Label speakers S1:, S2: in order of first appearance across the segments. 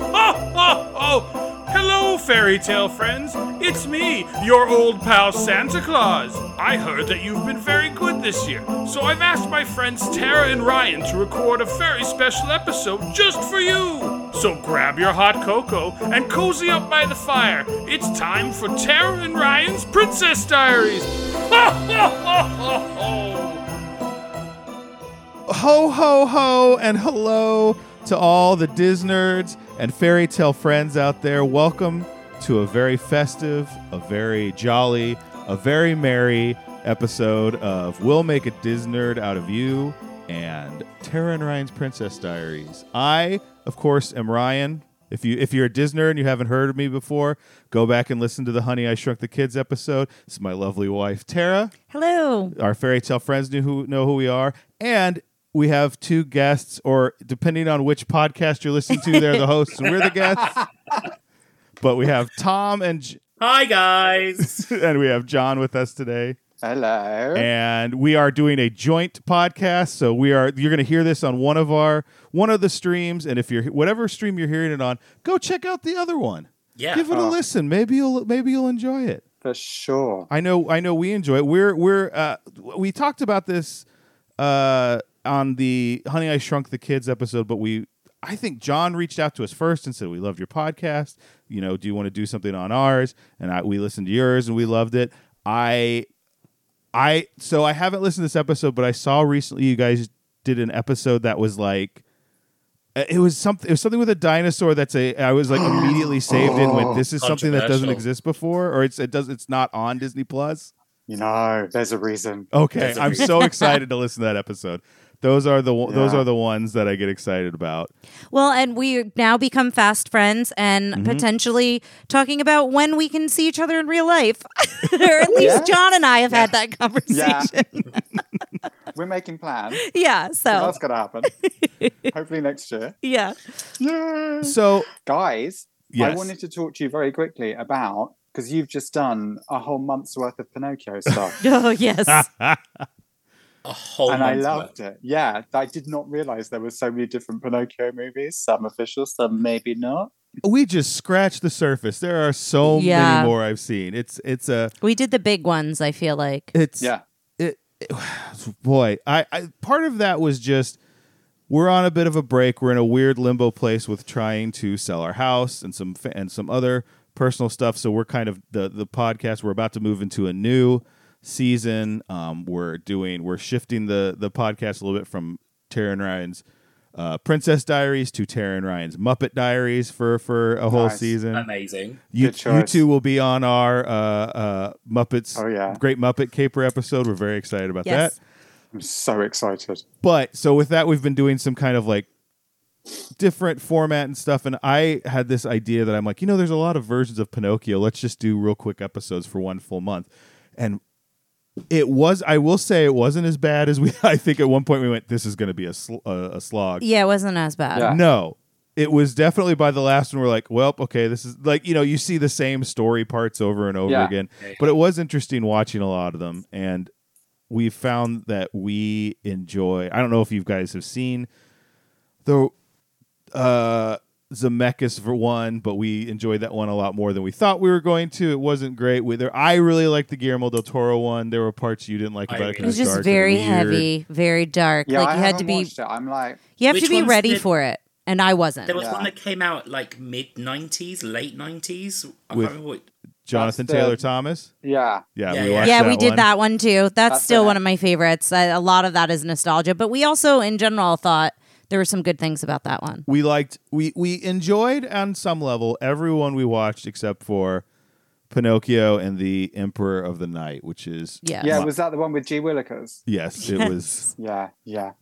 S1: ho, ho! Hello, fairy tale friends. It's me, your old pal Santa Claus. I heard that you've been very good this year, so I've asked my friends Tara and Ryan to record a very special episode just for you. So grab your hot cocoa and cozy up by the fire. It's time for Tara and Ryan's Princess Diaries. Ho, ho, ho, ho, ho!
S2: Ho, ho, ho, and hello to all the Disnerds and fairy tale friends out there. Welcome to a very festive, a very jolly, a very merry episode of We'll Make a Disnerd Out of You and Tara and Ryan's Princess Diaries. I, of course, am Ryan. If you if you're a Disnerd and you haven't heard of me before, go back and listen to the Honey I Shrunk the Kids episode. This is my lovely wife Tara
S3: Hello.
S2: our fairy tale friends knew who know who we are, and we have two guests, or depending on which podcast you're listening to, they're the hosts and we're the guests. But we have Tom and J-
S4: Hi guys.
S2: and we have John with us today, Eh,
S5: Hello.
S2: and we are doing a joint podcast. So we are you're going to hear this on one of our one of the streams, and if you're whatever stream you're hearing it on, go check out the other one.
S4: Yeah.
S2: Give it a
S5: Oh.
S2: listen. Maybe you'll maybe you'll enjoy it.
S5: For sure.
S2: I know. I know. We enjoy it. We're we're uh, we talked about this uh, on the Honey I Shrunk the Kids episode, but we I think John reached out to us first and said we loved your podcast. You know, do you want to do something on ours? And I, we listened to yours and we loved it. I I so I haven't listened to this episode, but I saw recently you guys did an episode that was like uh, it was something it was something with a dinosaur that's a I was like immediately saved in with this is something that doesn't
S4: Controversial.
S2: exist before or it's it does it's not on Disney Plus.
S5: You know, there's a reason.
S2: Okay,
S4: There's a
S2: I'm
S4: reason.
S2: so excited to listen to that episode. Those are the one- those
S5: Yeah.
S2: are the ones that I get excited about.
S3: Well, and we now become fast friends and
S2: Mm-hmm.
S3: potentially talking about when we can see each other in real life. or at least
S5: Yeah.
S3: John and I have had that conversation. Yeah.
S5: We're making plans.
S3: so,
S5: That's going to happen. Hopefully next year.
S3: yeah.
S5: Yeah.
S2: So
S5: Guys,
S2: yes,
S5: I wanted to talk to you very quickly about because you've just done a whole month's worth of Pinocchio stuff.
S3: Oh, yes.
S2: Ah.
S4: A whole
S5: and I
S4: month's
S5: loved it. Yeah. I did not realize there were so many different Pinocchio movies, some official, some maybe not.
S2: we just scratched the surface. There are so
S3: Yeah.
S2: many more I've seen. It's it's a
S3: we did the big ones, I feel like.
S2: it's
S5: Yeah.
S2: it, it- boy I, I part of that was just we're on a bit of a break we're in a weird limbo place with trying to sell our house and some fa- and some other personal stuff so we're kind of the the podcast we're about to move into a new season um, we're doing we're shifting the the podcast a little bit from Tara and Ryan's uh, Princess Diaries to Tara and Ryan's Muppet Diaries for for a whole
S5: Nice.
S2: season
S4: worth. Amazing.
S2: you,
S5: Good
S2: you
S5: choice.
S2: two will be on our uh, uh, Muppets,
S5: Oh, yeah.
S2: Great Muppet Caper episode. We're very excited about
S3: Yes.
S2: that.
S5: I'm so excited.
S2: But so with that, we've been doing some kind of like different format and stuff. And I had this idea that I'm like, you know, there's a lot of versions of Pinocchio. Let's just do real quick episodes for one full month. And it was, I will say, it wasn't as bad as we. I think at one point we went, this is going to be a, sl- a, a slog.
S3: Yeah, it wasn't as bad.
S5: Yeah.
S2: No. It was definitely by the last one we're like, well, okay, this is like, you know, you see the same story parts over and over
S5: Yeah.
S2: again.
S4: Yeah.
S2: But it was interesting watching a lot of them and we found that we enjoy I don't know if you guys have seen the uh Zemeckis for one, but we enjoyed that one a lot more than we thought we were going to. It wasn't great. We, there, I really liked the Guillermo del Toro one. There were parts you didn't like
S4: I
S2: about it.
S4: agree.
S3: It
S2: 'cause
S3: was just
S2: dark and
S3: very
S2: weird.
S3: heavy, very dark.
S5: Yeah,
S3: like
S5: I
S3: you had to
S5: haven't
S3: be
S5: watched it. I'm like,
S3: you have to
S4: Which
S3: be
S4: ones
S3: ready
S4: did-
S3: for it. And I wasn't.
S4: There was
S5: Yeah.
S4: one that came out like mid nineties, late nineties. I
S2: With-
S4: can't remember what
S2: Jonathan
S5: That's the-
S2: Taylor Thomas.
S5: yeah.
S2: Yeah,
S4: Yeah,
S2: we
S4: yeah.
S2: watched
S3: yeah,
S2: that
S3: we did
S2: one.
S3: that one too. That's,
S5: That's
S3: still
S5: it.
S3: one of my favorites. I, a lot of that is nostalgia, but we also, in general, thought there were some good things about that one.
S2: we liked we we enjoyed on some level everyone we watched except for Pinocchio and the Emperor of the Night, which is
S3: Yeah.
S5: Yeah. Was that the one with G. Willikers?
S2: yes, it was
S5: Yeah. Yeah.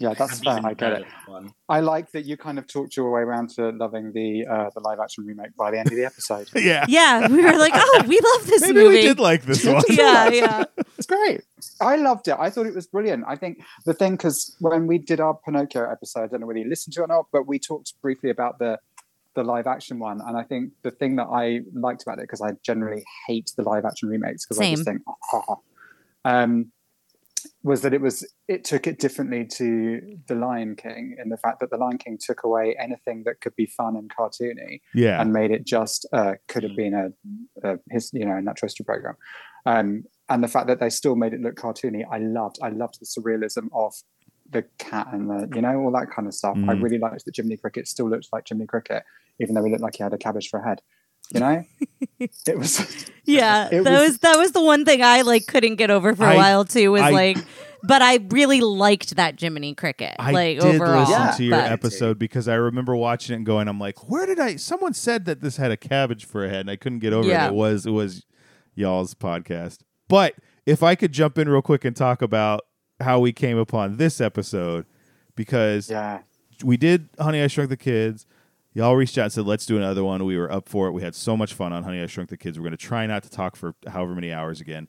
S5: Yeah, that's
S4: Haven't
S5: fair.
S4: even
S5: I get
S4: heard
S5: it.
S4: of that one.
S5: I like that you kind of talked your way around to loving the uh, the live action remake by the end of the episode.
S2: yeah.
S3: yeah, we were like, oh, we love this
S2: Maybe
S3: movie.
S2: we did like this one.
S3: yeah, yeah.
S5: it's great. I loved it. I thought it was brilliant. I think the thing because when we did our Pinocchio episode, I don't know whether you listened to it or not, but we talked briefly about the the live action one, and I think the thing that I liked about it because I generally hate the live action remakes because I
S3: Same.
S5: just think, oh. "Ah, um, was that it was it took it differently to the Lion King in the fact that the Lion King took away anything that could be fun and cartoony
S2: Yeah.
S5: and made it just uh, could have been a, a his you know a natural history program, um, and the fact that they still made it look cartoony, I loved. I loved the surrealism of the cat and the you know all that kind of stuff. I
S2: Mhm.
S5: really liked that Jiminy Cricket still looked like Jiminy Cricket, even though he looked like he had a cabbage for a head. You know, it was
S3: Yeah,
S5: It
S3: that was,
S5: was-
S3: that was the one thing I like couldn't get over for a
S2: I-
S3: while too. Was
S2: I-
S3: like, but I really liked that Jiminy Cricket.
S2: I
S3: like
S2: did
S3: overall,
S2: listen
S5: Yeah.
S2: to your
S3: but-
S2: episode because I remember watching it and going, "I'm like, where did I?" Someone said that this had a cabbage for a head, and I couldn't get over
S3: Yeah.
S2: it. It was it was y'all's podcast. But if I could jump in real quick and talk about how we came upon this episode, because
S5: yeah,
S2: we did Honey I Shrunk the Kids. Y'all reached out and said, let's do another one. We were up for it. We had so much fun on Honey I Shrunk the Kids. We're going to try not to talk for however many hours again.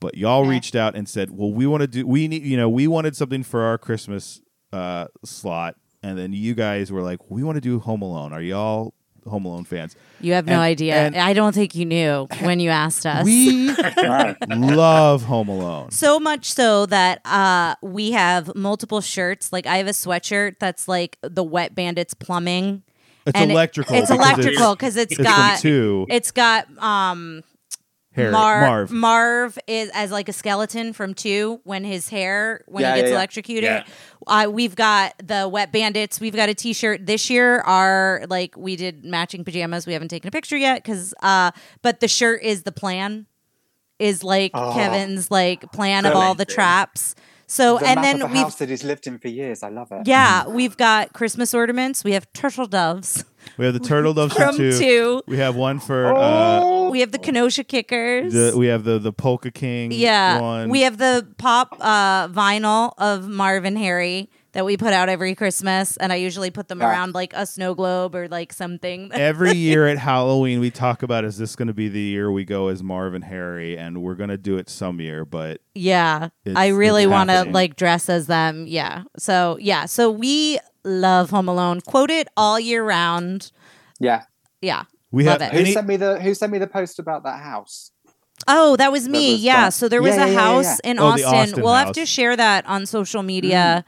S2: But y'all reached out and said, well, we want to do, we need, you know, we wanted something for our Christmas uh, slot. And then you guys were like, we want to do Home Alone. Are y'all Home Alone fans?
S3: You have no
S2: And-
S3: idea.
S2: and-
S3: I don't think you knew when you asked us.
S2: We
S5: Right.
S2: love Home Alone.
S3: So much so that uh, we have multiple shirts. Like I have a sweatshirt that's like the Wet Bandits plumbing.
S2: It's
S3: And it-
S2: electrical.
S3: It's
S2: Oh, because
S3: electrical because
S2: It's,
S3: it's got
S2: from two.
S3: it's got um
S2: Harry,
S3: Mar-
S2: Marv.
S3: Marv is as like a skeleton from two when his hair when
S5: Yeah,
S3: he gets
S5: yeah, yeah.
S3: electrocuted.
S4: Yeah.
S3: Uh, we've got the Wet Bandits. We've got a T-shirt this year. Our like we did matching pajamas. We haven't taken a picture yet because uh, but the shirt is the plan. Is like
S5: Oh.
S3: Kevin's like plan of all the
S4: Amazing.
S3: traps. So
S5: the
S3: Oh, and
S5: map
S3: then
S5: of the
S3: we've
S5: house that he's lived in for years. I love it.
S3: yeah we've got Christmas ornaments. We have turtle doves
S2: We have the Turtle Doves from
S3: from
S2: two.
S3: two.
S2: We have one for. Uh,
S3: We have the Kenosha kickers.
S2: The, we have the the Polka King.
S3: Yeah.
S2: one.
S3: We have the pop uh, vinyl of Marvin Harry that we put out every Christmas. And I usually put them
S5: Yeah.
S3: around like a snow globe or like something.
S2: every year at Halloween. We talk about is this going to be the year we go as Marv and Harry, and we're going to do it some year. But
S3: yeah.
S2: It's-
S3: I really
S2: it's
S3: want to
S2: happening.
S3: like dress as them. Yeah. So, yeah. So we love Home Alone. Quote it all year round.
S5: yeah.
S3: Yeah.
S2: we
S3: Love
S2: have
S3: it.
S5: Who
S2: any,
S5: sent me the Who sent me the post about that house?
S3: Oh, that was me.
S5: was
S3: yeah.
S5: that.
S3: So there
S5: Yeah,
S3: was
S5: yeah,
S3: a
S5: yeah, yeah,
S3: house
S5: yeah.
S3: in
S2: Oh, the
S3: Austin.
S2: Austin
S3: we'll have
S2: house.
S3: to share that on social media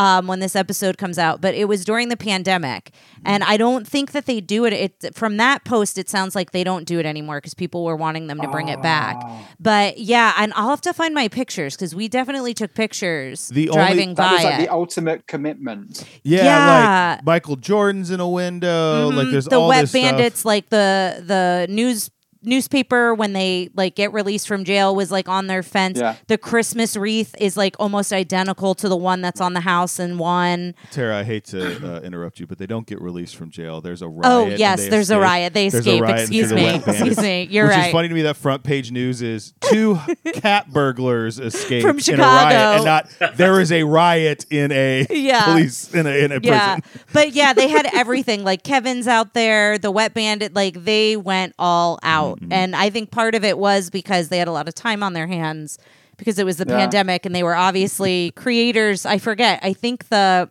S5: Mm-hmm.
S3: um, when this episode comes out. But it was during the pandemic,
S5: Mm-hmm.
S3: and I don't think that they do it. It from that post, it sounds like they don't do it anymore because people were wanting them to bring it back.
S5: Ah.
S3: But yeah, and I'll have to find my pictures because we definitely took pictures
S2: The only-
S3: driving
S5: That
S3: by
S5: was like
S3: it.
S5: the ultimate commitment.
S2: yeah,
S3: Yeah.
S2: like Michael Jordan's in a window. Like
S3: Mhm.
S2: there's
S3: the
S2: all
S3: wet
S2: this stuff.
S3: bandits like the the news newspaper when they like get released from jail was like on their fence
S5: Yeah.
S3: the christmas wreath is like almost identical to the one that's on the house in one
S2: Tara, I hate to uh, interrupt you, but they don't get released from jail. There's a riot.
S3: oh
S2: and
S3: yes
S2: they
S3: there's a
S2: escape.
S3: riot they
S2: There's a
S3: escaped
S2: riot and through
S3: excuse
S2: the
S3: me
S2: wet bandits,
S3: excuse me you're
S2: Which
S3: right
S2: is funny to me that front page news is two cat burglars escaped
S3: From
S2: in a riot, and
S3: Chicago.
S2: not there is a riot in a
S3: Yeah.
S2: police in a in a
S3: yeah
S2: prison.
S3: but yeah they had everything like kevin's out there the wet bandit like they went all out
S2: Mm-hmm.
S3: and i think part of it was because they had a lot of time on their hands because it was the
S5: Yeah.
S3: pandemic and they were obviously creators i forget i think the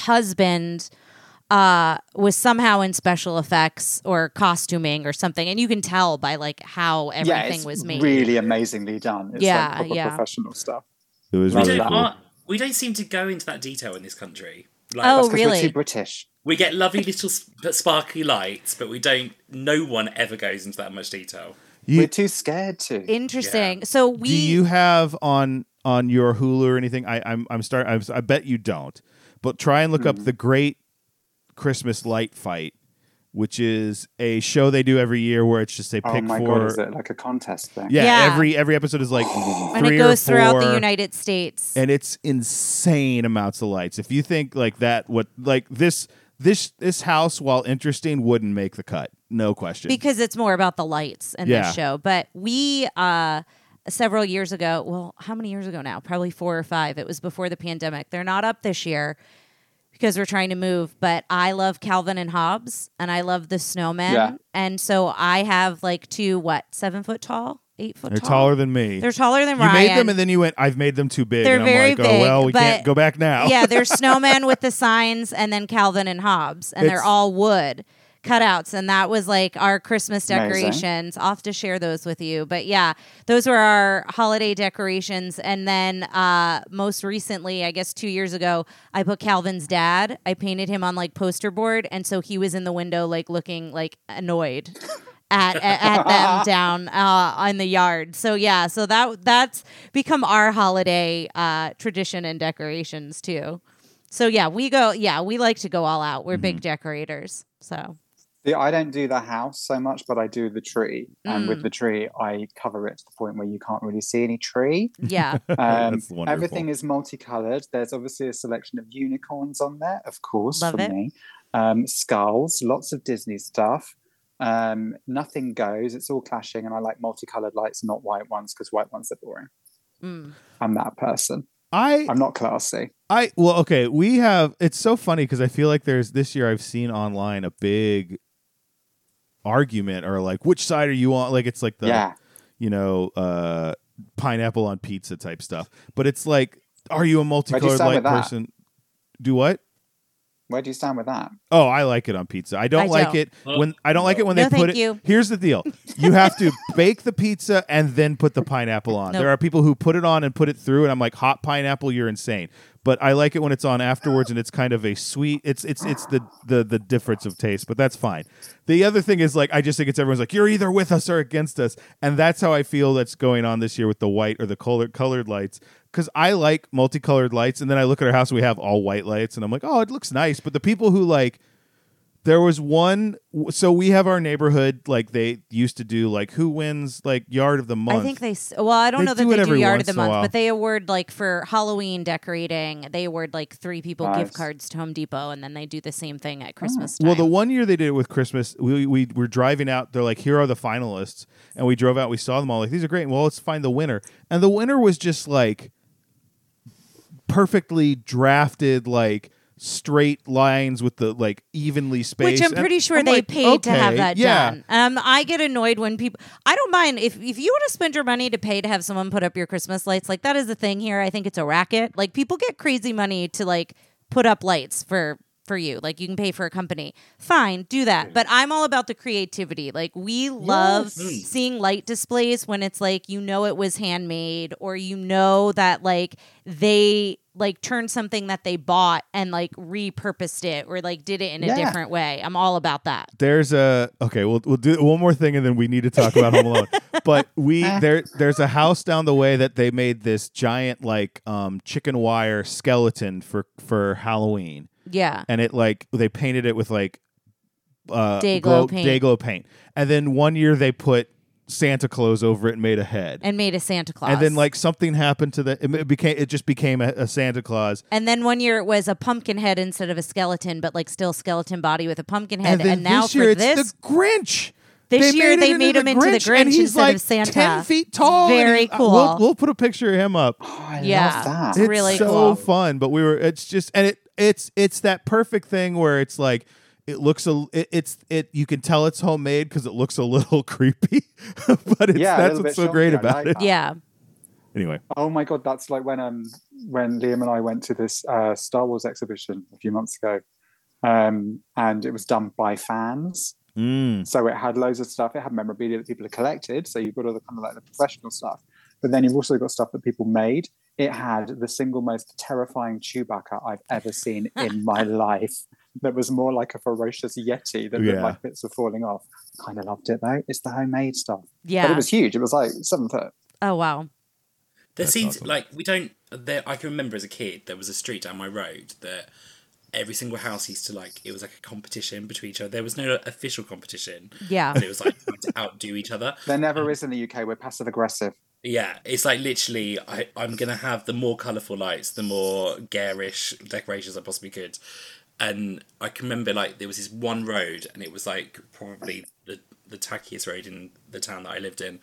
S3: husband uh, was somehow in special effects or costuming or something and you can tell by like how
S5: yeah,
S3: everything
S5: it's
S3: was made
S5: really amazingly done. It's
S3: Yeah,
S5: like proper
S3: yeah.
S5: professional stuff.
S2: It was
S5: Right.
S4: We
S2: really
S4: don't,
S5: Yeah.
S2: cool.
S4: uh, we don't seem to go into that detail in this country. Like,
S3: Oh,
S5: That's 'cause
S3: really?
S5: We're too British.
S4: We get lovely little sp- sparkly lights, but we don't. No one ever goes into that much detail.
S2: You-
S5: We're too scared to.
S3: interesting so we
S2: do you have on on your Hulu or anything? I, I'm I'm start. I'm, I bet you don't. But try and look
S5: Mm-hmm.
S2: up the Great Christmas Light Fight, which is a show they do every year where it's just they
S5: oh
S2: pick
S5: my
S2: four.
S5: god, is it like a contest thing?
S2: Yeah,
S3: Yeah.
S2: every every episode is like
S3: and
S2: three
S3: it goes
S2: or four,
S3: throughout the united states
S2: and it's insane amounts of lights. If you think like that, what like this this this house, while interesting, wouldn't make the cut, no question.
S3: because it's more about the lights in
S2: Yeah.
S3: this show. But we uh several years ago, well, how many years ago now? Probably four or five. It was before the pandemic. They're not up this year because we're trying to move, but I love Calvin and Hobbes and I love the snowmen.
S5: Yeah.
S3: And so I have like two what, seven foot tall? Eight foot
S2: They're
S3: tall.
S2: taller than me.
S3: They're taller than
S2: you
S3: Ryan.
S2: made them and then you went, I've made them too big.
S3: They're
S2: and I'm
S3: very
S2: like, oh
S3: big,
S2: well, we can't
S3: but-
S2: go back now.
S3: yeah, there's snowmen with the signs and then Calvin and Hobbes, and
S2: It's-
S3: they're all wood. cutouts, and that was like our Christmas
S5: Amazing.
S3: decorations. I'll have to share those with you. But yeah, those were our holiday decorations. And then uh, most recently, I guess two years ago, I put Calvin's dad. I painted him on like poster board, and so he was in the window, like looking like annoyed. At, at, at them down uh, in the yard. So yeah, so that that's become our holiday uh, tradition and decorations too. So yeah, we go. Yeah, we like to go all out. We're big decorators. So
S5: See, I don't do the house so much, but I do the tree. And
S3: Mm.
S5: with the tree, I cover it to the point where you can't really see any tree.
S3: yeah,
S5: Um,
S2: That's wonderful.
S5: everything is multicolored. There's obviously a selection of unicorns on there, of course,
S3: Love
S5: for
S3: it.
S5: me. Um, skulls, lots of Disney stuff. Um, nothing goes. It's all clashing, and I like multicolored lights, not white ones, because white ones are boring.
S3: Mm.
S5: I'm that person.
S2: I
S5: I'm not classy.
S2: I well, okay. We have. It's so funny because I feel like there's this year I've seen online a big argument or like which side are you on? Like it's like the
S5: yeah,
S2: you know uh pineapple on pizza type stuff. But it's like, are you a multicolored
S5: stand
S2: light
S5: with that?
S2: person? Do what?
S5: where do you stand with that?
S2: Oh, I like it on pizza. I don't
S3: I
S2: like
S3: don't.
S2: it when I don't like it when
S3: No,
S2: they put
S3: thank
S2: it.
S3: you.
S2: Here's the deal: you have to bake the pizza and then put the pineapple on.
S3: No.
S2: There are people who put it on and put it through, and I'm like, hot pineapple, you're insane. But I like it when it's on afterwards, and it's kind of a sweet. It's it's it's the the the difference of taste, but that's fine. The other thing is like I just think it's everyone's like you're either with us or against us, and that's how I feel that's going on this year with the white or the color colored lights. Because I like multicolored lights, and then I look at our house, we have all white lights, and I'm like, oh, it looks nice. But the people who like there was one so we have our neighborhood like they used to do like who wins like yard of the month
S3: I think they. s- Well, I don't
S2: They
S3: know that
S2: do it
S3: they do
S2: every
S3: yard
S2: once
S3: of the
S2: in a
S3: month,
S2: while.
S3: but they award like for Halloween decorating. They award like three people gift
S5: Nice.
S3: cards to Home Depot, and then they do the same thing at Christmas time.
S2: well the one year they did it with christmas we, we were driving out they're like here are the finalists and we drove out we saw them all like these are great well let's find the winner and the winner was just like perfectly drafted like straight lines with the like evenly spaced
S3: Which I'm
S2: And
S3: pretty sure
S2: I'm
S3: they
S2: like,
S3: paid to have
S2: okay,
S3: that
S2: yeah.
S3: done. Um, I get annoyed when people. I don't mind if if you want to spend your money to pay to have someone put up your Christmas lights. Like that is the thing here. I think it's a racket. Like people get crazy money to like put up lights for for you. Like you can pay for a company. Fine, do that. But I'm all about the creativity. Like we love
S2: Mm.
S4: Yes.
S3: seeing light displays when it's like you know it was handmade or you know that like they like turned something that they bought and like repurposed it or like did it in a
S5: Yeah.
S3: different way. I'm all about that.
S2: there's a okay. We'll we'll do one more thing, and then we need to talk about Home Alone. But we
S3: Uh.
S2: there there's a house down the way that they made this giant like um chicken wire skeleton for for Halloween,
S3: Yeah.
S2: and it like they painted it with like uh
S3: Day
S2: glow-
S3: glow paint.
S2: day glow paint, and then one year they put Santa Claus over it and made a head.
S3: And made a Santa Claus.
S2: And then, like something happened to the, it became, it just became a, a Santa Claus,
S3: And then one year it was a pumpkin head instead of a skeleton, but like still skeleton body with a pumpkin head. And,
S2: then
S3: now
S2: this year
S3: for
S2: it's
S3: this
S2: the Grinch.
S3: This year they
S2: it
S3: made him into the
S2: and
S3: Grinch
S2: he's
S3: instead
S2: like
S3: of Santa.
S2: Ten feet tall. and
S3: Very
S2: he's- uh,
S3: cool.
S2: We'll, we'll put a picture of him up.
S5: Oh, I
S3: Yeah.
S5: love
S2: It's
S5: that.
S3: really
S2: so
S3: cool.
S2: fun. But we were. It's just and it it's it's that perfect thing where it's like. It looks a it, it's it you can tell it's homemade because it looks a little creepy, but it's,
S5: Yeah, a
S2: that's
S5: little
S2: what's
S5: bit
S2: so great
S5: chunky. I
S2: about
S5: like
S2: it.
S5: that.
S3: yeah.
S2: Anyway,
S5: Oh my god, that's like when um when Liam and I went to this uh, Star Wars exhibition a few months ago, um, and it was done by fans.
S2: Mm.
S5: So it had loads of stuff. It had memorabilia that people had collected. So you've got all the kind of like the professional stuff, but then you've also got stuff that people made. It had the single most terrifying Chewbacca I've ever seen in my life. That was more like a ferocious Yeti that looked
S2: Yeah.
S5: like bits were falling off. Kind of loved it though. It's the homemade stuff, but
S3: Yeah.
S5: it was huge. It was like seven foot.
S3: oh wow.
S4: There seems
S2: awesome.
S4: like we don't. There, I can remember as a kid there was a street down my road that every single house used to like. It was like a competition between each other. There was no official competition,
S3: Yeah.
S4: but it was like trying to outdo each other.
S5: There never is in the UK. We're passive aggressive.
S4: Yeah, it's like literally. I, I'm gonna have the more colourful lights, the more garish decorations I possibly could. And I can remember like there was this one road, and it was like probably the the tackiest road in the town that I lived in.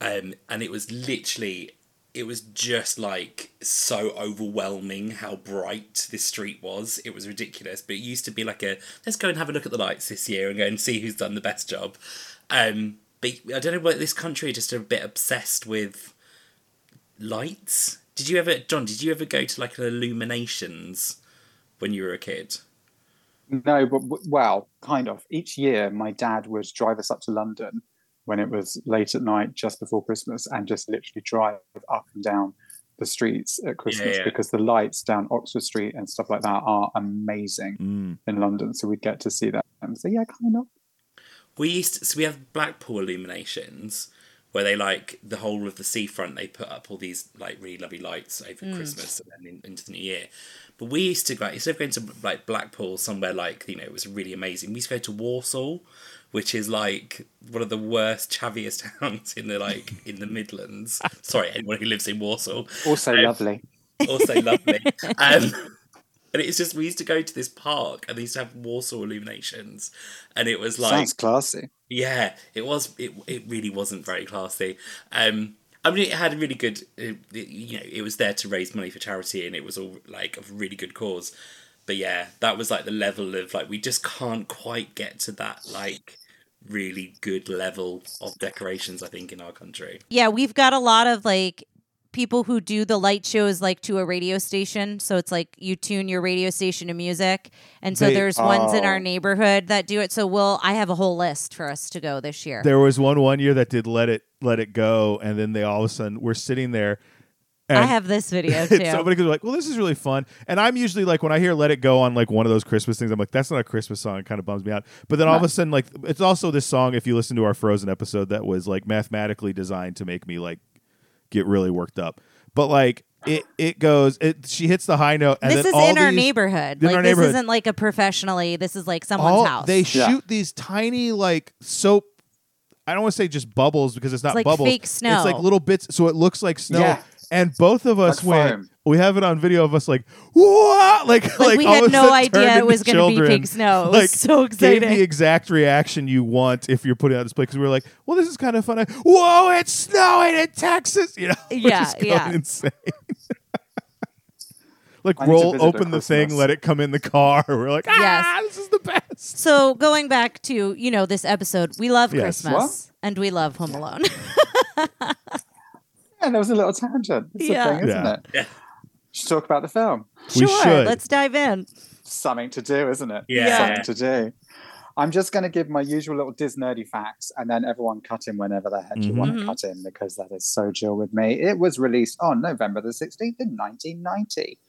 S4: Um, and it was literally, it was just like so overwhelming how bright this street was. It was ridiculous, but it used to be like a let's go and have a look at the lights this year and go and see who's done the best job. Um, but I don't know what this country is just a bit obsessed with lights. Did you ever, John? Did you ever go to like an illuminations when you were a kid?
S5: No, but w- well, kind of. Each year, my dad would drive us up to London when it was late at night, just before Christmas, and just literally drive up and down the streets at Christmas
S4: yeah.
S5: because the lights down Oxford Street and stuff like that are amazing
S2: Mm.
S5: in London. So we'd get to see that. And so yeah, kind of.
S4: We used to, so we have Blackpool illuminations where they like the whole of the seafront. They put up all these like really lovely lights over Christmas and then in, into the new year. But we used to go instead of going to like Blackpool somewhere like you know it was really amazing. We used to go to Warsaw, which is like one of the worst chaviest towns in the like in the Midlands. Sorry, anyone who lives in Warsaw
S5: Also lovely.
S4: also lovely. Um, and it's just we used to go to this park and they used to have Warsaw illuminations, and it was like
S5: Sounds classy.
S4: yeah, it was. It it really wasn't very classy. Um, I mean, it had a really good. uh, You know, it was there to raise money for charity, and it was all like a really good cause. But yeah, that was like the level of like we just can't quite get to that like really good level of decorations. I think in our country.
S3: Yeah, we've got a lot of like people who do the light shows like to a radio station. So it's like you tune your radio station to music. And so
S2: They-
S3: there's ones in
S5: Oh.
S3: our neighborhood that do it. So we'll I have a whole list for us to go this year.
S2: There was one one year that did let it let it go, and then they all of a sudden were sitting there. And
S3: I have this video
S2: and
S3: too.
S2: somebody goes like, "Well, this is really fun," and I'm usually like, when I hear "Let It Go" on like one of those Christmas things, I'm like, "That's not a Christmas song." It kind of bums me out. But then all of a sudden, like, it's also this song. If you listen to our Frozen episode, that was like mathematically designed to make me like get really worked up. But like, it it goes. It she hits the high note, and
S3: this
S2: then
S3: is
S2: all
S3: in our
S2: these-
S3: neighborhood.
S2: in
S3: like
S2: our
S3: this
S2: neighborhood.
S3: isn't like a professionally. This is like someone's
S2: all
S3: house.
S2: they
S3: it's
S5: Yeah.
S2: shoot these tiny like soap. I don't want to say just bubbles because it's not
S3: like
S2: bubbles.
S3: fake snow.
S2: It's like little bits, so it looks like snow.
S5: Yeah.
S2: And both of us
S5: Like
S2: went.
S5: foam.
S2: We have it on video of us like, what? Like, like,
S3: like, we
S2: all
S3: had
S2: of a
S3: no
S2: sudden
S3: idea
S2: turned
S3: it was
S2: into
S3: going to be
S2: children.
S3: fake snow. It was
S2: Like,
S3: so
S2: gave the
S3: exciting.
S2: exact reaction you want if you're putting it on display because we were like, well, this is kind of fun. I- Whoa, it's snowing in Texas. You know, we're
S3: Yeah,
S2: just going
S3: yeah.
S2: insane. like,
S5: I need to
S2: roll
S5: visit at
S2: open the thing,
S5: Christmas.
S2: let it come in the car. We're like, ah,
S3: Yes.
S2: this is the best.
S3: so going back to you know this episode, we love
S2: Yes.
S3: Christmas
S5: What?
S3: and we love Home Alone.
S5: Yeah, there was a little tangent. It's
S3: Yeah.
S5: a thing, isn't
S2: Yeah.
S5: it?
S4: Yeah.
S5: Should talk about the film.
S2: We
S3: sure,
S2: should.
S3: let's dive in.
S5: Something to do, isn't it?
S4: Yeah.
S5: Something to do. I'm just going to give my usual little Diz nerdy facts, and then everyone cut in whenever the heck you want to
S3: Mhm.
S5: cut in, because that is so Jill with me. It was released on November the 16th in 1990.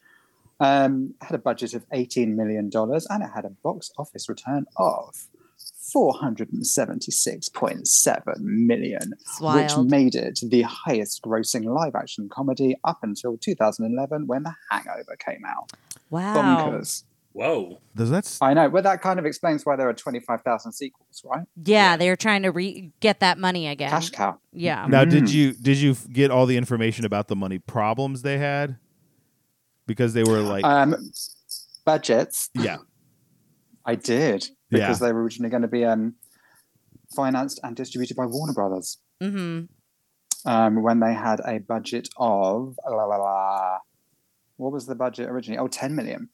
S5: Um, had a budget of $18 million, and it had a box office return of $476.7 million.
S3: It's wild.
S5: which made it the highest grossing live action comedy up until 2011 when The Hangover came out.
S3: wow.
S5: Bonkers.
S4: Whoa.
S2: Does that s-
S5: I know, but that kind of explains why there are 25,000 sequels, right?
S3: Yeah, they're trying to re- get that money again.
S5: Cash cow.
S3: Yeah.
S2: now? Did
S5: Mm.
S2: you did you f- get all the information about the money problems they had because they were like,
S5: Um, budgets,
S2: yeah,
S5: I did,
S2: Yeah.
S5: because they were originally going to be um, financed and distributed by Warner Brothers
S3: Mm-hmm.
S5: um, when they had a budget of, la, la, la, what was the budget originally? Oh, 10 million.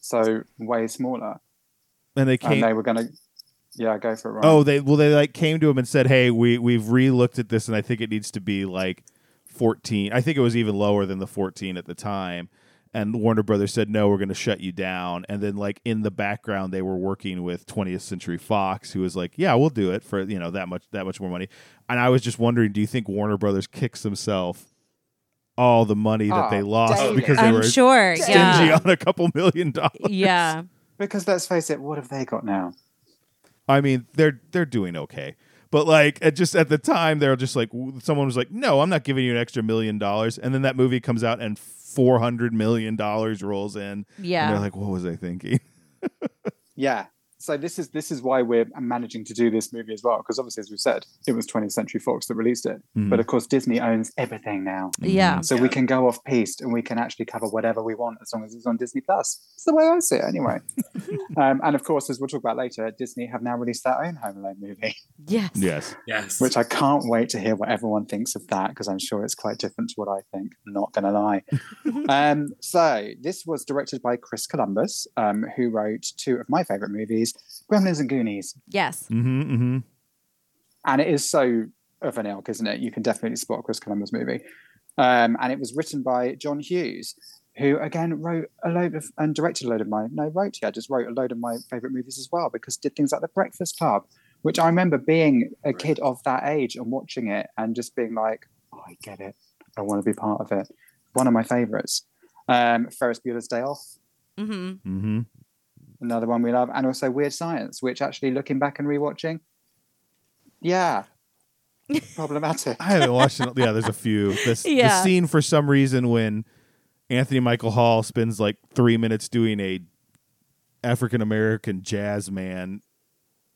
S5: So way smaller.
S2: and they
S5: And
S2: came.
S5: they were going to, yeah, go for it, right?
S2: oh, they well they like came to him and said, hey, we we've re-looked at this and I think it needs to be like fourteen. I think it was even lower than the fourteen at the time. And Warner Brothers said, no, we're going to shut you down. And then like in the background, they were working with 20th Century Fox, who was like, yeah, we'll do it for you know that much that much more money. And I was just wondering, do you think Warner Brothers kicks himself? All the money that
S5: Oh,
S2: they lost
S5: daily.
S2: because they
S3: I'm
S2: were
S3: sure.
S5: stingy
S2: stingy
S3: Yeah.
S2: on a couple million dollars.
S3: Yeah.
S5: Because let's face it, what have they got now?
S2: I mean, they're they're doing okay, but like at just at the time, they're just like w- someone was like, "No, I'm not giving you an extra million dollars," and then that movie comes out and four hundred million dollars rolls in, and
S3: Yeah.
S2: they're like, "What was I thinking?"
S5: Yeah. So this is this is why we're managing to do this movie as well, because obviously, as we've said, it was 20th Century Fox that released it,
S2: Mhm.
S5: but of course Disney owns everything now,
S2: Mm-hmm.
S3: yeah.
S5: so we can go off piste and we can actually cover whatever we want as long as it's on Disney Plus. It's the way I see it, anyway. um, and of course, as we'll talk about later, Disney have now released their own Home Alone movie,
S3: Yes.
S2: Yes,
S4: Yes.
S5: which I can't wait to hear what everyone thinks of that because I'm sure it's quite different to what I think. Not gonna lie. um, so this was directed by Chris Columbus, um, who wrote two of my favorite movies, Gremlins and Goonies.
S3: Yes.
S2: mm-hmm, mm-hmm.
S5: and it is so of an ilk, isn't it? You can definitely spot a Chris Columbus movie. Um, and it was written by John Hughes, who again wrote a load of and directed a load of my no wrote yeah just wrote a load of my favorite movies as well because did things like The Breakfast Club, which I remember being a
S4: Right.
S5: kid of that age and watching it and just being like, oh, I get it, I want to be part of it. One of my favorites. Um, Ferris Bueller's Day Off,
S3: Mm-hmm.
S2: Mm-hmm.
S5: another one we love, and also Weird Science, which actually looking back and rewatching, yeah, problematic.
S2: I haven't watched it. Yeah, there's a few. This
S3: Yeah.
S2: the scene for some reason when Anthony Michael Hall spends like three minutes doing a African American jazz man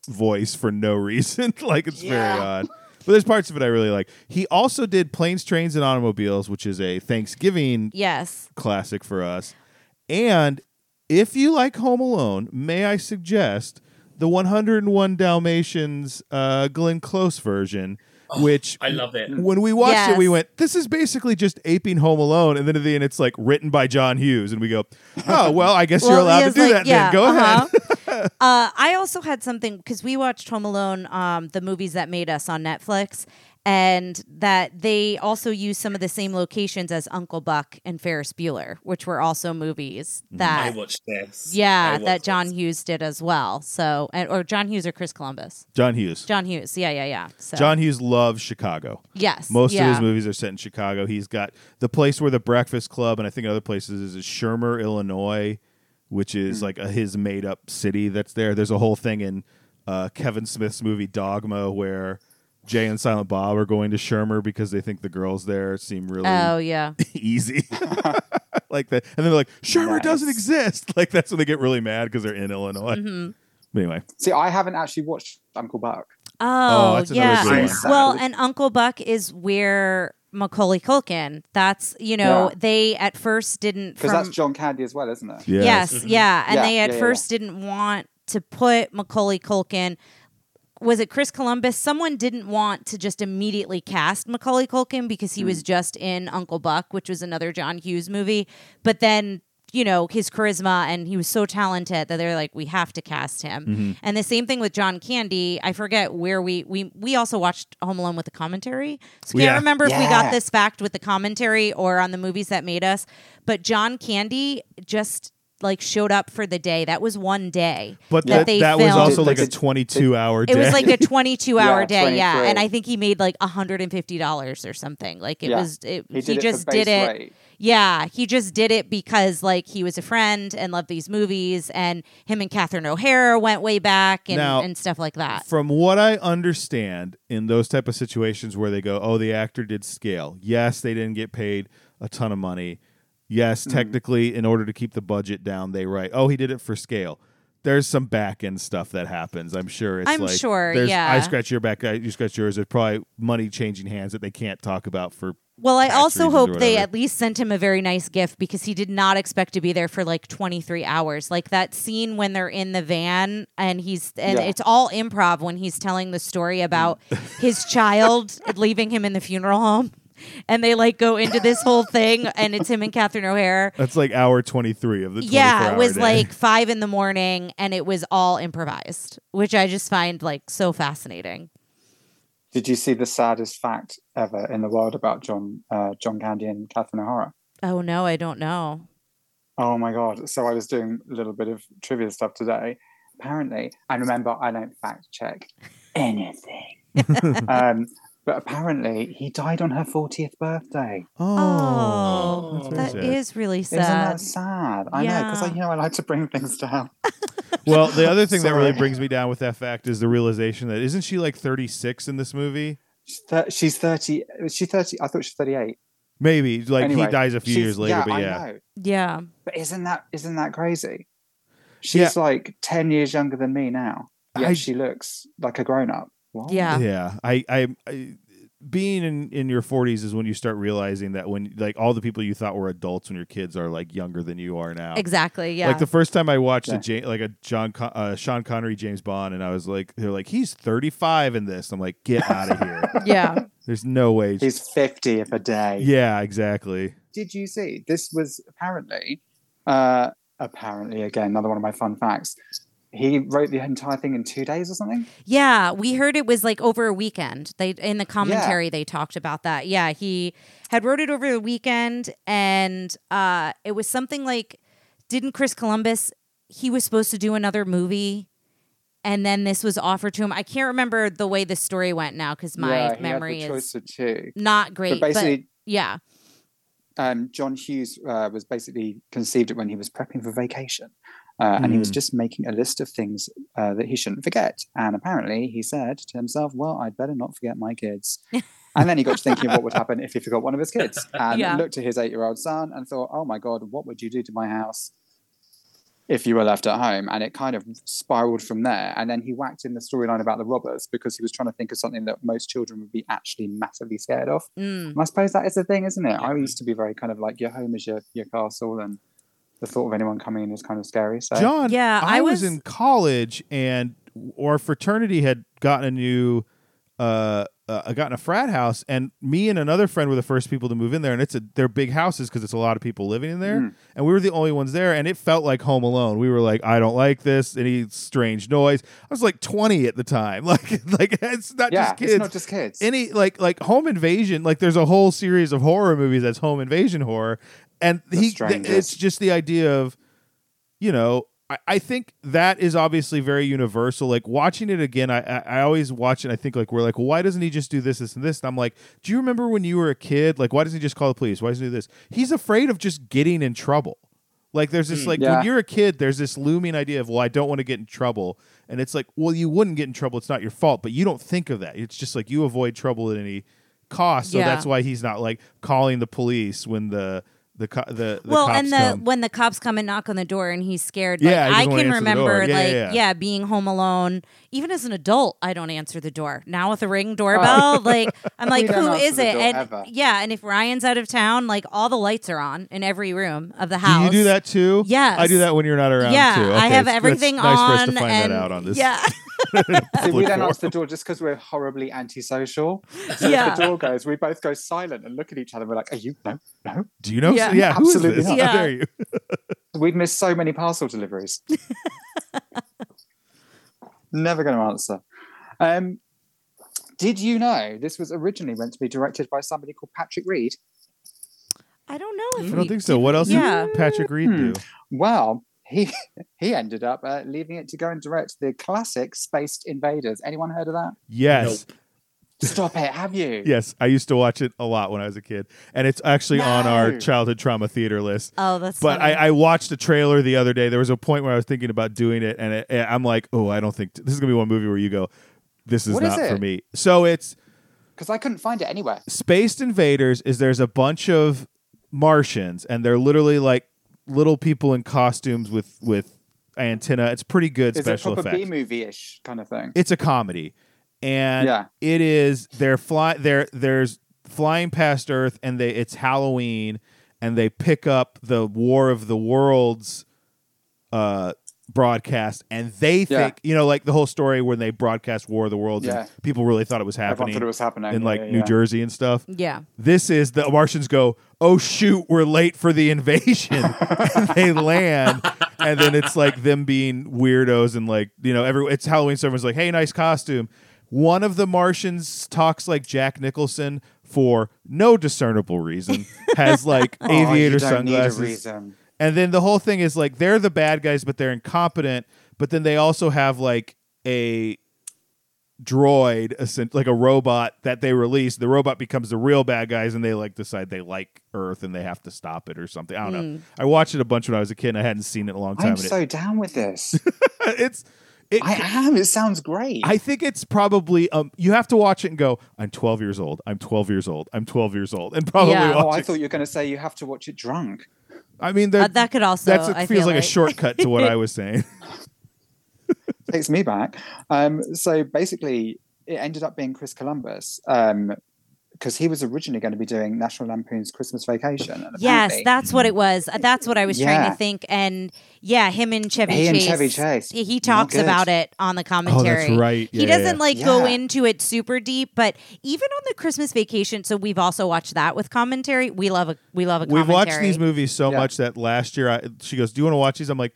S2: voice for no reason. like it's very
S3: Yeah.
S2: odd. But there's parts of it I really like. He also did Planes, Trains, and Automobiles, which is a Thanksgiving
S3: Yes.
S2: classic for us. And if you like Home Alone, may I suggest the 101 Dalmatians uh, Glenn Close version, which
S4: I love it.
S2: when we watched it, we
S3: Yes.
S2: went, "This is basically just aping Home Alone," and then at the end, it's like written by John Hughes, and we go, "Oh well, I guess you're
S3: Well,
S2: allowed
S3: he
S2: to
S3: is
S2: do
S3: like-
S2: that."
S3: yeah,
S2: then go ahead.
S3: uh-huh. uh, I also had something because we watched Home Alone, um, the movies that made us on Netflix, and that they also use some of the same locations as Uncle Buck and Ferris Bueller, which were also movies
S4: Mm, I
S3: that.
S4: watched this. I
S3: Yeah,
S4: watched
S3: that John
S4: this.
S3: Hughes did as well. So, and, or John Hughes or Chris Columbus.
S2: John Hughes.
S3: John Hughes. Yeah, yeah, yeah. So,
S2: John Hughes loves Chicago.
S3: Yes.
S2: Most
S3: yeah.
S2: of his movies are set in Chicago. He's got the place where the Breakfast Club and I think other places is Shermer, Illinois, which
S3: Mm.
S2: is like a, his made up city that's there. There's a whole thing in uh, Kevin Smith's movie Dogma where Jay and Silent Bob are going to Shermer because they think the girls there seem really
S3: Oh yeah.
S2: easy. like that. And then they're like, Shermer
S5: Nice.
S2: doesn't exist. Like that's when they get really mad because they're in Illinois.
S3: Mhm.
S2: Anyway,
S5: See, I haven't actually watched Uncle Buck.
S3: Oh,
S2: that's another
S3: yeah.
S2: good
S5: one.
S3: Well, and Uncle Buck is where Macaulay Culkin. That's you know
S5: Yeah.
S3: they at first didn't
S5: Because
S3: from-
S5: that's John Candy as well, isn't it?
S2: yeah.
S3: Yes,
S4: Mhm.
S3: yeah, and
S5: Yeah,
S3: they at
S5: yeah, yeah,
S3: first didn't want to put Macaulay Culkin. Was it Chris Columbus? Someone didn't want to just immediately cast Macaulay Culkin because he
S5: Mm.
S3: was just in Uncle Buck, which was another John Hughes movie. But then, you know, his charisma and he was so talented that they're like, we have to cast him.
S2: Mm-hmm.
S3: And the same thing with John Candy. I forget where we we we also watched Home Alone with the commentary. So can't
S2: Yeah.
S3: remember if we got
S5: Yeah.
S3: this fact with the commentary or on the movies that made us. But John Candy just like showed up for the day. That was one day.
S2: But
S3: That
S2: that,
S3: they
S2: that was
S3: filmed.
S2: also like a
S5: Like a-
S2: 22 hour day.
S3: It was like a 22 hour
S5: Yeah,
S3: day. Yeah.
S5: 23.
S3: And I think he made like $150 or something. Like it
S5: Yeah.
S3: was, it,
S5: He
S3: he,
S5: did it
S3: just
S5: for
S3: did it.
S5: base rate.
S3: Yeah. He just did it because like he was a friend and loved these movies. And him and Catherine O'Hara went way back and,
S2: Now-
S3: and stuff like that.
S2: From what I understand, in those type of situations where they go, "Oh, the actor did scale." Yes, they didn't get paid a ton of money. Yes, technically, in order to keep the budget down, they write, "Oh, he did it for scale." There's some back end stuff that happens. I'm sure. It's
S3: I'm
S2: like,
S3: sure,
S2: there's-
S3: yeah.
S2: I scratch your back. I, you scratch yours. There's probably money changing hands that they can't talk about for.
S3: Well, I
S2: tax
S3: also
S2: reasons or
S3: hope they
S2: whatever.
S3: at least sent him a very nice gift because he did not expect to be there for like 23 hours. Like that scene when they're in the van and he's and
S5: Yeah.
S3: it's all improv when he's telling the story about his child leaving him in the funeral home. And they like go into this whole thing and it's him and Catherine O'Hare.
S2: That's like hour 23 of the.
S3: Yeah,
S2: 24
S3: it
S2: hour
S3: was
S2: day.
S3: like five in the morning and it was all improvised, which I just find like so fascinating.
S5: Did you see the saddest fact ever in the world about John uh, John Candy and Catherine O'Hara?
S3: Oh no, I don't know.
S5: Oh my god! So I was doing a little bit of trivia stuff today. Apparently, and remember, I don't fact check anything. um, but apparently, he died on her fortieth birthday.
S2: oh,
S4: Oh,
S2: that's
S3: That
S2: very sad.
S3: is really sad.
S5: Isn't that sad? I know because
S3: Yeah.
S5: I you know I like to bring things down.
S2: Well, the other thing that really
S5: Sorry.
S2: brings me down with that fact is the realization that isn't she like 36 in this movie?
S5: She's thir- She's thirty. Was she thirty? I thought she was thirty-eight.
S2: Maybe like
S5: Anyway,
S2: he dies a few
S5: she's-
S2: years later, but yeah,
S5: I know.
S3: Yeah.
S5: But isn't that isn't that crazy? She's like ten years younger than me now. Yet
S2: I-
S5: she looks like a grown up. What?
S3: Yeah.
S2: yeah. I, I, I being in in your 40s is when you start realizing that when like all the people you thought were adults when your kids are like younger than you are now.
S3: Exactly. Yeah.
S2: Like the first time I watched a
S5: Yeah.
S2: Ja- like a John Con- uh, Sean Connery James Bond, and I was like, they're like he's 35 in this. I'm like, get out of here.
S3: yeah.
S2: There's no way.
S5: He's fifty if a day.
S2: yeah, exactly.
S5: Did you see? This was apparently, uh, apparently again another one of my fun facts. he wrote the entire thing in two days or something.
S3: Yeah, we heard it was like over a weekend. They in the commentary they talked about that. Yeah, he had wrote it over the weekend, and uh, it was something like, didn't Chris Columbus? He was supposed to do another movie, and then this was offered to him. I can't remember the way the story went now because my
S5: yeah, he
S3: memory
S5: had the
S3: is
S5: choice of two.
S3: not great. But,
S5: basically-
S3: yeah,
S5: um, John Hughes uh, was basically conceived it when he was prepping for vacation. Uh, And he was just making a list of things uh, that he shouldn't forget. And apparently he said to himself, Well, I'd better not forget my kids. and then he got to thinking of what would happen if he forgot one of his kids and
S3: Yeah.
S5: looked at his eight year old son and thought, Oh my God, what would you do to my house if you were left at home? And it kind of spiraled from there. And then he whacked in the storyline about the robbers because he was trying to think of something that most children would be actually massively scared of.
S3: mm,
S5: And I suppose that is the thing, isn't it? I used to be very kind of like your home is your, your castle, and the thought of anyone coming in is kind of scary. So
S2: John,
S3: Yeah,
S2: I,
S3: I
S2: was,
S3: was-
S2: in college and our fraternity had gotten a new uh, uh gotten a frat house and me and another friend were the first people to move in there and it's a they're big houses because it's a lot of people living in
S5: Mm.
S2: there and we were the only ones there and it felt like home alone we were like i don't like this any strange noise i was like 20 at the time like like it's not
S5: yeah,
S2: just kids
S5: it's not just kids.
S2: any like like home invasion like there's a whole series of horror movies that's home invasion horror and he th-
S5: Strangers.
S2: it's just the idea of you know I, I think that is obviously very universal like watching it again I, I i always watch it and i think like we're like well, why doesn't he just do this this and this and i'm like do you remember when you were a kid like why doesn't he just call the police why doesn't he do this he's afraid of just getting in trouble like there's this like
S5: Yeah.
S2: when you're a kid, there's this looming idea of well, I don't want to get in trouble, and it's like well, you wouldn't get in trouble. It's not your fault, but you don't think of that. It's just like you avoid trouble at any cost. So
S3: Yeah.
S2: that's why he's not like calling the police when the the co- the, the
S3: well,
S2: cops
S3: and the
S2: come.
S3: when the cops come and knock on the door and he's scared.
S2: Yeah, he
S3: like, I
S2: doesn't wanna
S3: can
S2: answer the door.
S3: remember,
S2: Yeah, yeah,
S3: like,
S2: yeah.
S3: being home alone. Even as an adult, I don't answer the door. Now with a ring doorbell, like, I'm like,
S5: Oh. don't
S3: who
S5: answer
S3: is
S5: the
S3: it?
S5: door
S3: And
S5: ever.
S3: yeah, and if Ryan's out of town, like all the lights are on in every room of the
S2: do
S3: house.
S2: you do that too?
S3: Yes.
S2: I do that when you're not around
S3: Yeah,
S2: too. Okay,
S3: I have
S2: it's- that's
S3: everything
S2: nice
S3: on.
S2: for us to find
S3: and
S2: that out on this.
S3: Yeah,
S5: See, we
S2: public
S5: don't
S2: forum.
S5: answer the door just because we're horribly antisocial. So
S3: yeah.
S5: if the door goes, we both go silent and look at each other. We're like, "Are you no, no?"
S2: Do you know?
S3: Yeah.
S2: Yeah, who is
S5: Absolutely
S2: this?
S5: not.
S2: How
S3: Yeah.
S2: dare you?
S5: We've missed so many parcel deliveries. Never going to answer. Um, did you know this was originally meant to be directed by somebody called Patrick Reed?
S3: I don't know if
S2: I
S3: we
S2: don't think so. What else
S3: Yeah.
S2: did Patrick Reed
S5: Hmm.
S2: do?
S5: Well, he he ended up uh, leaving it to go and direct the classic Spaced Invaders. Anyone heard of that?
S2: Yes.
S4: Nope.
S5: Stop it, have you?
S2: Yes, I used to watch it a lot when I was a kid, and it's actually on our
S5: No.
S2: childhood trauma theater list.
S3: Oh, that's
S2: But I,
S3: funny.
S2: I watched a trailer the other day. There was a point where I was thinking about doing it, and it, I'm like, oh, I don't think this is gonna be one movie where you go, this is
S5: What is
S2: not for
S5: it?
S2: me. So it's
S5: Because I couldn't find it anywhere.
S2: Spaced Invaders. Is there's a bunch of Martians, and they're literally like little people in costumes with with antenna. It's pretty good
S5: It's a
S2: special
S5: proper
S2: effects.
S5: B movie ish kind of thing.
S2: It's a comedy, and
S5: Yeah.
S2: it is they're fly they're there's flying past Earth, and they it's Halloween, and they pick up the War of the Worlds uh broadcast, and they
S5: Yeah.
S2: think you know like the whole story when they broadcast War of the Worlds,
S5: Yeah.
S2: and people really thought it was
S5: Everyone
S2: happening
S5: thought it was happening
S2: in
S5: yeah,
S2: like
S5: yeah,
S2: New
S5: yeah.
S2: Jersey and stuff.
S3: yeah.
S2: This is the Martians go, oh shoot, we're late for the invasion. and they land, and then it's like them being weirdos and like you know, every it's Halloween. So everyone's like, hey, nice costume. One of the Martians talks like Jack Nicholson for no discernible reason. Has like
S5: Oh, you
S2: aviator
S5: don't need a
S2: sunglasses.
S5: reason.
S2: And then the whole thing is like they're the bad guys, but they're incompetent. But then they also have like a droid, essen- like a robot that they release. The robot becomes the real bad guys, and they like decide they like Earth and they have to stop it or something. I
S3: Mm.
S2: don't know. I watched it a bunch when I was a kid, and I hadn't seen it in a long time.
S5: I'm
S2: and it-
S5: so down with this.
S2: it's it.
S5: I am. It sounds great.
S2: I think it's probably um. You have to watch it and go. I'm 12 years old. I'm 12 years old. I'm 12 years old, and probably.
S3: Yeah.
S2: Watch
S5: oh, I
S2: it.
S5: thought you were going to say you have to watch it drunk.
S2: I mean,
S3: Uh,
S2: that
S3: that could also.
S2: that's it
S3: I
S2: feels
S3: feel
S2: like a shortcut to what I was saying.
S5: takes me back. Um, so basically, it ended up being Chris Columbus because he was originally going to be doing National Lampoon's Christmas Vacation. And
S3: Yes,
S5: apparently
S3: that's what it was. Uh, That's what I was trying
S5: Yeah.
S3: to think. And yeah, him and Chevy
S5: He and
S3: Chase.
S5: Chevy Chase.
S3: He, he
S5: Not
S3: talks
S5: good.
S3: about it on the commentary.
S2: Oh, right. Yeah,
S3: He
S2: yeah,
S3: doesn't
S2: yeah.
S3: like go
S5: Yeah.
S3: into it super deep, but even on the Christmas vacation, so we've also watched that with commentary. We love a we love a
S2: We've
S3: commentary.
S2: watched these movies so
S5: Yeah.
S2: much that last year I, she goes, "Do you want to watch these?" I'm like,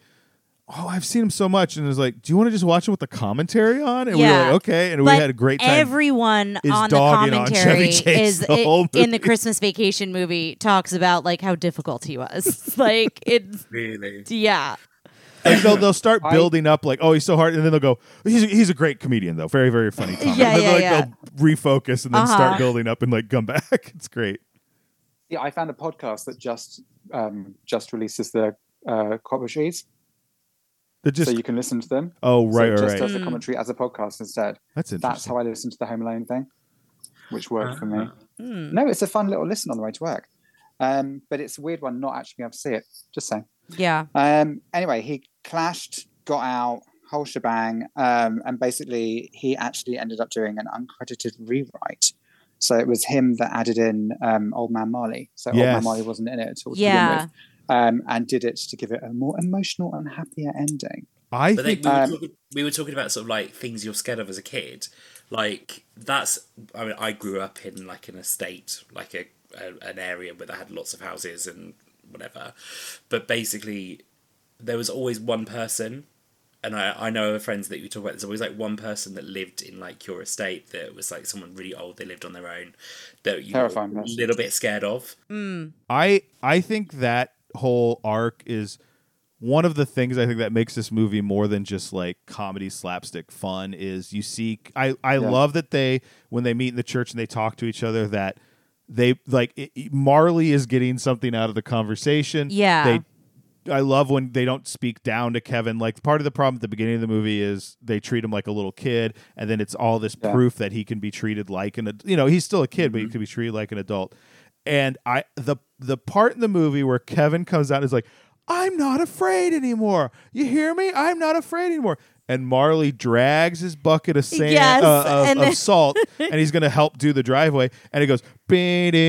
S2: oh, I've seen him so much, and it was like, do you want to just watch it with the commentary on? And we were
S3: Yeah.
S2: like, okay, and we
S3: But
S2: had a great time.
S3: Everyone
S2: is
S3: on the
S2: dogging on Chevy
S3: commentary
S2: Chase
S3: is
S2: the whole
S3: i- in
S2: movie.
S3: the Christmas Vacation movie talks about like how difficult he was. like it's
S4: Really?
S3: yeah.
S2: Like, they'll, they'll start
S5: I-
S2: building up like, oh, he's so hard, and then they'll go, he's he's a great comedian though, very very funny. Comic.
S3: Yeah,
S2: And then,
S3: yeah,
S2: like,
S3: yeah.
S2: They'll refocus and then
S3: Uh-huh.
S2: start building up and like come back. It's great.
S5: Yeah, I found a podcast that just um, just releases the uh, commentaries,
S2: They're just
S5: so you can listen to them.
S2: oh right
S5: so it
S2: right
S5: just
S2: right.
S5: does the
S3: Mm.
S5: commentary as a podcast instead.
S2: That's interesting. Uh-huh.
S5: That's how I listened to the Home Alone thing, which worked for
S4: Uh-huh.
S5: me.
S3: Hmm.
S5: No, it's a fun little listen on the way to work. Um, but it's a weird one not actually being able to see it. Just saying.
S3: Yeah.
S5: Um, anyway, he clashed, got out, whole shebang, um, and basically he actually ended up doing an uncredited rewrite. So it was him that added in um, Old Man Marley. So Old
S2: Yes.
S5: Man Marley wasn't in it at all. to begin
S3: Yeah.
S5: with, um, and did it to give it a more emotional and happier ending.
S2: I
S4: But they,
S2: think
S4: we, were
S5: um,
S4: talking, we were talking about sort of like things you're scared of as a kid. Like that's, I mean, I grew up in like an estate, like a, a an area where they had lots of houses and whatever. But basically, there was always one person, and I I know of friends that you talk about. There's always like one person that lived in like your estate that was like someone really old. They lived on their own. That you
S5: Terrifying
S4: were a
S5: person.
S4: little bit scared of.
S2: I I think that whole arc is one of the things I think that makes this movie more than just like comedy slapstick fun is you see I I
S5: Yeah.
S2: love that they when they meet in the church and they talk to each other that they like it, it- Marley is getting something out of the conversation.
S3: Yeah.
S2: They I love when they don't speak down to Kevin. Like part of the problem at the beginning of the movie is they treat him like a little kid, and then it's all this
S5: Yeah.
S2: proof that he can be treated like an ad- you know he's still a kid, but he can be treated like an adult. And I the the part in the movie where Kevin comes out and is like, "I'm not afraid anymore." You hear me? I'm not afraid anymore. And Marley drags his bucket of sand
S3: Yes,
S2: uh, of,
S3: and
S2: of
S3: then-
S2: salt, and he's going to help do the driveway. And it goes,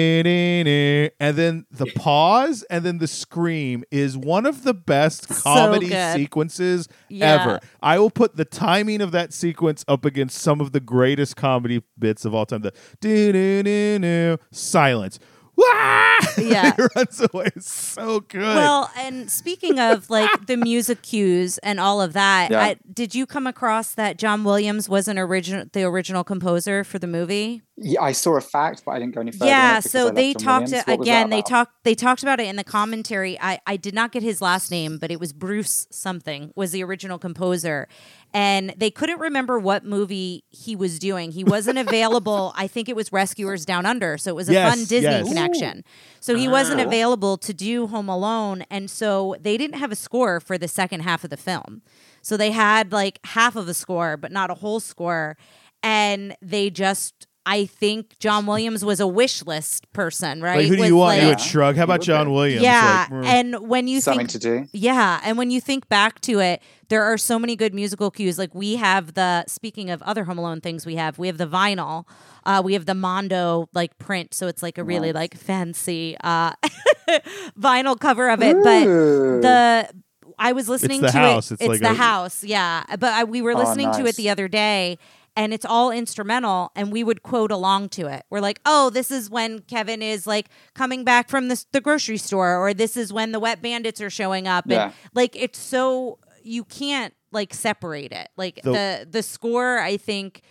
S2: "Bing-ding-ding-ding," and then the pause, and then the scream is one of the best comedy
S3: good.
S2: sequences
S3: Yeah.
S2: ever. I will put the timing of that sequence up against some of the greatest comedy bits of all time. The do do do do silence. Wah!
S3: Yeah.
S2: he runs away. It's so good.
S3: Well, and speaking of like the music cues and all of that,
S5: Yeah.
S3: I, did you come across that John Williams was an original the original composer for the movie?
S5: Yeah, I saw a fact, but I didn't go any further. on it
S3: yeah,
S5: because I
S3: so
S5: love
S3: they
S5: John
S3: talked
S5: Williams. What was that
S3: again, they
S5: about?
S3: talked they talked about it in the commentary. I I did not get his last name, but it was Bruce something was the original composer. And they couldn't remember what movie he was doing. He wasn't available. I think it was Rescuers Down Under. So it was a
S2: Yes,
S3: fun Disney
S2: yes.
S3: connection. So he wasn't
S2: Oh.
S4: Ah.
S3: available to do Home Alone. And so they didn't have a score for the second half of the film. So they had like half of a score, but not a whole score. And they just, I think John Williams was a wish list person, right?
S2: like, who do
S3: Was
S2: you want?
S3: like-
S2: you would shrug. How about
S5: Okay.
S2: John Williams?
S3: yeah.
S2: Like, mm.
S3: and when you
S5: something
S3: think
S5: to do.
S3: yeah, and when you think back to it, there are so many good musical cues. Like we have the speaking of other Home Alone things, we have we have the vinyl, uh, we have the Mondo like print, so it's like a really
S5: Nice.
S3: like fancy uh, vinyl cover of it. But
S5: Ooh.
S3: the I was listening
S2: the
S3: to
S2: house.
S3: it.
S2: It's like
S3: the
S2: a-
S3: house, yeah. But I, we were
S5: Oh,
S3: listening to it
S5: nice.
S3: the other day. And it's all instrumental, and we would quote along to it. We're like, "Oh, this is when Kevin is like coming back from the, the grocery store, or this is when the Wet Bandits are showing up." And
S5: Yeah.
S3: like it's so you can't like separate it like
S2: The-
S3: the the, score i think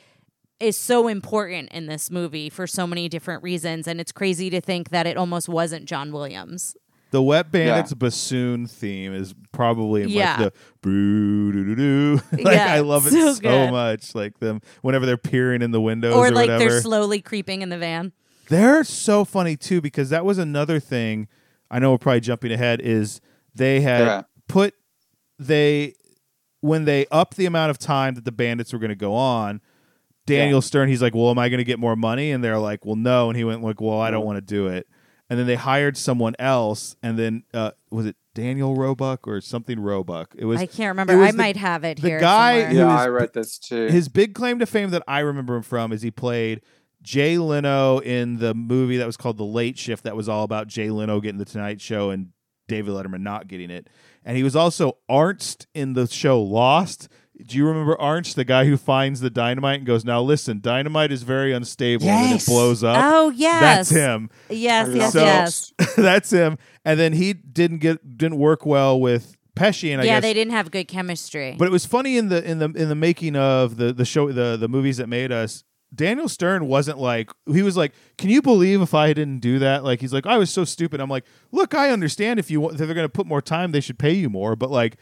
S3: is so important in this movie for so many different reasons and it's crazy to think that it almost wasn't john williams
S2: The Wet Bandits bassoon theme is probably in
S3: Yeah.
S2: like the boo doo doo doo. like
S3: Yeah,
S2: I love it so,
S3: so good.
S2: much. Like them whenever they're peering in the windows or,
S3: or like
S2: whatever.
S3: they're slowly creeping in the van
S2: They're so funny too because that was another thing. I know we're probably jumping ahead. Is they had
S5: Yeah.
S2: put they when they upped the amount of time that the bandits were going to go on. Daniel Stern, he's like, "Well, am I going to get more money?" And they're like, "Well, no." And he went like, "Well, I don't want to do it." And then they hired someone else, and then uh, was it Daniel Roebuck or something Roebuck? It was
S3: i can't
S2: it
S3: remember
S2: was
S3: i
S2: the-
S3: might have it
S2: the
S3: here
S2: guy
S3: somewhere.
S2: who-
S5: yeah,
S2: was-
S5: I read this too.
S2: his big claim to fame that I remember him from is he played Jay Leno in the movie that was called The Late Shift that was all about Jay Leno getting the Tonight Show and David Letterman not getting it. And he was also Arnst in the show Lost. Do you remember Arnst, the guy who finds the dynamite and goes, "Now listen, dynamite is very unstable and it
S5: Yes.
S2: blows up."
S3: oh yes
S2: That's him.
S3: yes
S5: I
S3: yes
S5: love it.
S3: yes
S2: That's him. And then he didn't get didn't work well with Pesci, and I
S3: yeah,
S2: guess
S3: they didn't have good chemistry.
S2: But it was funny in the in the in the making of the the show the the movies that made us. Daniel Stern wasn't like he was like, "Can you believe if I didn't do that?" Like he's like, "I was so stupid." I'm like, "Look, I understand if you want, if they're going to put more time, they should pay you more." But like,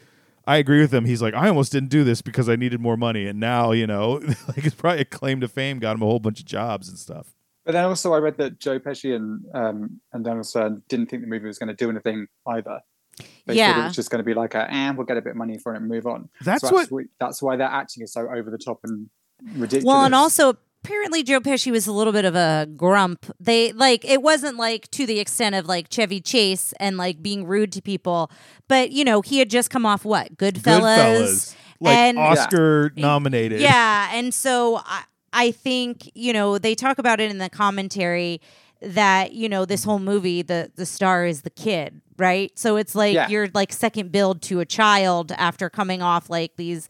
S2: I agree with him. He's like, "I almost didn't do this because I needed more money, and now you know, like his probably a claim to fame got him a whole bunch of jobs and stuff."
S5: But then also, I read that Joe Pesci and um, and Daniel Stern didn't think the movie was going to do anything either. They thought
S3: Yeah.
S5: it was just going to be like, a, and we'll get a bit of money for it and move on.
S2: That's
S5: So
S2: what-
S5: why- that's why their acting is so over the top and ridiculous.
S3: Well, and also apparently Joe Pesci was a little bit of a grump. They like it wasn't like to the extent of like Chevy Chase and like being rude to people, but you know he had just come off what Goodfellas,
S2: Goodfellas, like
S3: and
S2: Oscar nominated.
S3: yeah, and so I I think you know they talk about it in the commentary that you know this whole movie the the star is the kid right so it's like
S5: Yeah.
S3: you're like second build to a child after coming off like these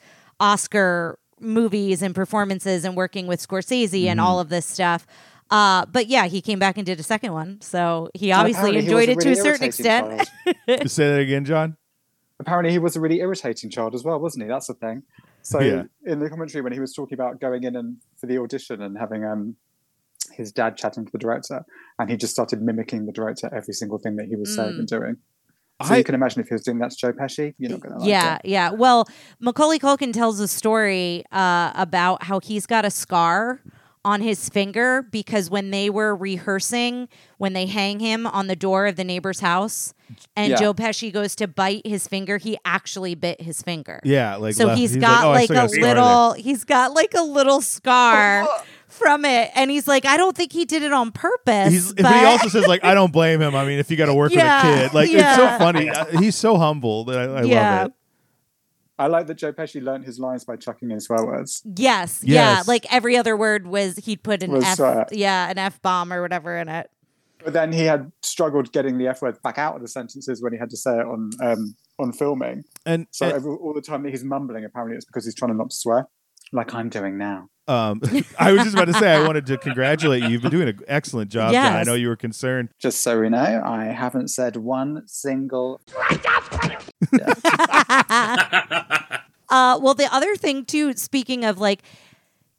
S3: oscar movies and performances and working with scorsese
S5: Mm-hmm.
S3: and all of this stuff uh, but yeah he came back and did a second one so he obviously
S5: Apparently he was
S3: enjoyed it to a
S5: really
S3: certain
S5: irritating
S3: extent
S5: child.
S2: Say that again, John.
S5: Apparently, he was a really irritating child as well, wasn't he? That's the thing. So
S2: Yeah.
S5: in the commentary, when he was talking about going in and for the audition and having um, his dad chatting to the director, and he just started mimicking the director every single thing that he was saying
S3: Mm.
S5: and doing. So you can imagine if he was doing that to Joe Pesci, you're not going to like
S3: yeah,
S5: it.
S3: yeah. Well, Macaulay Culkin tells a story uh, about how he's got a scar on his finger because when they were rehearsing, when they hang him on the door of the neighbor's house, and
S5: Yeah.
S3: Joe Pesci goes to bite his finger, he actually bit his finger.
S2: Yeah, like
S3: so
S2: left-
S3: he's got
S2: "Oh, I
S3: like,
S2: still
S3: a
S2: got scar there."
S3: little he's got like a little scar from it and he's like I don't think he did it on purpose
S2: He's,
S3: but,
S2: but he also says like I don't blame him. I mean, if you got to work
S3: Yeah,
S2: with a kid, like it's
S3: yeah.
S2: so funny. Uh, He's so humble that I, I
S3: Yeah.
S2: love it.
S5: I like that Joe Pesci learned his lines by chucking in swear words.
S3: yes, yeah
S2: Yes.
S3: like every other word was he'd put an
S5: Was,
S3: f
S5: uh,
S3: yeah an f bomb or whatever in it
S5: But then he had struggled getting the F word back out of the sentences when he had to say it on um, on filming.
S2: And,
S5: So
S2: and,
S5: every, all the time that he's mumbling, apparently it's because he's trying to not to swear, like I'm doing now.
S2: um, I was just about to say I wanted to congratulate you. You've been doing an excellent job. John. I
S3: Yes.
S2: know you were concerned.
S5: Just so we know, I haven't said one single.
S3: Uh, well, the other thing too, speaking of like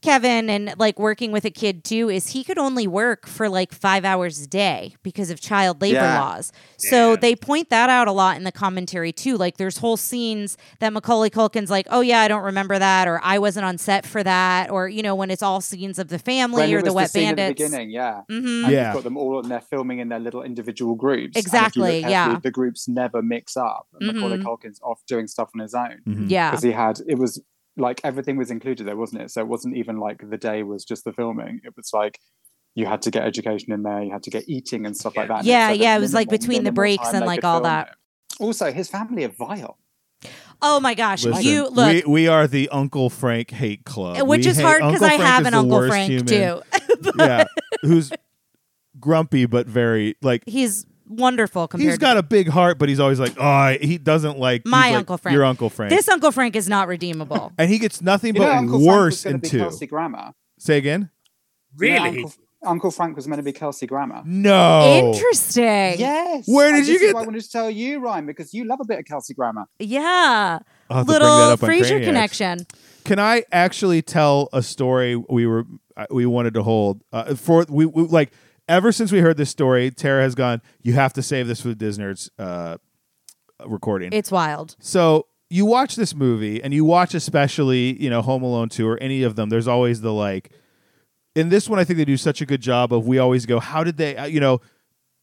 S3: Kevin and like working with a kid too, is he could only work for like five hours a day because of child labor
S5: Yeah.
S3: laws. So
S4: Yeah.
S3: they point that out a lot in the commentary too. Like there's whole scenes that Macaulay Culkin's like, "Oh yeah, I don't remember that," or "I wasn't on set for that," or you know when it's all scenes of the family
S5: When it
S3: or the
S5: was
S3: wet
S5: scene at
S3: bandits.
S5: The beginning, yeah.
S3: Mhm.
S5: And
S2: Yeah.
S5: You've got them all and they're filming in their little individual groups. And if you
S3: Exactly,
S5: look carefully,
S3: yeah.
S5: The groups never mix up. And Macaulay
S3: Mhm.
S5: Culkin's off doing stuff on his own.
S2: Mhm.
S3: Yeah.
S5: because he had it was like everything was included there wasn't it so it wasn't even like the day was just the filming it was like you had to get education in there you had to get eating and stuff like that and
S3: Yeah,
S5: said
S3: yeah,
S5: at
S3: it was, like,
S5: minimal-
S3: between the
S5: minimal
S3: breaks
S5: time
S3: and,
S5: they
S3: like,
S5: could
S3: all
S5: film
S3: that.
S5: it. also his family are vile
S3: Oh my gosh,
S2: Listen,
S3: you look.
S2: we, we are the Uncle Frank hate club,
S3: which
S2: We
S3: is
S2: hate-
S3: hard because
S2: Uncle
S3: I
S2: Frank
S3: have
S2: is
S3: an
S2: the
S3: Uncle
S2: worst
S3: Frank
S2: human.
S3: too.
S2: yeah, who's grumpy but very like
S3: He's wonderful compared.
S2: he's
S3: to
S2: got a big heart, but he's always like, oh, I- he doesn't like he's
S3: My
S2: like,
S3: Uncle Frank.
S2: Your Uncle Frank.
S3: This Uncle Frank is not redeemable.
S2: and he gets nothing
S5: you know,
S2: but
S5: Uncle Frank was
S2: worse
S5: gonna
S2: in
S5: be
S2: two.
S5: Kelsey Grammer
S2: Say again.
S5: You know,
S4: Really?
S5: Uncle, Uncle Frank was meant to be Kelsey Grammer
S2: No.
S3: Interesting.
S5: yes
S2: Where did
S5: And
S2: you
S5: this is
S2: get
S5: what I
S2: th-
S5: wanted to tell you Ryan because you love a bit of Kelsey Grammer
S3: Yeah.
S2: I'll have to bring that
S3: Little
S2: up on
S3: Frasier
S2: Craniacs.
S3: connection.
S2: Can I actually tell a story we were uh, we wanted to hold uh, for we, we like ever since we heard this story? Tara has gone. You have to save this for the Disnerds uh, recording.
S3: It's wild.
S2: so you watch this movie and you watch especially you know Home Alone two or any of them. There's always the like. In this one, I think they do such a good job of we always go, how did they? Uh, you know.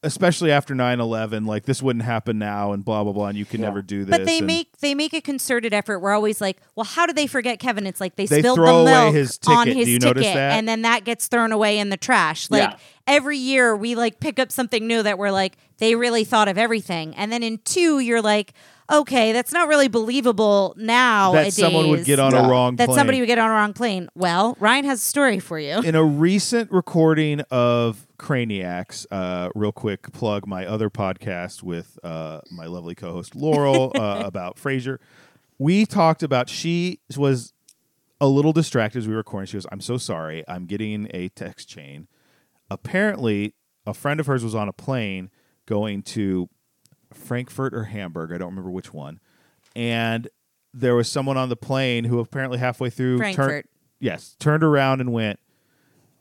S2: Especially after 9 11, like this wouldn't happen now, and blah, blah, blah, and you can
S5: Yeah.
S2: never do this.
S3: But they
S2: and-
S3: make they make a concerted effort. We're always like, well, how do they forget Kevin? It's like they,
S2: They
S3: spilled
S2: throw away
S3: the milk
S2: his
S3: on
S2: ticket.
S3: his
S2: Do you
S3: ticket,
S2: notice that?
S3: and then that gets thrown away in the trash. Like
S5: Yeah.
S3: every year, we like pick up something new that we're like, they really thought of everything. And then in two, you're like, okay, that's not really believable now.
S2: that someone would get on a
S5: Yeah.
S2: wrong
S3: that
S2: plane.
S3: somebody would get on a wrong plane. Well, Ryan has a story for you.
S2: in a recent recording of Craniacs, uh, real quick plug my other podcast with uh, my lovely co-host Laurel uh, about Frasier. We talked about she was a little distracted as we were recording. She goes, "I'm so sorry. I'm getting a text chain." Apparently, a friend of hers was on a plane going to Frankfurt or Hamburg. I don't remember which one. and there was someone on the plane who apparently halfway through turned-
S3: Frankfurt.
S2: yes, turned around and went.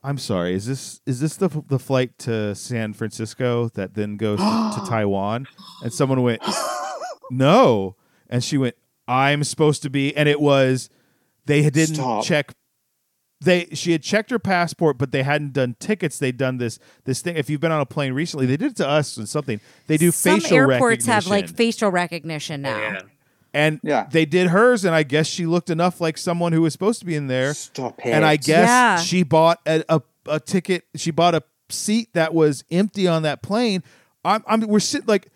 S2: I'm sorry. Is this is this the the flight to San Francisco that then goes to, to Taiwan? And someone went, no. And she went, I'm supposed to be. And it was they had- didn't
S5: Stop.
S2: check. They she had checked her passport, but they hadn't done tickets. They'd done this this thing. If you've been on a plane recently, they did it to us and something. They do
S3: Some
S2: facial
S3: airports
S2: recognition.
S3: have like facial recognition now.
S4: Yeah.
S2: and
S5: Yeah.
S2: they did hers, and I guess she looked enough like someone who was supposed to be in there.
S5: Stop it.
S2: And I guess
S3: Yeah.
S2: she bought a, a, a ticket. She bought a seat that was empty on that plane. I'm, I'm we're sitting like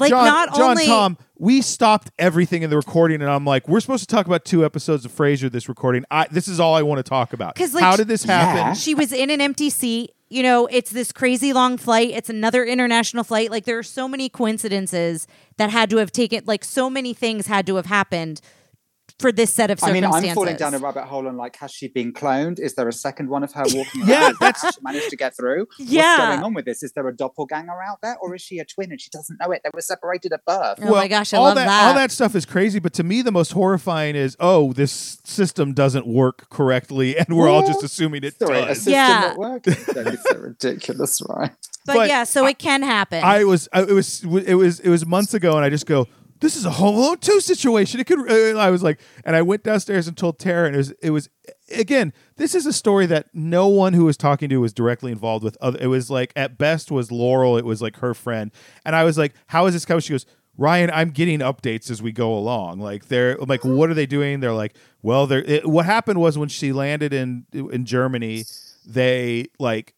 S3: Like
S2: John,
S3: not
S2: John,
S3: only
S2: Tom, we stopped everything in the recording, and I'm like, we're supposed to talk about two episodes of Frasier this recording. I this is all I want to talk about.
S3: 'Cause, like,
S2: how did this happen?
S5: Yeah.
S3: she was in an empty seat. You know, it's this crazy long flight. It's another international flight. Like there are so many coincidences that had to have taken. Like so many things had to have happened for this set of
S5: I mean,
S3: circumstances.
S5: I'm falling down a rabbit hole and like, has she been cloned? Is there a second one of her walking? around?
S2: Yeah,
S5: that's she managed to get through.
S3: Yeah.
S5: What's going on with this? Is there a doppelganger out there, or is she a twin and she doesn't know it? They were separated at birth.
S3: Oh my gosh, I
S2: all
S3: love
S2: that,
S3: that.
S2: All that stuff is crazy, but to me, the most horrifying is, oh, this system doesn't work correctly, and we're all
S5: Well,
S2: just assuming it
S5: Sorry, a
S2: does.
S5: system
S3: Yeah.
S5: not working. That is so ridiculous, right?
S3: but,
S2: but
S3: yeah, so it can happen.
S2: I was, I, it was, it was, it was months ago, and I just go, "This is a Home Alone two situation." It could. uh, I was like, and I went downstairs and told Tara, and it was, it was, again, this is a story that no one who was talking to was directly involved with. Other, it was like at best was Laurel. It was like her friend, and I was like, "How is this coming?" She goes. Ryan, I'm getting updates as we go along. Like they're I'm like, what are they doing? They're like, well, they're. It, what happened was when she landed in in Germany, they like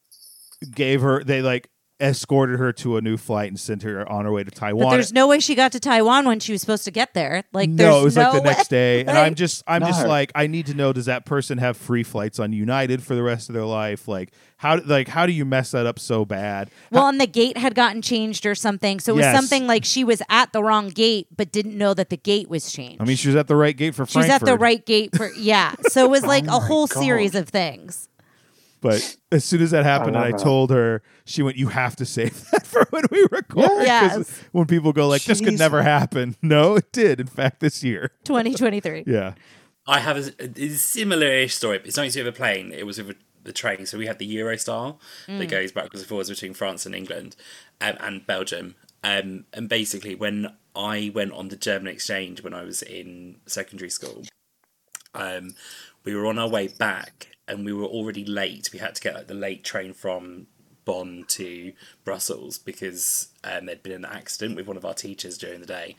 S2: gave her they like escorted her to a new flight and sent her on her way to Taiwan.
S3: but there's no way she got to Taiwan when she was supposed to get there. Like there's
S2: no, it was like the
S3: way.
S2: next day, and I'm just, I'm just
S5: No.
S2: like, I need to know: does that person have free flights on United for the rest of their life? Like, how, like, how do you mess that up so bad?
S3: Well, and the gate had gotten changed or something. So it was
S2: Yes.
S3: something like she was at the wrong gate, but didn't know that the gate was changed.
S2: I mean, she was at the right gate for Oh
S3: she was at the
S2: Frankfurt,
S3: right gate for yeah. So it was like a whole
S5: God.
S3: series of things.
S2: But as soon as that happened, and I
S5: love that.
S2: told her, she went, "You have to save that for when we record." 'Cause
S3: Yes.
S2: When people go like, "This could
S5: Jeez.
S2: never happen," no, it did. In fact, this year,
S3: 2023.
S2: yeah.
S4: I have a, a similar-ish story. but It's not with a plane. It was with a- the train. So we had the Eurostar that goes backwards and forwards between France and England um, and Belgium. Um, and basically, when I went on the German exchange when I was in secondary school, um, we were on our way back and we were already late. We had to get like the late train from Bonn to Brussels because um, there'd been an accident with one of our teachers during the day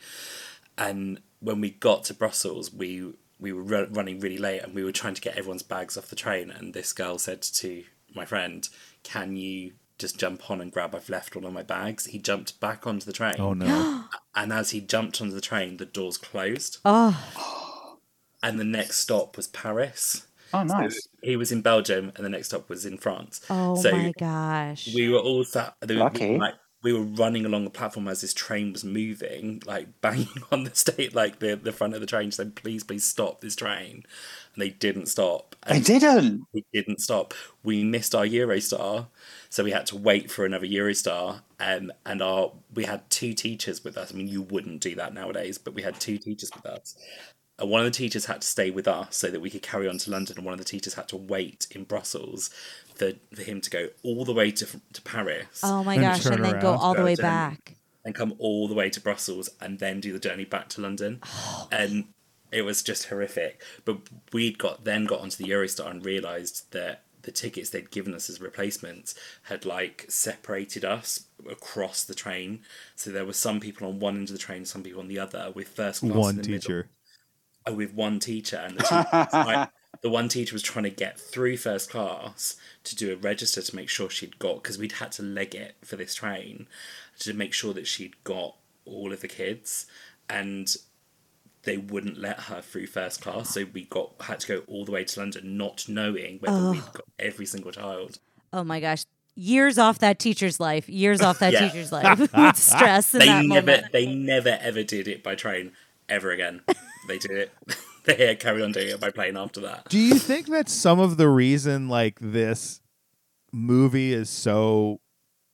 S4: and when we got to Brussels, we we were ru- running really late, and we were trying to get everyone's bags off the train. And this girl said to my friend, "Can you just jump on and grab? I've left one of my bags." He jumped back onto the train.
S2: Oh no!
S4: And as he jumped onto the train, the doors closed,
S3: Oh,
S4: and the next stop was Paris.
S5: Oh, nice.
S4: He was in Belgium, and the next stop was in France.
S3: oh
S4: so
S3: my gosh.
S4: we were all sat. There was,
S5: Lucky.
S4: like, we were running along the platform as this train was moving, like banging on the state, like the, the front of the train, saying, "Please, please stop this train." And they didn't stop.
S5: I
S4: And
S5: didn't.
S4: we didn't stop. We missed our Eurostar, so we had to wait for another Eurostar. Um, and our we had two teachers with us. I mean, you wouldn't do that nowadays, but we had two teachers with us. And one of the teachers had to stay with us so that we could carry on to London, and one of the teachers had to wait in Brussels for, for him to go all the way to, to Paris
S3: oh my
S2: And
S3: gosh,
S2: turn
S3: and then go
S2: around.
S3: all the way
S4: Belgium.
S3: back.
S4: and come all the way to Brussels and then do the journey back to London. And it was just horrific. But we'd got then got onto the Eurostar and realised that the tickets they'd given us as replacements had like separated us across the train. So there were some people on one end of the train, some people on the other, with first class in
S2: One
S4: the middle
S2: teacher.
S4: uh, with one teacher, and the, teacher was like- the one teacher was trying to get through first class to do a register to make sure she'd got because we'd had to leg it for this train to make sure that she'd got all of the kids, and they wouldn't let her through first class, so we got had to go all the way to London, not knowing whether we'd got every single child.
S3: Oh my gosh. Years off that teacher's life. Years off that
S4: Yeah.
S3: teacher's life. With stress in
S4: They
S3: that
S4: never,
S3: moment.
S4: they never ever did it by train ever again. they did it. they carried on doing it by plane after that.
S2: Do you think that some of the reason like this movie is so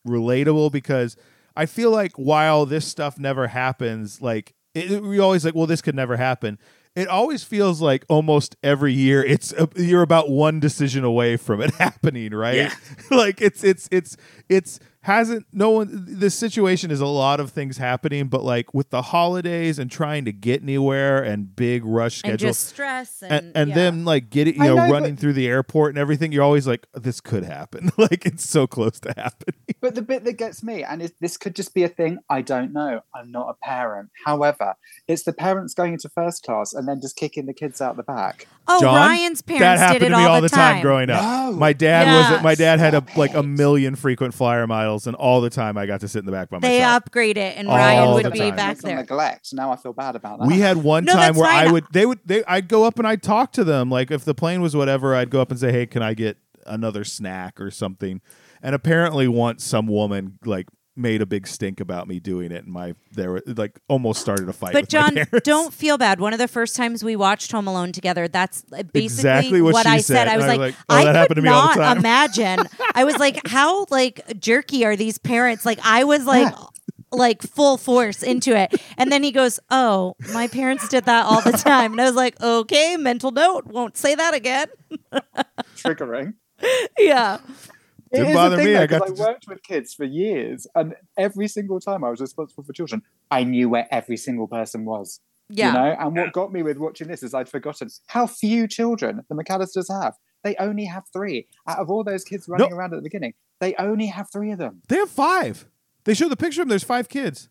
S2: relatable because I feel like while this stuff never happens, like it, it- we always like, well, this could never happen. It always feels like almost every year it's uh, you're about one decision away from it happening, right?
S4: Yeah.
S2: like it's it's it's it's hasn't no one this situation is a lot of things happening, but like with the holidays and trying to get anywhere and big rush
S3: and
S2: schedules
S3: just stress and,
S2: and, and
S3: yeah.
S2: then like get it you
S5: I
S2: know,
S5: know,
S2: running
S5: but-
S2: through the airport and everything you're always like this could happen like it's so close to happening
S5: But the bit that gets me, and is, this could just be a thing, I don't know. I'm not a parent. However, it's the parents going into first class and then just kicking the kids out the back.
S3: oh
S2: John,
S3: Ryan's
S2: that
S3: parents
S2: happened
S3: did it
S2: to me all,
S3: the
S2: time. growing up
S5: No.
S2: my dad was
S3: Yeah.
S2: my dad had a,
S5: Stop
S2: like a
S5: it.
S2: million frequent flyer miles and all the time i got to sit in the back by
S3: They
S2: myself
S3: upgrade it, and
S2: All
S3: Ryan
S2: the
S3: would be
S2: time.
S3: back
S5: That's a
S3: there.
S5: Neglect. Now I feel bad about that.
S2: we had one
S3: No,
S2: time
S3: that's
S2: where i
S3: fine.
S2: would they would they i'd go up and i'd talk to them like if the plane was whatever i'd go up and say hey can i get another snack or something and apparently once some woman like made a big stink about me doing it and my there were like almost started a fight
S3: But
S2: with my
S3: John,
S2: parents.
S3: don't feel bad. One of the first times we watched Home Alone together, that's uh, basically
S2: Exactly what she
S3: I
S2: said.
S3: I was
S2: I was
S3: like,
S2: like, oh,
S3: I
S2: that
S3: could
S2: happened to me all the
S3: not
S2: time.
S3: imagine. I was like, how like jerky are these parents? Like I was like. Like full force into it. And then he goes, Oh, my parents did that all the time. And I was like, Okay, mental note, won't say that again.
S5: triggering.
S3: Yeah.
S5: It
S2: Didn't
S5: is a
S2: bother
S5: thing,
S2: me.
S5: though,
S2: I got
S5: 'cause
S2: to just-
S5: worked with kids for years, and every single time I was responsible for children, I knew where every single person was.
S3: Yeah.
S5: You know, and what got me with watching this is I'd forgotten how few children the McAllisters have. They only have three out of all those kids running around at the beginning. They only have three of them.
S2: They have five. They show the picture of them. There's five kids.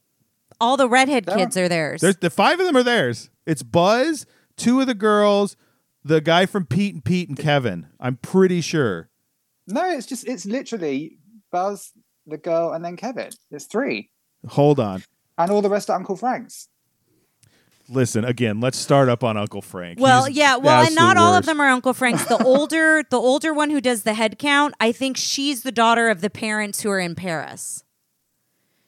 S3: All the redhead
S5: That-
S3: kids are theirs.
S2: There's the five of them are theirs. It's Buzz, two of the girls, the guy from Pete and Pete and Kevin. I'm pretty sure.
S5: No, it's just it's literally Buzz, the girl, and then Kevin. It's three,
S2: Hold on.
S5: and all the rest are Uncle Frank's.
S2: Listen again. Let's start up on Uncle Frank.
S3: Well,
S2: He's
S3: yeah, well, and
S2: absolute
S3: not all of
S2: worst.
S3: them are Uncle Frank's. The older, the older one who does the head count, I think she's the daughter of the parents who are in Paris.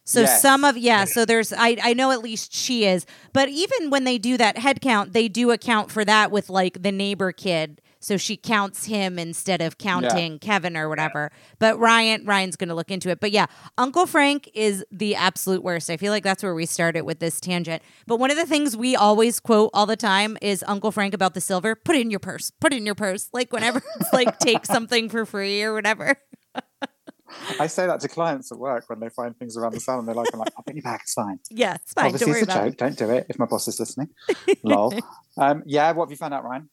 S3: So
S5: Yes.
S3: some of yeah, so there's I I know at least she is. But even when they do that head count, they do account for that with like the neighbor kid. So she counts him instead of counting Kevin or whatever. But Ryan Ryan's going to look into it. But yeah, Uncle Frank is the absolute worst. I feel like that's where we started with this tangent. But one of the things we always quote all the time is Uncle Frank about the silver. Put it in your purse. Put it in your purse. Like whenever it's like take something for free or whatever.
S5: I say that to clients at work when they find things around the salon. They're like, "I'm like, I'll put you back. It's fine."
S3: Yeah, it's fine.
S5: Obviously,
S3: Don't worry
S5: it's Oh, a
S3: about
S5: joke.
S3: it.
S5: Don't do it if my boss is listening. Lol. Um, yeah, what have you found out, Ryan?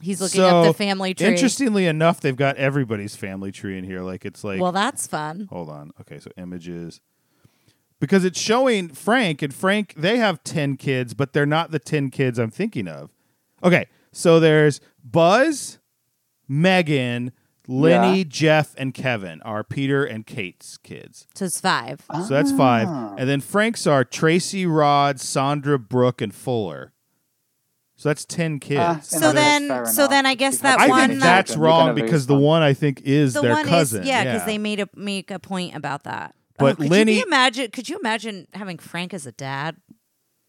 S3: He's looking
S2: So,
S3: up the family tree.
S2: Interestingly enough, they've got everybody's family tree in here. Like it's like
S3: well, that's fun.
S2: Hold on. Okay, so images. Because it's showing Frank, and Frank, they have 10 kids, but they're not the 10 kids I'm thinking of. Okay, so there's Buzz, Megan, Lenny,
S5: Yeah.
S2: Jeff, and Kevin are Peter and Kate's kids.
S3: So it's five.
S2: So that's five.
S5: Ah.
S2: And then Frank's are Tracy, Rod, Sandra, Brooke, and Fuller. So that's 10 kids.
S5: Ah,
S3: So
S5: that's
S3: then-
S5: fair
S3: so
S5: enough.
S3: then I guess
S5: If you
S3: that
S5: have
S2: I
S5: too
S3: one-
S5: many
S2: think that's
S5: children, you're gonna
S2: wrong
S5: lose
S2: because the one I think is
S3: the
S2: their
S3: one
S2: cousin.
S3: is yeah, because they made a make a point about that.
S2: But
S3: oh, could
S2: Lenny-
S3: you be imagine? Could you imagine having Frank as a dad?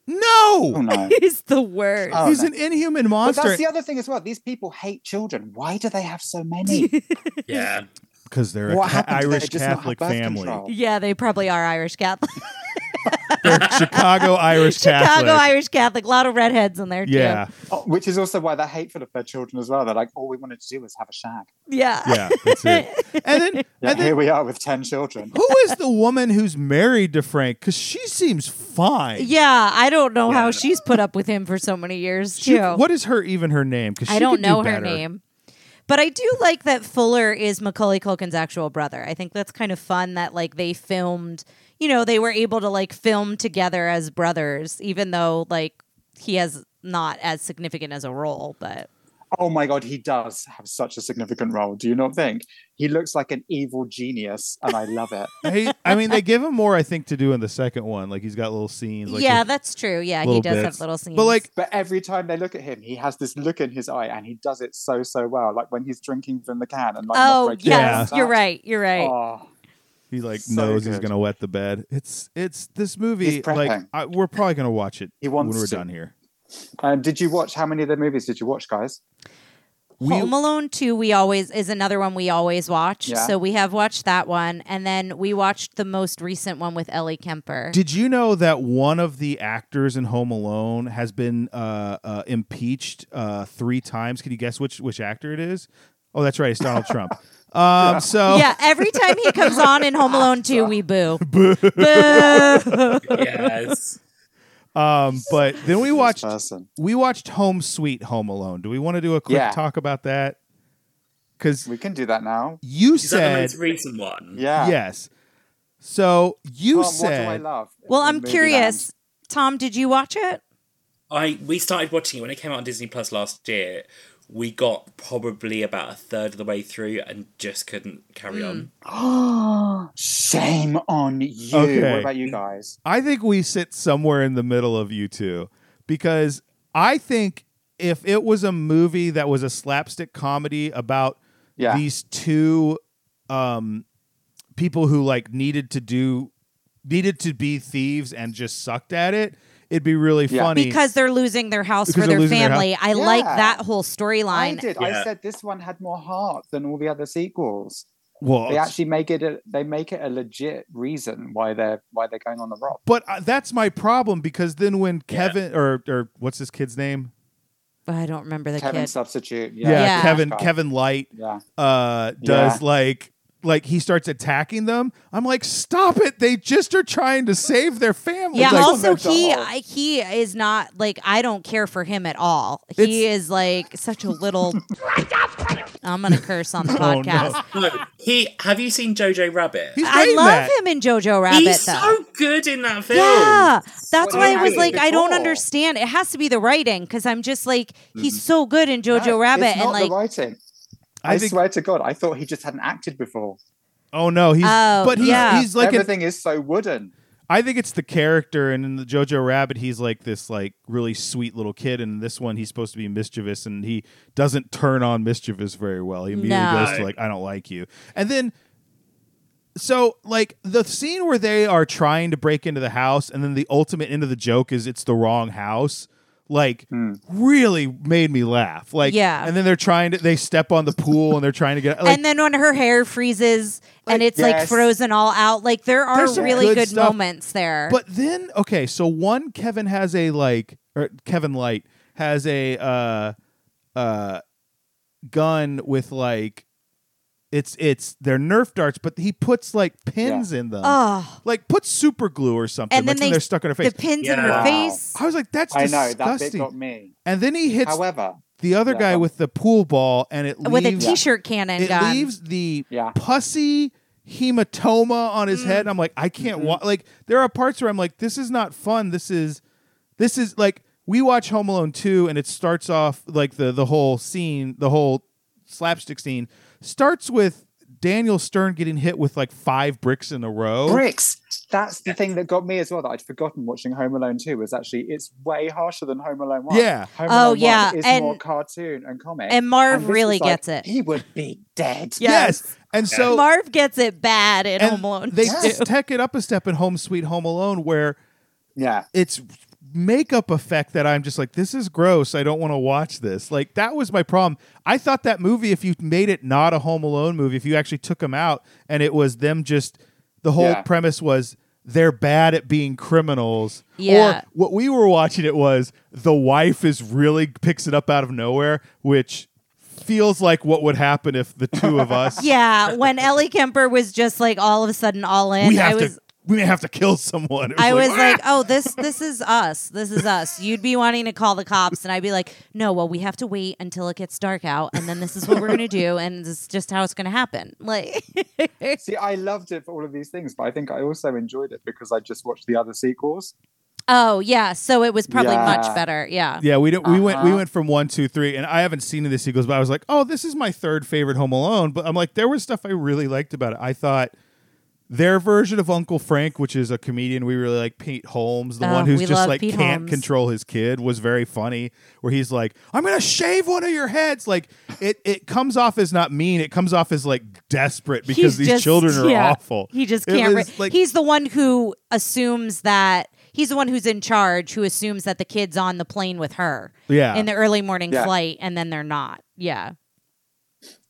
S2: No!
S5: Oh, no.
S3: He's the worst.
S5: Oh,
S2: He's
S5: no.
S2: an inhuman
S5: But
S2: monster.
S5: that's the other thing as well. These people hate children. Why do they have so many?
S4: Yeah.
S2: because they're
S5: What
S2: a ca-
S5: happened to them?
S2: Irish
S5: They just not have
S2: Catholic
S5: birth
S2: family.
S5: control.
S3: yeah, they probably are Irish Catholic,
S2: They're Chicago Irish Catholic.
S3: Chicago Irish Catholic. A lot of redheads in there too.
S2: yeah,
S5: Oh, which is also why they're hateful of their children as well. They're like, all we wanted to do was have a shag.
S3: yeah.
S2: yeah, that's it. And then,
S5: Yeah,
S2: and then,
S5: here we are with 10 children.
S2: who is the woman who's married to Frank? Because she seems fine.
S3: Yeah, I don't know how
S4: Yeah.
S3: she's put up with him for so many years
S2: She-
S3: too.
S2: what is her even her name? Because
S3: I don't know her name. But I do like that Fuller is Macaulay Culkin's actual brother. I think that's kind of fun that like they filmed, you know, they were able to like film together as brothers, even though like he has not as significant as a role. But
S5: Oh my God, he does have such a significant role. Do you not think? He looks like an evil genius, and I love it.
S2: I, I mean, they give him more, I think, to do in the second one. Like he's got little scenes. Like
S3: yeah,
S2: with-
S3: that's true. Yeah, he
S2: little
S3: does
S2: bits.
S3: have little scenes.
S2: but like
S5: But every time they look at him, he has this look in his eye, and he does it so so well. Like when he's drinking from the can, and like not
S3: oh
S5: breaking
S3: yes,
S5: it up.
S3: you're right. You're right.
S5: Oh,
S2: he like
S5: So
S2: knows he's
S5: good.
S2: gonna wet the bed. It's it's this movie.
S5: He's
S2: Like
S5: prepping.
S2: I, we're probably gonna watch it
S5: He
S2: when
S5: wants
S2: we're
S5: to.
S2: done here.
S5: um, did you watch how many of the movies did you watch, guys?
S2: We-
S3: Home Alone 2 we always is another one we always watch.
S5: Yeah.
S3: So we have watched that one and then we watched the most recent one with Ellie Kemper.
S2: Did you know that one of the actors in Home Alone has been uh, uh, impeached uh, three times? Can you guess which which actor it is? Oh, that's right, it's Donald Trump. Um, so
S3: yeah, every time he comes on in Home Alone 2 we boo.
S2: boo.
S3: boo.
S4: yes.
S2: um, but then we watched
S5: person.
S2: we watched Home Sweet Home Alone. Do we want to do a quick
S5: Yeah.
S2: talk about that? Because
S5: We can do that now.
S2: you
S4: Is that the
S2: said
S4: most recent one?
S5: Yeah.
S2: yes. So you
S5: Tom, What
S2: said
S5: do I love?
S3: Well,
S5: in
S3: I'm
S5: movie
S3: curious.
S5: land?
S3: Tom, did you watch it?
S4: I we started watching it when it came out on Disney Plus last year. We got probably about a third of the way through and just couldn't carry on.
S5: Shame on you.
S2: Okay.
S5: What about you guys?
S2: I think we sit somewhere in the middle of you two because I think if it was a movie that was a slapstick comedy about
S5: Yeah.
S2: these two um, people who like needed to do needed to be thieves and just sucked at it, it'd be really
S5: Yeah.
S2: funny.
S3: Because they're losing their house
S2: Because
S3: for
S2: they're
S3: their
S2: losing their
S3: family. I like
S5: Yeah.
S3: that whole
S5: I
S3: storyline.
S5: did.
S4: Yeah.
S5: I said this one had more heart than all the other sequels.
S2: well,
S5: They actually make it. A, they make it a legit reason why they're why they're going on the rob.
S2: but uh, that's my problem because then when Kevin or or what's this kid's name?
S3: But I don't remember the
S5: Kevin
S3: kid.
S5: substitute.
S2: Yeah,
S5: Yeah.
S3: Yeah.
S2: Kevin
S5: Flashback.
S2: Kevin Light
S5: Yeah.
S2: uh does
S5: Yeah.
S2: like like he starts attacking them. I'm like, stop it! They just are trying to save their family.
S3: Yeah.
S2: Like,
S3: also,
S5: they're
S3: he
S5: dolls.
S3: I, he is not like I don't care for him at all. He is like such a little. I'm gonna curse on the
S2: Oh, no.
S3: podcast.
S4: No, he. Have you seen Jojo Rabbit?
S2: He's
S3: I
S2: great in
S3: love
S2: that.
S3: him in Jojo Rabbit
S4: He's
S3: though.
S4: so good in that film.
S3: yeah, that's
S5: Well,
S3: why
S5: he
S3: I was
S5: had
S3: like,
S5: it
S3: I don't
S5: before.
S3: understand. It has to be the writing because I'm just like,
S2: Mm-hmm.
S3: he's so good in Jojo
S5: No,
S3: Rabbit,
S5: it's
S3: and
S5: not
S3: like,
S5: the writing. I,
S2: I think.
S5: swear to God, I thought he just hadn't acted before.
S2: Oh no, he's
S3: Oh,
S2: but he's,
S3: yeah.
S2: he's like an,
S5: Everything is so wooden.
S2: I think it's the character, and in the Jojo Rabbit, he's like this like really sweet little kid, and in this one he's supposed to be mischievous, and he doesn't turn on mischievous very well. He immediately
S3: No.
S2: goes to like, "I don't like you," and then. So, like the scene where they are trying to break into the house, and then the ultimate end of the joke is it's the wrong house. Like, really made me laugh. Like,
S3: Yeah.
S2: And then they're trying to they step on the pool and they're trying to get. Like,
S3: and then when her hair freezes and it's like
S5: Yes.
S3: frozen all out, like there are
S2: There's some
S3: really
S2: good
S3: good,
S2: stuff.
S3: moments there.
S2: But then, okay, so one Kevin has a like, or Kevin Light has a uh, uh, gun with like, it's it's they're Nerf darts, but he puts like pins in them,
S3: oh,
S2: like puts super glue or something.
S3: And
S2: like,
S3: then
S2: when
S3: they-
S2: they're stuck in her
S3: the
S2: face.
S3: pins in
S4: Yeah.
S3: her
S5: Wow.
S3: face.
S2: I was like, that's
S5: I know that bit
S2: disgusting.
S5: got me.
S2: and then he hits
S5: However,
S2: the other
S5: yeah.
S2: guy with the pool ball, and it
S3: With a
S2: leaves
S3: t-shirt cannon
S2: it
S3: gun.
S2: leaves the
S5: Yeah.
S2: pussy hematoma on his
S3: Mm.
S2: head. I'm like, I can't
S3: Mm-hmm.
S2: wa Like, there are parts where I'm like, this is not fun. This is, this is like, we watch Home Alone two, and it starts off like the the whole scene, the whole slapstick scene starts with Daniel Stern getting hit with like five bricks in a row.
S5: bricks. That's the thing that got me as well. That I'd forgotten watching Home Alone 2 was actually it's way harsher than Home Alone 1.
S2: Yeah.
S5: Home
S3: Oh,
S5: Alone 1
S3: yeah,
S5: is
S3: and-
S5: more cartoon and comic.
S3: and Marv
S5: this
S3: really
S5: was like,
S3: gets it.
S5: He would be dead.
S2: Yes. And so
S3: Marv gets it bad in
S2: and
S3: Home Alone.
S2: they
S5: too.
S2: tech it up a step in Home Sweet Home Alone where
S5: Yeah.
S2: it's makeup effect that I'm just like, this is gross. I don't want to watch this. Like that was my problem. I thought that movie, if you made it not a Home Alone movie, if you actually took them out and it was them just the whole
S5: Yeah.
S2: premise was they're bad at being criminals.
S3: Yeah.
S2: Or what we were watching it was the wife is really picks it up out of nowhere, which feels like what would happen if the two of us
S3: yeah, when Ellie Kemper was just like all of a sudden all in,
S2: we
S3: I
S2: have
S3: was
S2: to we may have to kill someone. It
S3: I was
S2: "Ah!"
S3: like, oh, this this is us. This is us. You'd be wanting to call the cops, and I'd be like, no, well, we have to wait until it gets dark out, and then this is what we're gonna do, and this is just how it's gonna happen. Like,
S5: See, I loved it for all of these things, but I think I also enjoyed it because I just watched the other sequels.
S3: oh yeah, so it was probably
S5: Yeah.
S3: much better. Yeah.
S2: Yeah, we didn't. We went. We
S5: Uh-huh.
S2: went from one, two, three, and I haven't seen the sequels, but I was like, "Oh, this is my third favorite Home Alone." But I'm like, there was stuff I really liked about it. I thought their version of Uncle Frank, which is a comedian we really like, Pete Holmes, the
S3: Oh,
S2: one who's
S3: we
S2: just
S3: love
S2: like
S3: Pete
S2: can't
S3: Holmes.
S2: control his kid, was very funny. Where he's like, "I'm gonna shave one of your heads." Like it. It comes off as not mean. It comes off as like desperate because
S3: He's
S2: these
S3: just-
S2: children are
S3: yeah.
S2: awful.
S3: He just
S2: It
S3: can't.
S2: was,
S3: re-
S2: like-
S3: he's the one who assumes that he's the one who's in charge, who assumes that the kid's on the plane with her
S2: Yeah.
S3: in the early morning
S5: Yeah.
S3: flight, and then they're not. Yeah.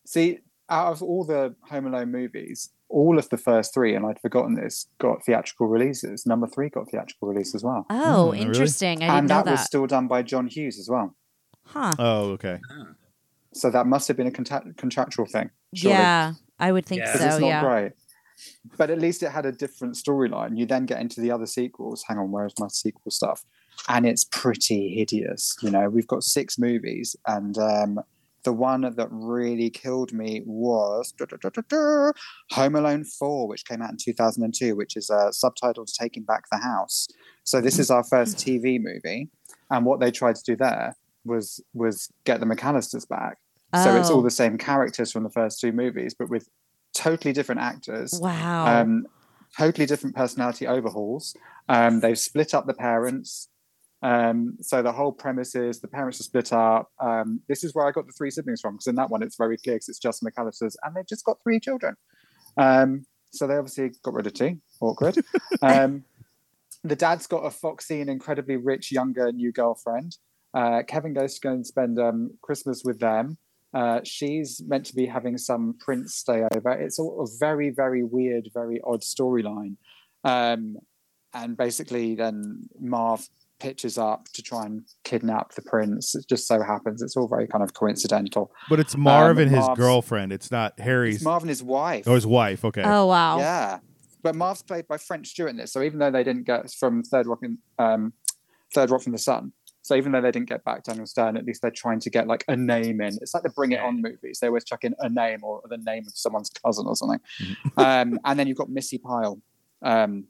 S5: See, out of all the Home Alone movies, all of the first three, and I'd forgotten this, got theatrical releases. Number three got theatrical release as well.
S3: Oh,
S2: really?
S3: interesting. I didn't
S5: and
S3: know
S5: Um, that,
S3: that.
S5: was still done by John Hughes as well.
S3: huh.
S2: Oh, okay.
S5: So that must have been a contact- contractual thing. surely.
S3: Yeah, I would think
S4: Yeah.
S5: because
S3: so.
S5: it's not
S3: yeah.
S5: great. But at least it had a different storyline. You then get into the other sequels. Hang on, where's my sequel stuff? And it's pretty hideous. You know, we've got six movies, and um, the one that really killed me was Home Alone 4, which came out in 2002, which is uh, subtitled Taking Back the House. So this is our
S3: Mm.
S5: first TV movie. And what they tried to do there was was get the McAllisters back. So it's
S3: Oh.
S5: all the same characters from the first two movies, but with totally different actors,
S3: Wow.
S5: um, totally different personality overhauls. Um, they've split up the parents. Um, so the whole premise is the parents are split up. Um, this is where I got the three siblings from, because in that one it's very clear because it's just McAllisters, and they've just got three children. Um, so they obviously got rid of two. Awkward. um, the dad's got a foxy and incredibly rich younger new girlfriend. Uh, Kevin goes to go and spend um, Christmas with them. Uh, she's meant to be having some prince stay over. It's all a very, very weird, very odd storyline. Um, and basically, then Marv pitches up to try and kidnap the prince. It just so happens. It's all very kind of coincidental.
S2: But it's Marv
S5: Um,
S2: and his
S5: Marv's-
S2: girlfriend. It's not Harry's
S5: It's Marv and his wife.
S2: or his wife. Okay.
S3: oh wow.
S5: Yeah, but Marv's played by French Stewart in this, so even though they didn't get from Third Rock, in, um, Third Rock from the Sun, so even though they didn't get back Daniel Stern, at least they're trying to get like a name in. It's like the Bring It On movies; they always chuck in a name or the name of someone's cousin or something. um, and then you've got Missy Pyle, um,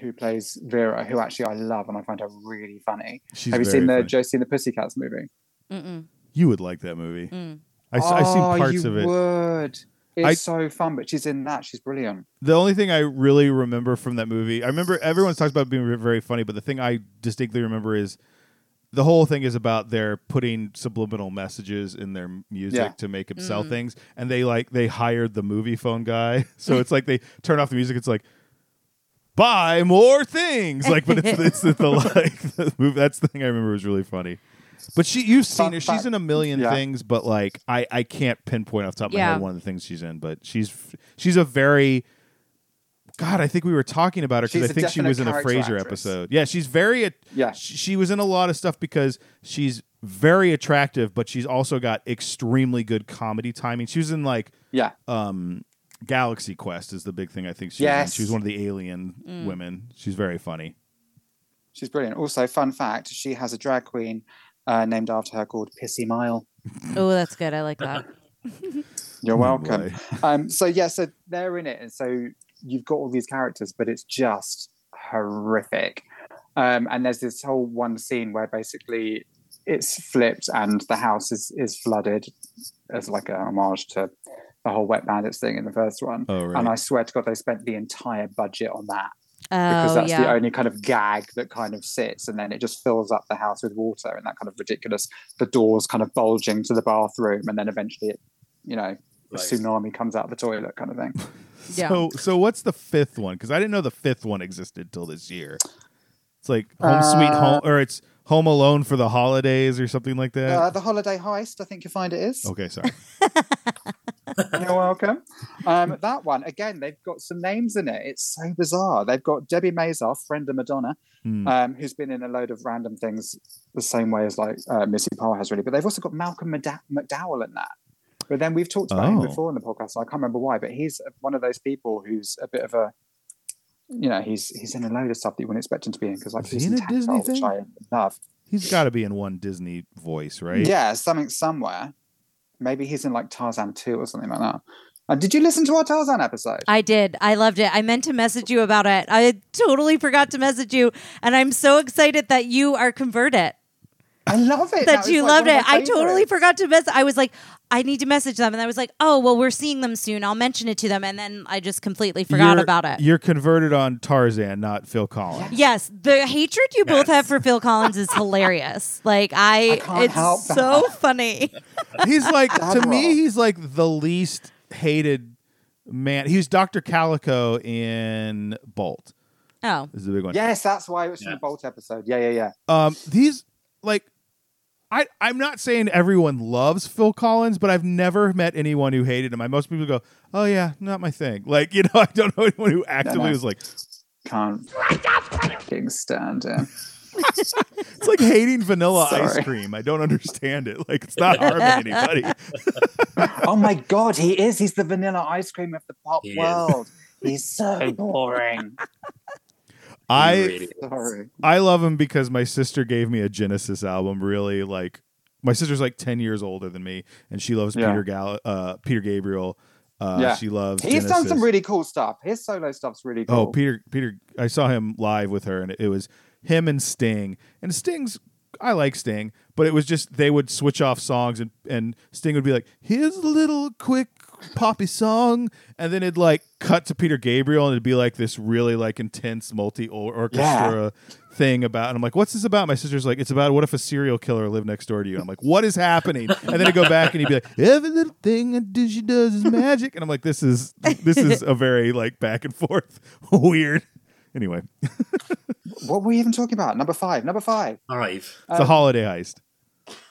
S5: who plays Vera, who actually I love and I find her really funny.
S2: She's
S5: Have you
S2: very
S5: seen the
S2: funny.
S5: Josie and the Pussycats movie?
S3: Mm-mm.
S2: You would like that movie.
S3: Mm.
S2: I, s- I've
S5: Oh,
S2: seen parts
S5: you
S2: of it.
S5: Would. It's
S2: I-
S5: so fun, but she's in that. She's brilliant.
S2: The only thing I really remember from that movie, I remember everyone talks about it being very funny, but the thing I distinctly remember is the whole thing is about their putting subliminal messages in their music
S5: Yeah.
S2: to make them sell things, and they like they hired the movie phone guy, so it's like they turn off the music. It's like buy more things, like but it's, it's the, the like the movie. That's the thing I remember was really funny. But she, you've seen
S5: Fun
S2: her. She's
S5: fact.
S2: in a million
S5: Yeah.
S2: things, but like I, I can't pinpoint off the top of my
S3: Yeah.
S2: head one of the things she's in. But she's, she's a very God, I think we were talking about her because
S5: She's
S2: I
S5: a
S2: think she
S5: definite
S2: was in a
S5: character
S2: Frasier
S5: actress.
S2: episode. Yeah, she's very. At-
S5: Yeah.
S2: she, she was in a lot of stuff because she's very attractive, but she's also got extremely good comedy timing. She was in like
S5: Yeah.
S2: um, Galaxy Quest is the big thing I think she was.
S5: Yes.
S2: In. She was one of the alien women. She's very funny.
S5: She's brilliant. Also, fun fact: she has a drag queen uh, named after her called Pissy Mile.
S3: Oh, that's good. I like that.
S5: You're welcome.
S2: Anyway.
S5: Um, so yeah, so they're in it, and so you've got all these characters, but it's just horrific. Um, and there's this whole one scene where basically it's flipped and the house is is flooded as like a homage to the whole Wet Bandits thing in the first one.
S2: Oh, right.
S5: And I swear to God, they spent the entire budget on that because
S3: Oh
S5: that's the
S3: yeah.
S5: only kind of gag that kind of sits and then it just fills up the house with water and that kind of ridiculous the doors kind of bulging to the bathroom and then eventually it you know a
S4: Right.
S5: tsunami comes out of the toilet kind of thing
S3: Yeah.
S2: So, so what's the fifth one? Because I didn't know the fifth one existed till this year. It's like Home Sweet
S5: Uh,
S2: Home, or it's Home Alone for the Holidays, or something like that.
S5: uh, the holiday heist i think you find it is
S2: okay, sorry.
S5: you're welcome um, that one again they've got some names in it it's so bizarre they've got debbie mazar friend of madonna
S2: Hmm.
S5: um, who's been in a load of random things the same way as like uh, missy Powell has really but they've also got malcolm Mada- mcdowell in that But then we've talked about him
S2: Oh.
S5: before in the podcast. I can't remember why, but he's one of those people who's a bit of a, you know, he's he's in a load of stuff that you wouldn't expect him to be in because like
S2: Is he
S5: he's
S2: in
S5: in
S2: a Disney
S5: Tactile, which
S2: thing?
S5: I love.
S2: He's got to be in one Disney voice, right?
S5: Yeah, something somewhere. Maybe he's in like Tarzan two or something like that. And did you listen to our Tarzan episode?
S3: I did. I loved it. I meant to message you about it. I totally forgot to message you, and I'm so excited that you are converted.
S5: I love it.
S3: that
S5: was,
S3: you
S5: like,
S3: loved
S5: one
S3: it.
S5: of my
S3: I totally
S5: favorites.
S3: forgot to message. I was like, I need to message them, and I was like, oh well, we're seeing them soon. I'll mention it to them, and then I just completely forgot
S2: You're-
S3: about it.
S2: You're converted on Tarzan, not Phil Collins.
S3: Yes, the hatred you both
S4: Yes.
S3: have for Phil Collins is hilarious. Like I,
S5: I can't
S3: it's
S5: help that.
S3: so funny.
S2: He's like to
S5: Admiral.
S2: me, he's like the least hated man. He was Dr. Calico in Bolt.
S3: Oh,
S2: This is the big one.
S5: Yes, that's why it was from
S4: Yeah.
S5: the Bolt episode. Yeah, yeah, yeah.
S2: Um, these like I, I'm not saying everyone loves Phil Collins, but I've never met anyone who hated him. I most people go, "Oh yeah, not my thing." Like you know, I don't know anyone who actively
S5: no.
S2: was like,
S5: Can't fucking stand him.
S2: "It's like hating vanilla
S5: Sorry.
S2: ice cream." I don't understand it. Like it's not harming anybody.
S5: Oh my god, he is. He's the vanilla ice cream of the pop
S4: He is.
S5: world. He's so boring.
S2: I
S4: Really.
S5: Sorry.
S2: I love him because my sister gave me a Genesis album. Really, like my sister's like ten years older than me, and she loves
S5: Yeah.
S2: Peter Gal, uh, Peter Gabriel. Uh,
S5: Yeah.
S2: she loves.
S5: He's done some
S2: Genesis.
S5: really cool stuff. His solo stuff's really cool.
S2: Oh, Peter, Peter, I saw him live with her, and it, it was him and Sting. And Sting's, I like Sting, but it was just they would switch off songs, and and Sting would be like, "Here's a little quick poppy song," and then it'd like cut to Peter Gabriel, and it'd be like this really like intense multi orchestra thing about. And I'm like, "What's this about?" My sister's like, "It's about what if a serial killer lived next door to you." And I'm like, "What is happening?" And then I go back, and he'd be like, "Every little thing I do, she does is magic," and I'm like, "This is this is a very like back and forth weird." Anyway, it's
S5: What were we even talking about? Number five. Number five.
S4: Five.
S5: Um,
S2: a holiday heist.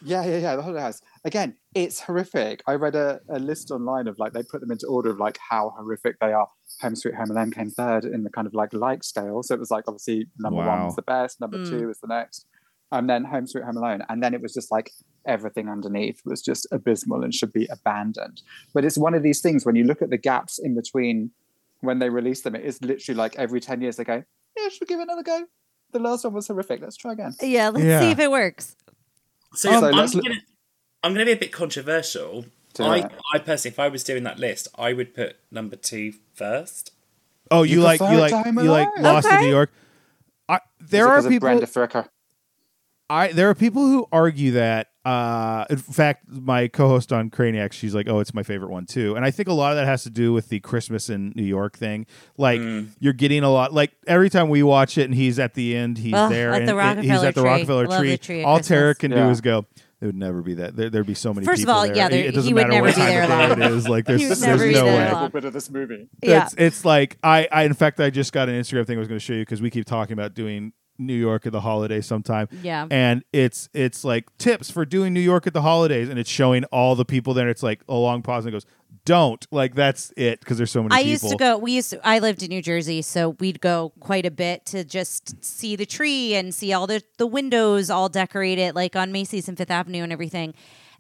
S5: Yeah, yeah, yeah. The Holiday House. Again, it's horrific. I read a, a list online of like they put them into order of like how horrific they are. Home Sweet Home Alone came third in the kind of like like scale. So it was like obviously number one
S2: Wow.
S5: was the best, number
S3: Mm.
S5: two was the next, and then Home Sweet Home Alone, and then it was just like everything underneath was just abysmal and should be abandoned. But it's one of these things when you look at the gaps in between when they release them, it is literally like every ten years they go, yeah, should we give it another go? The last one was horrific. Let's try again.
S3: Yeah, let's
S2: Yeah.
S3: see if it works.
S4: So
S5: Um,
S4: I'm,
S5: let's-
S4: gonna, I'm gonna be a bit controversial.
S5: Do
S4: I,
S5: it.
S4: I personally, if I was doing that list, I would put number two first.
S2: Oh, you,
S5: You
S2: like you
S5: prefer
S2: like
S5: Time
S2: you like
S5: Alive?
S2: Lost in
S3: Okay.
S2: New York. I,
S5: Is
S2: there
S5: it
S2: are
S5: 'cause of
S2: people.
S5: Brenda Fricker.
S2: I there are people who argue that. Uh, in fact, my co-host on Craniac, she's like, "Oh, it's my favorite one too," and I think a lot of that has to do with the Christmas in New York thing. Like, you're getting a lot. Like every time we watch it, and he's at the end, he's
S3: Ugh,
S2: there,
S3: at
S2: and
S3: the
S2: and he's
S3: Rockefeller
S2: at the
S3: tree.
S2: Rockefeller
S3: Love the
S2: tree.
S3: tree at
S2: All
S3: Christmas.
S2: Tara can do
S5: Yeah.
S2: is go. There would never be that. There, there'd be so many.
S3: First of
S2: people
S3: all,
S2: there.
S3: yeah, there-
S2: it doesn't
S3: he would
S2: matter
S3: never
S2: what
S3: be
S2: time
S3: there
S2: of day
S3: along.
S2: it is. Like, there's,
S3: He would
S2: there's
S3: never be
S2: no
S3: there
S2: way.
S3: along.
S5: bit of this movie.
S3: Yeah.
S2: It's it's like I I in fact I just got an Instagram thing I was going to show you because we keep talking about doing New York at the holiday sometime.
S3: Yeah.
S2: And it's it's like tips for doing New York at the holidays, and it's showing all the people there. And it's like a long pause and it goes, "Don't like that's it," because there's so many.
S3: I
S2: people.
S3: used to go. We used. To, I lived in New Jersey, so we'd go quite a bit to just see the tree and see all the the windows all decorated, like on Macy's and Fifth Avenue and everything.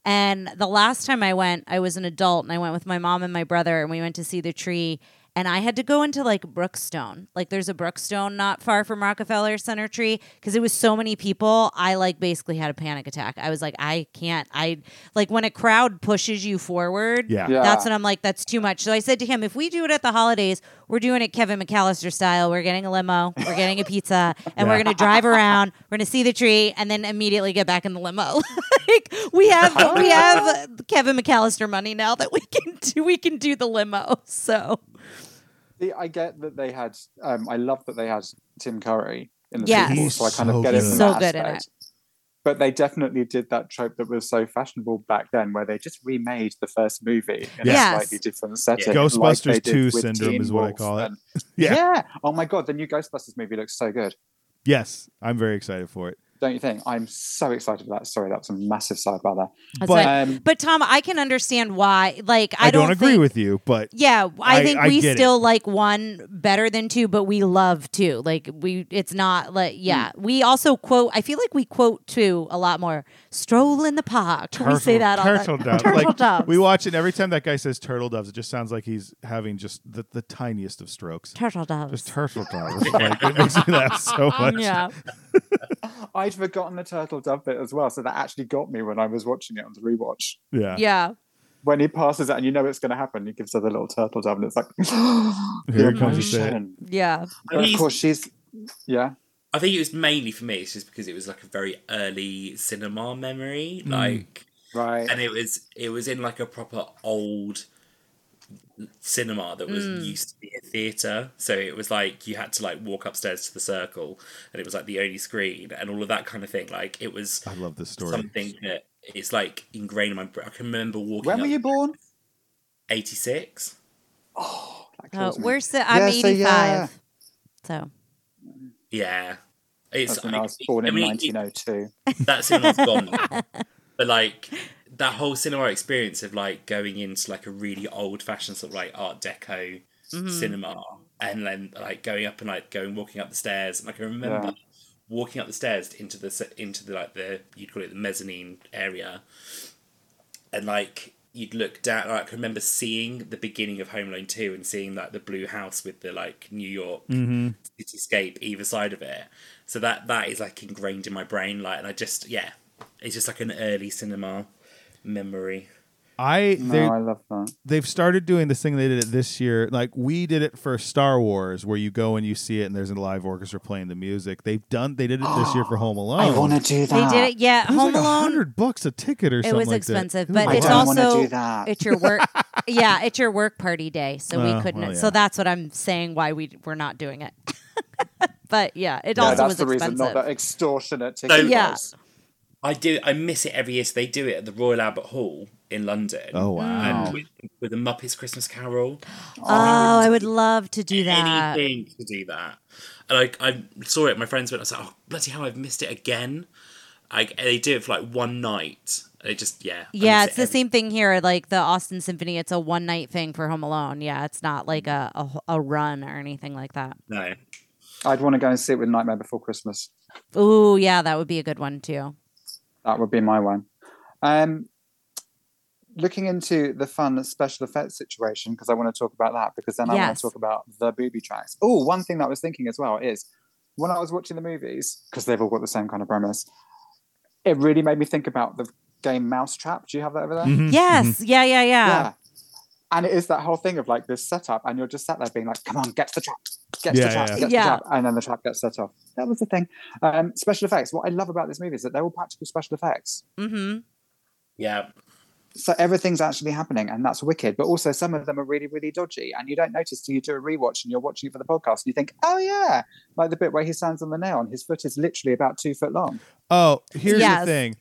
S3: And the last time I went, I was an adult, and I went with my mom and my brother, and we went to see the tree. And I had to go into like Brookstone. Like there's a Brookstone not far from Rockefeller Center Tree because it was so many people. I like basically had a panic attack. I was like, I can't. I like when a crowd pushes you forward.
S2: Yeah.
S5: Yeah.
S3: That's when I'm like, that's too much. So I said to him, if we do it at the holidays, we're doing it Kevin McAllister style. We're getting a limo, we're getting a pizza, and we're
S2: Yeah.
S3: going to drive around. We're going to see the tree, and then immediately get back in the limo. like we have we have Kevin McAllister money now that we can do. We can do the limo. So
S5: The- I get that they had. Um, I love that they had Tim Curry in the
S3: Yes.
S5: sequel, so I
S2: He's
S5: kind of
S2: so
S5: get
S2: good.
S5: it. From
S3: So
S5: that
S3: good in
S5: aspect. But they definitely did that trope that was so fashionable back then, where they just remade the first movie in
S3: Yes.
S5: a slightly different setting.
S2: Ghostbusters
S5: like they did
S2: 2
S5: with
S2: syndrome
S5: Teen
S2: is what I
S5: Wolf
S2: call it.
S5: and-
S2: Yeah.
S5: yeah. Oh my god, the new Ghostbusters movie looks so good,
S2: Yes, I'm very excited for it.
S5: don't you think? I'm so excited for that. Sorry, that was a massive sidebar there.
S3: that's
S2: But-
S3: it.
S5: Um,
S3: but Tom, I can understand why. Like I,
S2: I, don't, agree
S3: think-
S2: with you, but
S3: Yeah, I,
S2: I-
S3: think
S2: I
S3: we
S2: get it.
S3: still like one better than two, but we love two. Like we, it's not like yeah.
S2: Mm.
S3: We also quote. I feel like we quote two a lot more. Stroll in the park. Can we say that all the-
S2: turtle dove.
S3: Turtle
S2: like,
S3: doves.
S2: We watch it and every time that guy says turtle doves, it just sounds like he's having just the, the tiniest of strokes.
S3: turtle doves.
S2: Just turtle doves. like, it makes me laugh so much.
S3: yeah,
S5: I'd forgotten the turtle dove bit as well, so that actually got me when I was watching it on the rewatch.
S2: Yeah.
S3: yeah.
S5: when he passes it and you know it's going to happen, he gives her the little turtle dove and it's like,
S2: Here
S5: "The
S2: it comes to say it.
S5: emotion."
S3: Yeah,
S4: I mean,
S5: Of course, she's, yeah.
S4: I think it was mainly for me. It's just because it was like a very early cinema memory, like,
S5: Right.
S4: and it was it was in like a proper old cinema that was used to be a theater. So it was like you had to like walk upstairs to the circle, and it was like the only screen and all of that kind of thing. Like it was
S2: I love this story.
S4: something that it's like ingrained in my brain. I can remember walking.
S5: When were you born?
S4: Eighty six.
S5: That
S3: Oh,
S5: kills me.
S3: we're si- I'm
S5: Yeah, so,
S3: 85.
S5: yeah.
S3: So
S4: Yeah. It's,
S5: That's when I was born
S4: I
S5: in
S4: mean, it-
S5: 1902.
S4: That cinema's gone. now. But like that whole cinema experience of like going into like a really old fashioned sort of like Art Deco cinema and then like going up and like going walking up the stairs and I can remember walking up the stairs into the se- into the like the you'd call it the mezzanine area and like you'd look down like, I can remember seeing the beginning of Home Alone 2 and seeing like the blue house with the like New York cityscape either side of it. So that that is like ingrained in my brain like and I just yeah it's just like an early cinema memory.
S2: I
S5: No,
S2: there-
S5: I love that.
S2: they've started doing this thing they did it this year. Like we did it for Star Wars, where you go and you see it, and there's a live orchestra playing the music. They've done they did it this year for Home Alone.
S5: I want to
S3: They
S5: do that.
S3: did it. Yeah,
S2: It was
S3: Home
S2: like
S3: Alone.
S2: hundred bucks a ticket or
S3: It
S2: something.
S3: was
S2: like that.
S3: expensive,
S2: It was
S3: but
S5: I
S2: like
S3: it's
S5: don't
S2: that.
S5: wanna
S3: also
S5: do that.
S3: it's your work. yeah, it's your work party day, so
S2: Oh,
S3: we couldn't.
S2: well, yeah.
S3: So that's what I'm saying. Why we we're not doing it. but yeah, it
S5: Yeah,
S3: also
S5: that's
S3: was
S5: the
S3: expensive.
S5: reason, not that extortionate ticket.
S4: So-
S3: Yeah.
S5: price.
S4: I do I miss it every year. So they do it at the Royal Albert Hall in London.
S2: Oh wow!
S4: Um, with, with the Muppets Christmas Carol.
S3: oh, I would love to do that.
S4: anything to do that. And I, I saw it. My friends went. I was like, "Oh bloody hell! I've missed it again." I, they do it for like one night. They just yeah. I
S3: Yeah,
S4: miss
S3: it's
S4: it
S3: the same thing here. Like the Austin Symphony, it's a one night thing for Home Alone. Yeah, it's not like a a, a run or anything like that.
S4: every- No,
S5: I'd want to go and see it with Nightmare Before Christmas.
S3: Ooh, yeah, that would be a good one too.
S5: That would be my one. Um, looking into the fun special effects situation, because I want to talk about that, because then I want
S3: Yes.
S5: to talk about the booby traps. Oh, one thing that I was thinking as well is when I was watching the movies, because they've all got the same kind of premise, it really made me think about the game Mousetrap. Do you have that over there?
S3: Mm-hmm.
S2: Mhm, mhm.
S3: Yes, yeah, yeah, yeah.
S5: Yeah. And it is that whole thing of like this setup, and you're just sat there being like, come on, get to the trap, get to
S2: Yeah,
S5: the trap,
S2: yeah.
S5: get to
S3: Yeah.
S5: the trap. And then the trap gets set off. That was the thing. Um, special effects. What I love about this movie is that they're all practical special effects.
S3: Mm-hmm.
S4: yeah.
S5: So everything's actually happening, and that's wicked. But also, some of them are really, really dodgy, and you don't notice till you do a rewatch and you're watching it for the podcast, and you think, oh, yeah. Like the bit where he stands on the nail, and his foot is literally about two foot long.
S2: Oh, here's
S3: Yes.
S2: the thing.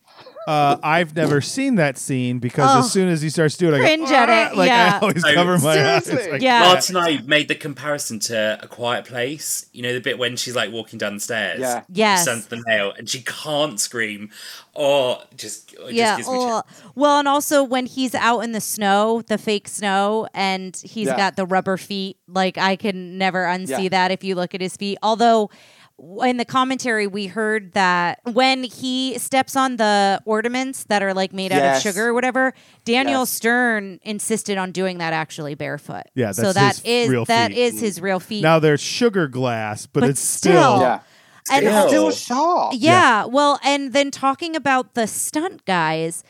S2: Uh, I've never seen that scene because
S3: Oh.
S2: as soon as he starts doing, it, I go,
S3: Cringe at it,
S2: "Ah," Like
S3: yeah.
S2: I always
S4: Oh,
S2: cover my eyes.
S5: seriously?
S2: Like,
S3: Yeah.
S4: Martin and I made the comparison to A Quiet Place. You know the bit when she's like walking down the stairs.
S5: Yeah.
S3: Yes.
S4: She stands the nail and she can't scream. Or just it
S3: yeah.
S4: Just
S3: oh,
S4: gives me
S3: Well,
S4: chills.
S3: well, and also when he's out in the snow, the fake snow, and he's
S5: Yeah.
S3: got the rubber feet. Like I can never unsee
S5: Yeah.
S3: that if you look at his feet. Although w- in the commentary we heard that when he steps on the ornaments that are like made out of
S5: Yes.
S3: sugar or whatever, Daniel
S5: Yes.
S3: Stern insisted on doing that actually barefoot.
S2: Yeah,
S3: so
S2: that's
S3: that
S2: his
S3: is
S2: real
S3: that
S2: feet.
S3: is his real feet.
S2: Now they're sugar glass, but,
S3: But
S2: it's
S3: still-
S5: Yeah.
S3: Oh, and
S5: It's
S4: Ew.
S5: still
S2: Uh,
S5: sharp.
S3: Yeah, well, and then talking about the stunt guys,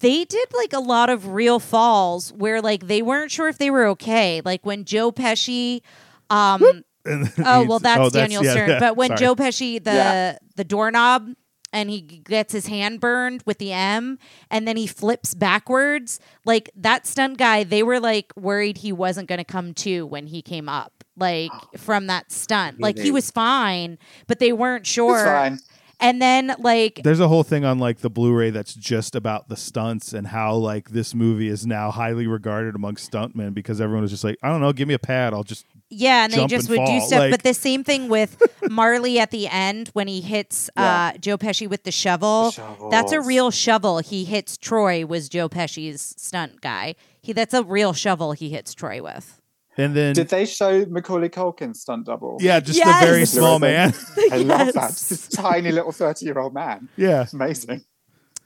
S3: they did like a lot of real falls where like they weren't sure if they were okay. Like when Joe Pesci um
S2: And
S3: oh
S2: he's-
S3: well that's, Daniel
S2: yeah,
S3: Stern,
S2: yeah,
S3: but when
S2: sorry.
S3: Joe Pesci the
S5: Yeah.
S3: the doorknob and he gets his hand burned with the M and then he flips backwards, like that stunt guy, they were like worried he wasn't going to come to when he came up. Like from that stunt, like he
S4: Really?
S3: was fine, but they weren't sure.
S5: It's fine.
S3: And then like
S2: There's a whole thing on like the Blu-ray that's just about the stunts and how like this movie is now highly regarded amongst stuntmen because everyone was just like, I don't know, give me a pad, I'll just
S3: Yeah, and they
S2: jump
S3: just
S2: and
S3: would do
S2: fall,
S3: stuff.
S2: like-
S3: but the same thing with Marley at the end when he hits
S5: Yeah.
S3: uh, Joe Pesci with the shovel.
S5: The
S3: That's a
S5: shovels.
S3: real shovel. He hits Troy was Joe Pesci's stunt guy. He that's a real shovel he hits Troy with.
S2: and then
S5: Did they show Macaulay Culkin's stunt double?
S2: yeah, just
S3: Yes!
S2: the very small man.
S5: I love that.
S3: Yes.
S5: This tiny little 30 year old man.
S2: yeah.
S5: It's amazing.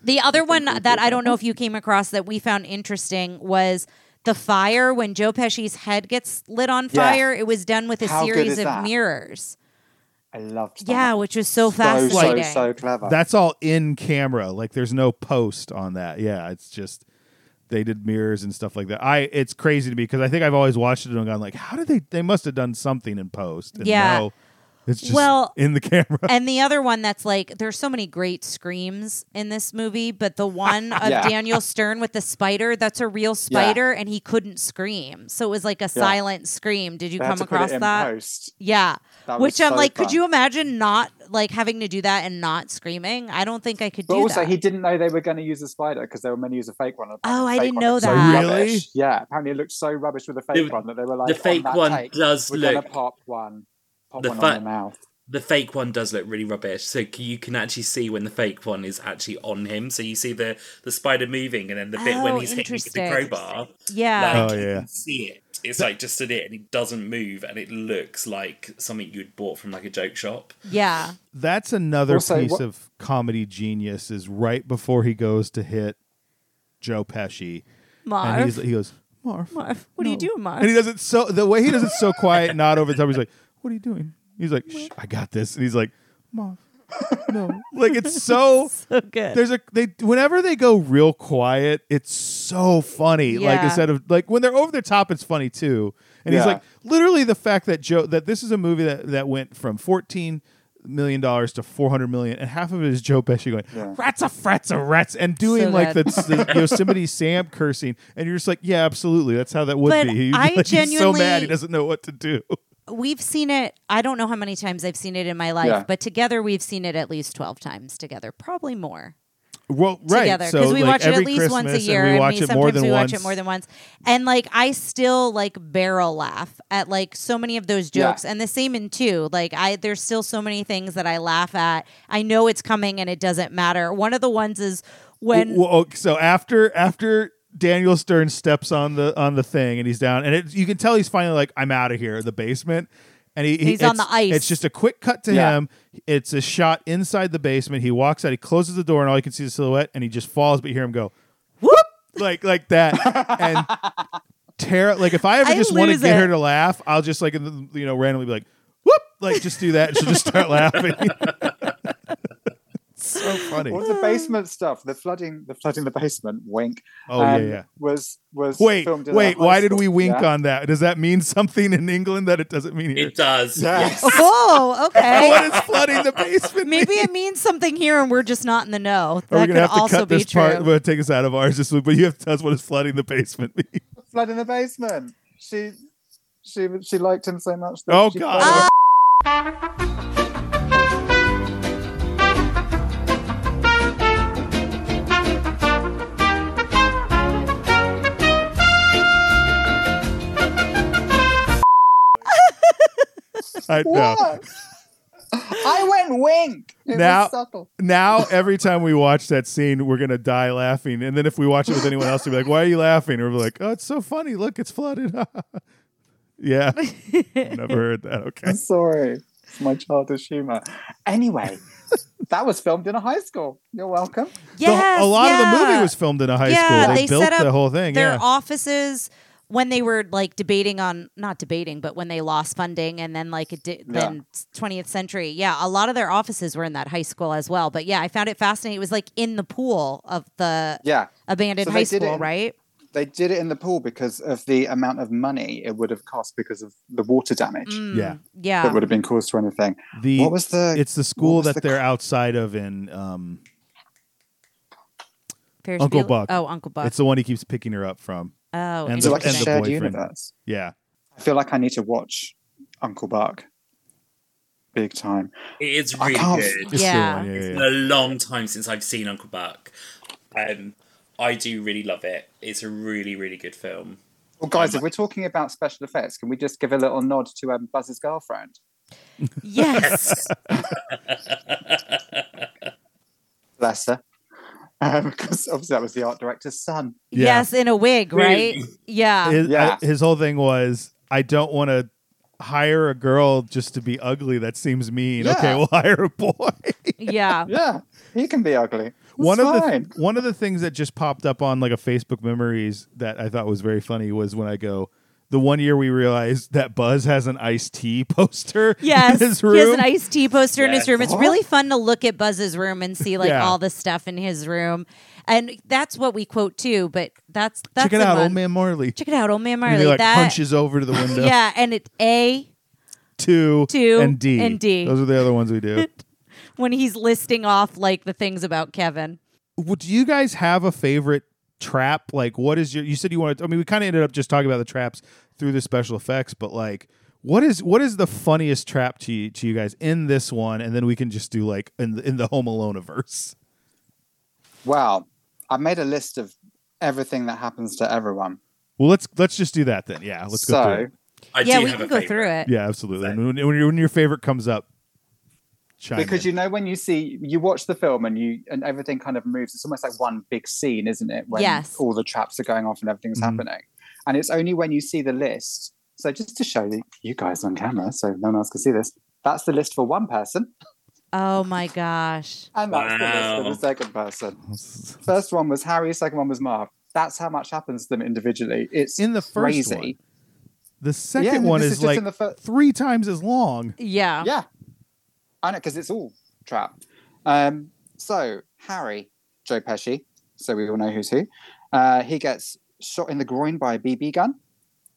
S3: The other one that I don't know if you came across that we found interesting was the fire when Joe Pesci's head gets lit on
S5: Yeah.
S3: fire. It was done with a
S5: How good
S3: series
S5: is
S3: of
S5: that?
S3: mirrors.
S5: I loved that.
S3: Yeah, which was so
S5: so,
S3: fascinating.
S5: so, so clever.
S2: That's all in camera. Like there's no post on that. Yeah, it's just they did mirrors and stuff like that. I it's crazy to me because I think I've always watched it and gone like, how did they they must have done something in post. And
S3: Yeah.
S2: now it's just
S3: Well-
S2: in the camera.
S3: and the other one that's like there's so many great screams in this movie but the one of
S5: Yeah.
S3: daniel stern with the spider that's a real spider and he couldn't scream so it was like a silent scream did you
S5: They had
S3: come
S5: to put it
S3: across
S5: in
S3: that
S5: post.
S3: yeah
S5: That was
S3: which i'm
S5: so
S3: like could
S5: fun.
S3: you imagine not like having to do that and not screaming i don't think i could
S5: But
S3: do
S5: also,
S3: that
S5: he didn't know they were going to use a spider because they were going to use a fake one. and apparently
S3: Oh,
S5: the
S3: I
S5: fake
S3: didn't
S5: one
S3: know
S5: looked so
S3: that.
S2: Really?
S5: rubbish. Yeah, apparently it looked so rubbish with the fake
S4: The-
S5: one that they were like,
S4: the
S5: on
S4: fake
S5: that
S4: one
S5: take,
S4: does
S5: we're
S4: look.
S5: gonna pop one, pop
S4: The
S5: one
S4: fa-
S5: on the mouth.
S4: the fake one does look really rubbish. So c- you can actually see when the fake one is actually on him. So you see the the spider moving, and then the bit
S3: Oh,
S4: when he's hitting it with the
S3: interesting.
S4: crowbar,
S3: Yeah.
S4: like
S2: Oh,
S4: you
S2: yeah.
S4: can see it. It's like just in it, and it doesn't move, and it looks like something you'd bought from like a joke shop.
S3: yeah.
S2: That's another
S5: Also,
S2: piece
S5: what-
S2: of comedy genius is right before he goes to hit Joe Pesci. And he's,
S3: Marv.
S2: he goes, Marv.
S3: Marv, what are you doing, Marv?
S2: And he does it so, the way he does it so quiet, not over the top. He's like, What are you doing? He's like, Shh, I got this. And he's like, Marv. No. Like, it's so.
S3: so good.
S2: There's a they whenever they go real quiet, it's so funny. Like
S3: Yeah.
S2: instead of like when they're over the top, it's funny too. And he's
S5: Yeah.
S2: like literally the fact that Joe that this is a movie that that went from fourteen million dollars to four hundred million, and half of it is Joe Pesci going
S5: Yeah.
S2: rats a frats a rats and doing like the,
S3: good.
S2: the Yosemite Sam cursing, and you're just like, yeah, absolutely, that's how that would
S3: But
S2: be. He-
S3: I
S2: like, he's so mad
S3: genuinely-
S2: he doesn't know what to do.
S3: we've seen it. I don't know how many times I've seen it in my life,
S5: Yeah.
S3: but together we've seen it at least twelve times together, probably more.
S2: Well, right,
S3: together
S2: so
S3: we
S2: like,
S3: watch it at
S2: every
S3: least once
S2: Christmas,
S3: a
S2: and
S3: year.
S2: We
S3: and
S2: watch
S3: we,
S2: it more
S3: sometimes
S2: than
S3: we
S2: once.
S3: watch it more than once, and like I still like barrel laugh at like so many of those
S5: Yeah.
S3: jokes, and the same in two. Like I, there's still so many things that I laugh at. I know it's coming, and it doesn't matter. One of the ones is when
S2: Well, okay, so after after Daniel Stern steps on the on the thing and he's down and it, you can tell he's finally like I'm out of here the basement and he, he-
S3: He's on
S2: it's-
S3: the ice.
S2: It's just a quick cut to
S5: Yeah.
S2: him. It's a shot inside the basement. He walks out. He closes the door and all you can see is a silhouette and he just falls. But you hear him go
S3: whoop.
S2: like like that and Tara like if I ever
S3: I
S2: just want to
S3: lose
S2: get her
S3: it.
S2: to laugh, I'll just like you know randomly be like whoop like just do that and she'll just start laughing. It's so funny.
S5: All the basement stuff, the flooding, the flooding the basement. Wink.
S2: Oh yeah
S5: um,
S2: yeah.
S5: Was was
S2: Wait,
S5: filmed in a
S2: wait.
S5: high
S2: Why did
S5: school.
S2: we wink
S5: Yeah.
S2: on that? Does that mean something in England that it doesn't mean here?
S4: It does.
S5: Yeah.
S4: Yes.
S3: Oh, okay.
S2: what is flooding the basement?
S3: Maybe it means something here, and we're just not in the
S2: Are
S3: know.
S2: we
S3: That
S2: gonna
S3: could
S2: have to
S3: also
S2: cut
S3: be
S2: this
S3: true.
S2: part? We're gonna take us out of ours. This, but you have to tell us what is flooding the basement mean.
S5: Flood in the basement. She she she liked him so much. That
S2: Oh
S5: she
S2: God!
S5: flooded
S2: I
S5: him.
S2: know.
S5: What? I went wink. It
S2: Now-
S5: was subtle.
S2: Now every time we watch that scene, we're gonna die laughing. And then if we watch it with anyone else, we'll be like, "Why are you laughing?" Or we're like, "Oh, it's so funny. Look, it's flooded." yeah, never heard that. Okay.
S5: I'm sorry. It's my childish humor. Anyway, that was filmed in a high school. You're welcome.
S2: The-
S3: Yes,
S2: a lot of the movie
S3: yeah.
S2: was filmed in a high
S3: Yeah,
S2: school. They,
S3: they
S2: built
S3: set up
S2: the whole thing.
S3: their
S2: Yeah.
S3: offices when they were like debating on not debating but when they lost funding and then like it did then 20th century yeah a lot of their offices were in that high school as well but yeah i found it fascinating it was like in the pool of the
S5: Yeah.
S3: abandoned
S5: So they
S3: high
S5: did
S3: school
S5: it-
S3: right
S5: They did it in the pool because of the amount of money it would have cost because of the water damage
S3: Mm,
S2: Yeah.
S5: that
S3: yeah
S5: would have been caused to anything.
S2: The
S5: what was the
S2: it's the school
S5: was
S2: that
S5: the
S2: they're outside of in um,
S3: Ferris
S2: Uncle
S3: Bueller-
S2: Buck.
S3: oh uncle buck
S2: It's the one he keeps picking her up from.
S3: oh
S2: and
S5: Is it like a
S2: and the
S3: interesting.
S5: shared
S2: boyfriend.
S5: universe?
S2: Yeah.
S5: I feel like I need to watch Uncle Buck. Big time.
S4: It is
S5: I
S4: really
S5: can't-
S4: good.
S2: It's the
S3: Yeah.
S2: one, yeah,
S4: It's
S2: yeah,
S4: been
S2: yeah.
S4: a long time since I've seen Uncle Buck. Um, I do really love it. It's a really, really good film.
S5: Well, guys, if we're talking about special effects, can we just give a little nod to um, Buzz's girlfriend?
S3: yes
S5: Bless her. Um, because obviously that was the art director's son.
S2: Yeah.
S3: yes in a wig right yeah
S2: His,
S5: Yeah.
S2: I- his whole thing was, I don't want to hire a girl just to be ugly. That seems mean.
S5: Yeah.
S2: Okay, we'll hire a boy.
S3: yeah
S5: Yeah, he can be ugly.
S2: one
S5: It's
S2: of the
S5: fine.
S2: one of the things that just popped up on like a Facebook memories that I thought was very funny was when I go. The one year we realized that Buzz has an iced tea poster
S3: Yes,
S2: in his
S3: he has
S2: room.
S3: an iced tea poster in his
S4: Yes.
S3: room. It's
S5: What?
S3: really fun to look at Buzz's room and see like
S2: Yeah.
S3: all the stuff in his room, and that's what we quote too. But that's that's
S2: Check it
S3: the
S2: out,
S3: one.
S2: old man Marley.
S3: Check it out, old man
S2: And
S3: Marley.
S2: he like
S3: that
S2: hunches over to the window.
S3: yeah, and it a
S2: two,
S3: Two,
S2: and D.
S3: and D.
S2: Those are the other ones we do.
S3: when he's listing off like the things about Kevin.
S2: Would you guys have a favorite trap? Like, what is your? You said you wanted. I mean, we kind of ended up just talking about the traps through the special effects, but like, what is what is the funniest trap to you, to you guys in this one? And then we can just do like in the, in the Home Alone verse.
S5: Wow, I made a list of everything that happens to everyone.
S2: Well, let's let's just do that then. Yeah, Ah, let's
S5: so
S2: go through. It.
S4: I
S3: yeah,
S4: do
S3: we
S4: have
S3: can
S4: a
S3: go
S4: favorite.
S3: through it.
S2: Yeah, absolutely. And when, when, your, when your favorite comes up, chime
S5: because
S2: in.
S5: you know when you see you watch the film and you and everything kind of moves it's almost like one big scene isn't it when
S3: Yes.
S5: all the traps are going off and everything's
S2: Mhm.
S5: happening and it's only when you see the list so just to show you- you guys on camera so no one else can see this that's the list for one person
S3: Oh my gosh.
S5: and that's the
S4: Wow.
S5: list for the second person first one was harry second one was marv that's how much happens to them individually it's
S2: in the first
S5: crazy
S2: one. The
S5: Yeah,
S2: second
S5: no,
S2: one
S5: this
S2: is,
S5: just
S2: like
S5: in the fir-
S2: three times as long.
S3: Yeah.
S5: Yeah. I know, because it's all trap. Um, so, Harry, Joe Pesci, so we all know who's who, uh, he gets shot in the groin by a BB gun.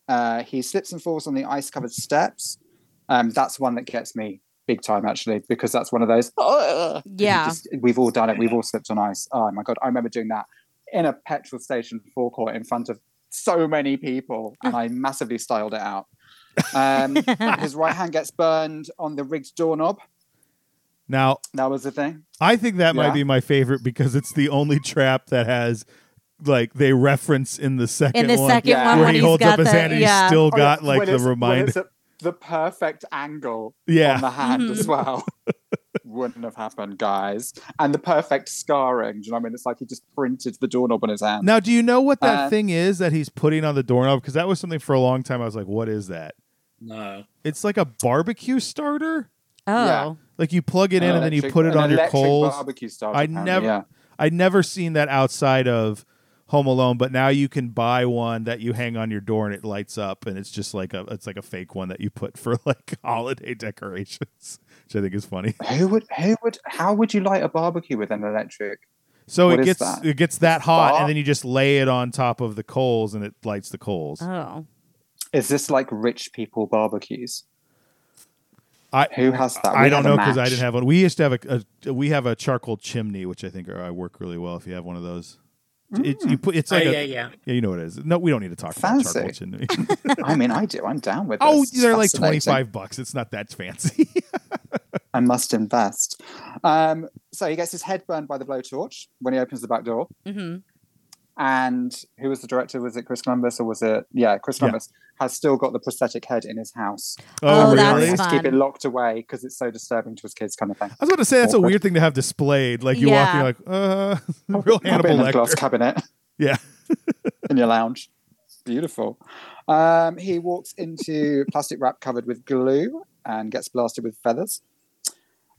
S5: Uh, he slips and falls on the ice covered steps. Um, that's one that gets me big time, actually, because that's one of those. "Ugh," you
S3: Yeah.
S5: just- we've all done it. We've all slipped on ice. Oh, my God. I remember doing that in a petrol station forecourt in front of so many people, and I massively styled it out. Um, his right hand gets burned on the rigged doorknob.
S2: Now,
S5: That was the thing.
S2: I think that might
S5: Yeah.
S2: be my favorite because it's the only trap that has like they reference in the second
S3: In the
S2: one
S3: second
S5: Yeah.
S3: one,
S2: where
S3: when
S2: he
S3: he's
S2: holds
S3: got
S2: up his
S3: the,
S2: hand and
S3: yeah.
S2: he's still
S5: Oh,
S2: got
S5: yeah,
S2: like
S5: when
S2: the
S5: it's- when
S2: reminder.
S5: it's at the perfect angle
S2: Yeah.
S5: on the hand as
S3: Mhm.
S5: well. Wouldn't have happened, guys. And the perfect scarring. Do you know what I mean? It's like he just printed the doorknob on his hand.
S2: Now, do you know what that
S5: Uh,
S2: thing is that he's putting on the doorknob? Because that was something for a long time. I was like, what is that?
S4: No.
S2: It's like a barbecue starter.
S3: Oh.
S5: Yeah.
S2: Like you plug it in
S5: An
S2: and then you
S5: electric-
S2: put it
S5: Oh, an
S2: on your
S5: electric
S2: coals.
S5: Barbecue style.
S2: I
S5: apparently,
S2: never-
S5: yeah.
S2: I'd never seen that outside of Home Alone, but now you can buy one that you hang on your door and it lights up, and it's just like a it's like a fake one that you put for like holiday decorations, which I think is funny.
S5: Who would? Who would? How would you light a barbecue with an electric?
S2: So
S5: What
S2: it
S5: is
S2: gets
S5: that?
S2: it gets that hot,
S5: Star?
S2: and then you just lay it on top of the coals, and it lights the coals.
S4: Uh,
S3: Oh.
S5: Is this like rich people barbecues?
S2: I-
S5: who has that?
S2: I don't know because
S5: because
S2: I didn't have one. We used to have a, a we have a charcoal chimney, which I think are, I work really well. If you have one of those,
S5: Mm.
S2: it's you put it's
S4: Oh,
S2: like a-
S4: yeah, yeah.
S2: yeah, you know what it is. No, we don't need to talk about charcoal
S5: Fancy.
S2: chimney.
S5: I mean, I do. I'm down with.
S2: oh,
S5: this. It's
S2: they're like twenty
S5: fascinating.
S2: five bucks. It's not that fancy.
S5: I must invest. Um, so he gets his head burned by the blowtorch when he opens the back door.
S3: Mm-hmm.
S5: And who was the director? Was it Chris Columbus or was it? Yeah, Chris
S2: Yeah.
S5: Columbus has still got the prosthetic head in his house.
S3: Oh, Oh, that's
S5: He has to keep
S3: fun.
S5: it locked away because it's so disturbing to his kids, kind of thing.
S2: I was about to say that's a
S5: Awkward.
S2: weird thing to have displayed. Like you
S3: Yeah.
S2: walk, you're like, uh, real
S5: Pop it
S2: Hannibal
S5: in a glass
S2: Lecter.
S5: cabinet.
S2: Yeah,
S5: in your lounge. Beautiful. Um, he walks into plastic wrap covered with glue and gets blasted with feathers.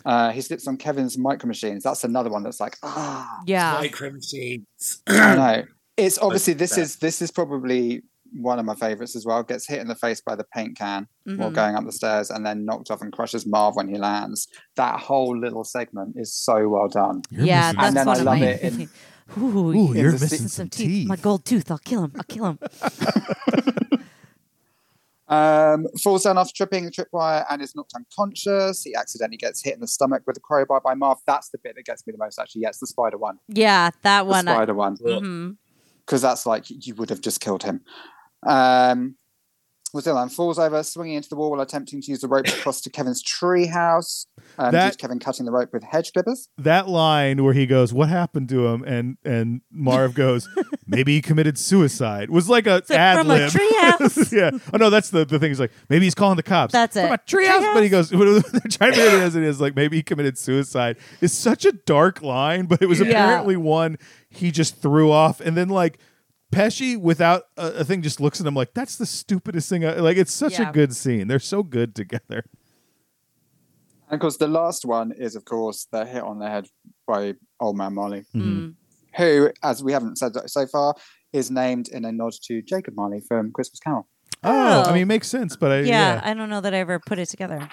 S5: Uh, he slips on Kevin's micro machines. That's another one that's like, ah,
S3: Yeah.
S4: Micro machines.
S5: I know. It's obviously this
S4: that.
S5: is this is probably one of my favorites as well. Gets hit in the face by the paint can while
S3: Mhm.
S5: going up the stairs, and then knocked off and crushes Marv when he lands. That whole little segment is so well done.
S3: Yeah. That's
S5: And then
S3: one
S5: I
S3: of
S5: love
S3: my.
S5: it in-
S3: Ooh,
S2: Ooh,
S5: in
S2: you're
S5: the
S2: missing
S5: se-
S2: some
S3: teeth.
S2: teeth.
S3: My gold tooth. I'll kill him. I'll kill him.
S5: Um, falls down after tripping the tripwire and is knocked unconscious. He accidentally gets hit in the stomach with a crowbar by Marv. That's the bit that gets me the most, actually. Yeah, it's the spider one.
S3: Yeah, that
S5: The
S3: one. I-
S5: spider one.
S4: Well,
S3: Mhm.
S5: Because that's like, you would have just killed him. Um, was and falls over, swinging into the wall while attempting to use the rope to cross to Kevin's treehouse. Um, due
S2: That-
S5: to Kevin cutting the rope with hedge clippers.
S2: that line where he goes, "What happened to him?" and and Marv goes, "Maybe he committed suicide." Was like a
S3: It's like
S2: ad
S3: from a
S2: lib.
S3: treehouse.
S2: yeah. Oh no, that's the the thing. He's like, maybe he's calling the cops.
S3: That's
S2: From
S3: it.
S2: a treehouse.
S3: Treehouse.
S2: But he goes, they're trying to make it as it is. Like maybe he committed suicide. It's such a dark line, but it was
S4: Yeah.
S2: apparently one he just threw off, and then like. Pesci, without a, a thing, just looks at him like that's the stupidest thing. I, like it's such
S3: Yeah.
S2: a good scene. They're so good together.
S5: And of course, the last one is, of course, the hit on the head by Old Man Molly.
S2: Mm-hmm.
S3: Mm.
S5: who, as we haven't said that so far, is named in a nod to Jacob Marley from Christmas Carol.
S2: Oh, I
S3: Oh.
S2: mean, it makes sense. But I,
S3: Yeah,
S2: yeah,
S3: I don't know that I ever put it together.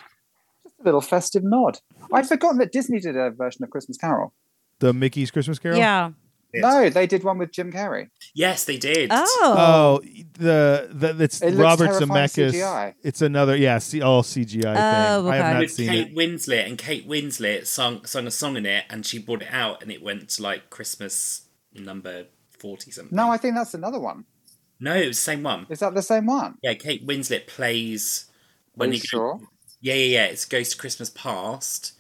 S5: Just a little festive nod. I'd forgotten that Disney did a version of Christmas Carol.
S2: the Mickey's Christmas Carol.
S3: Yeah.
S4: Yes.
S5: No, they did one with Jim Carrey.
S4: Yes, they did.
S3: Oh.
S2: Oh, the the that's
S5: It looks
S2: Robert
S5: terrifying
S2: Zemeckis.
S5: CGI.
S2: It's another yeah, C- all CGI
S3: Oh,
S2: thing. I
S3: okay.
S2: have not
S4: With
S2: seen
S4: Kate
S2: it.
S4: Winslet, and Kate Winslet sung sung a song in it, and she brought it out, and it went to like Christmas number forty something.
S5: No, I think that's another one.
S4: no, it was the same one.
S5: Is that the same one?
S4: Yeah, Kate Winslet plays
S5: Are
S4: when
S5: you
S4: go-
S5: Oh, sure?
S4: Yeah, yeah, yeah. It's Ghost of Christmas Past,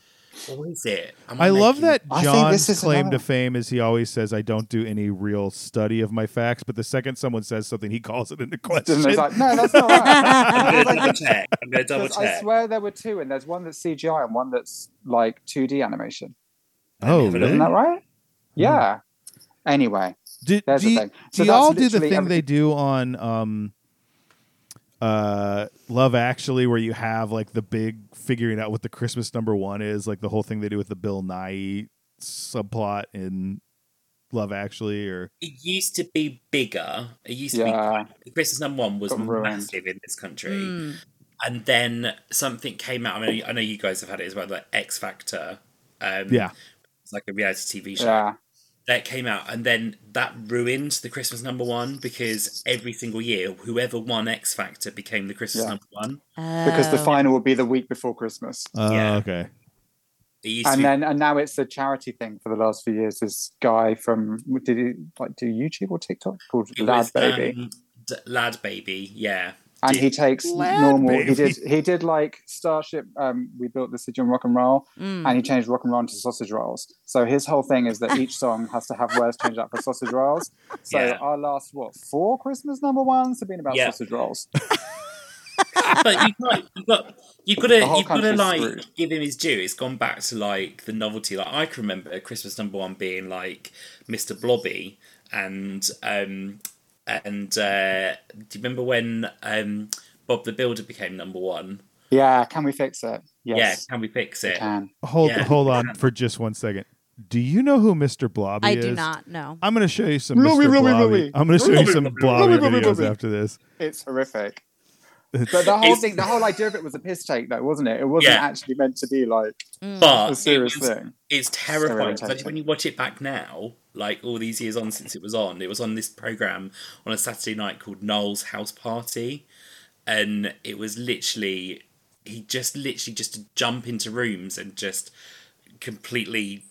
S4: Or is it? Am
S2: I love
S4: making-
S2: that
S5: I think
S2: John's
S5: this is
S2: claim to
S5: another-
S2: fame is he always says, I don't do any real study of my facts, but the second someone says something, he calls it into question.
S5: And it's like, no, that's not right.
S4: I'm gonna double check. I'm gonna double
S5: Because I
S4: check.
S5: swear there were two, and there's one that's CGI and one that's like 2D animation.
S2: oh,
S4: Let me have a
S2: really?
S5: Isn't that right?
S4: Hmm.
S5: Yeah. Anyway,
S2: Do,
S5: There's
S2: do,
S5: the
S2: you-
S5: thing.
S2: do
S5: So that's
S2: y'all do the
S5: literally
S2: thing
S5: everything.
S2: they do on um, uh, Love Actually, where you have like the big figuring out what the Christmas number one is, like the whole thing they do with the Bill Nye subplot in Love Actually, or
S4: It used to be bigger. It used to be
S5: yeah.
S4: quite- Christmas number one was
S5: Got ruined.
S4: massive in this country.
S3: Mm.
S4: And then something came out. I mean, I know you guys have had it as well, like X Factor. Um,
S2: yeah,
S4: It's like a reality TV show.
S5: Yeah.
S4: that came out, and then that ruined the Christmas number one because every single year, whoever won X Factor became the Christmas
S5: Yeah.
S4: number one.
S5: Because the
S3: Oh.
S5: final would be the week before Christmas.
S2: Oh,
S4: Yeah.
S2: okay,
S4: It used to
S5: And
S4: be,
S5: then and now it's a charity thing for the last few years. This guy from did he like do YouTube or TikTok called
S4: it
S5: Lad
S4: was,
S5: Baby.
S4: um, D- Lad Baby, yeah.
S5: and he
S4: Did-
S5: takes
S2: Lad
S5: normal
S2: Baby.
S5: he did he did like starship um we built the city on rock and roll
S3: Mm.
S5: and he changed rock and roll into sausage rolls so his whole thing is that each song has to have words changed up for sausage rolls so
S4: Yeah.
S5: our last what four christmas number ones have been about
S4: Yeah.
S5: sausage rolls
S4: but you can't, you got, you've got to,
S5: The whole
S4: you've got to
S5: country's
S4: like
S5: screwed.
S4: give him his due. It's gone back to like the novelty. Like I can remember Christmas number one being like Mr. Blobby and um and uh, do you remember when um Bob the Builder became number one?
S5: yeah can we fix it yes
S4: Yeah, can we fix
S5: we
S4: it?
S5: can
S2: hold
S4: Yeah.
S2: hold on for just one second. Do you know who Mr. Blobby
S3: I
S2: is?
S3: do not know.
S2: I'm going to show you some
S5: Blobby,
S2: Mr.
S5: blobby,
S2: Blobby.
S5: blobby.
S2: I'm going to show you
S4: Blobby,
S2: some
S4: blobby,
S2: Blobby
S5: blobby,
S2: videos
S5: blobby.
S2: after this.
S5: it's horrific but the whole
S4: It's-
S5: thing the whole idea of it was a piss take though wasn't it it wasn't
S4: Yeah.
S5: actually meant to be like
S4: But
S5: a serious
S4: it was-
S5: thing
S4: it's terrifying. It's like
S5: irritating.
S4: when you watch it back now, like all these years on since it was on, it was on this program on a Saturday night called Noel's House Party, and it was literally he just literally just to jump into rooms and just completely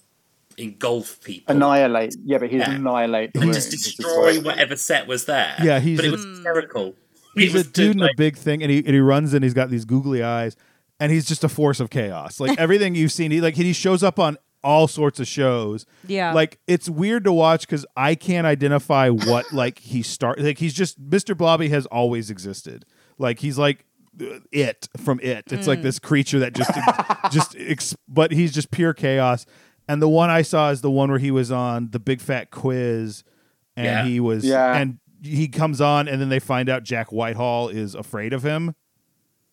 S4: engulf people
S5: annihilate yeah but he'd
S4: Yeah.
S5: annihilate the
S4: and
S5: room,
S4: just
S5: which is
S4: destroy
S5: what-
S4: whatever set was there.
S2: Yeah, he's
S4: but
S2: a-
S4: it was hysterical.
S2: he's
S4: it was
S2: a dude in
S4: like,
S2: a big thing, and he and he runs and he's got these googly eyes, and he's just a force of chaos. Like everything you've seen, he like he shows up on all sorts of shows.
S3: Yeah.
S2: like it's weird to watch because I can't identify what like he start. Like he's just Mr. Blobby has always existed. Like he's like uh, it from it. It's
S4: Mm.
S2: like this creature that just just ex- but he's just pure chaos. And the one I saw is the one where he was on the Big Fat Quiz, and
S4: Yeah.
S2: he was
S5: Yeah.
S2: and he comes on and then they find out Jack Whitehall is afraid of him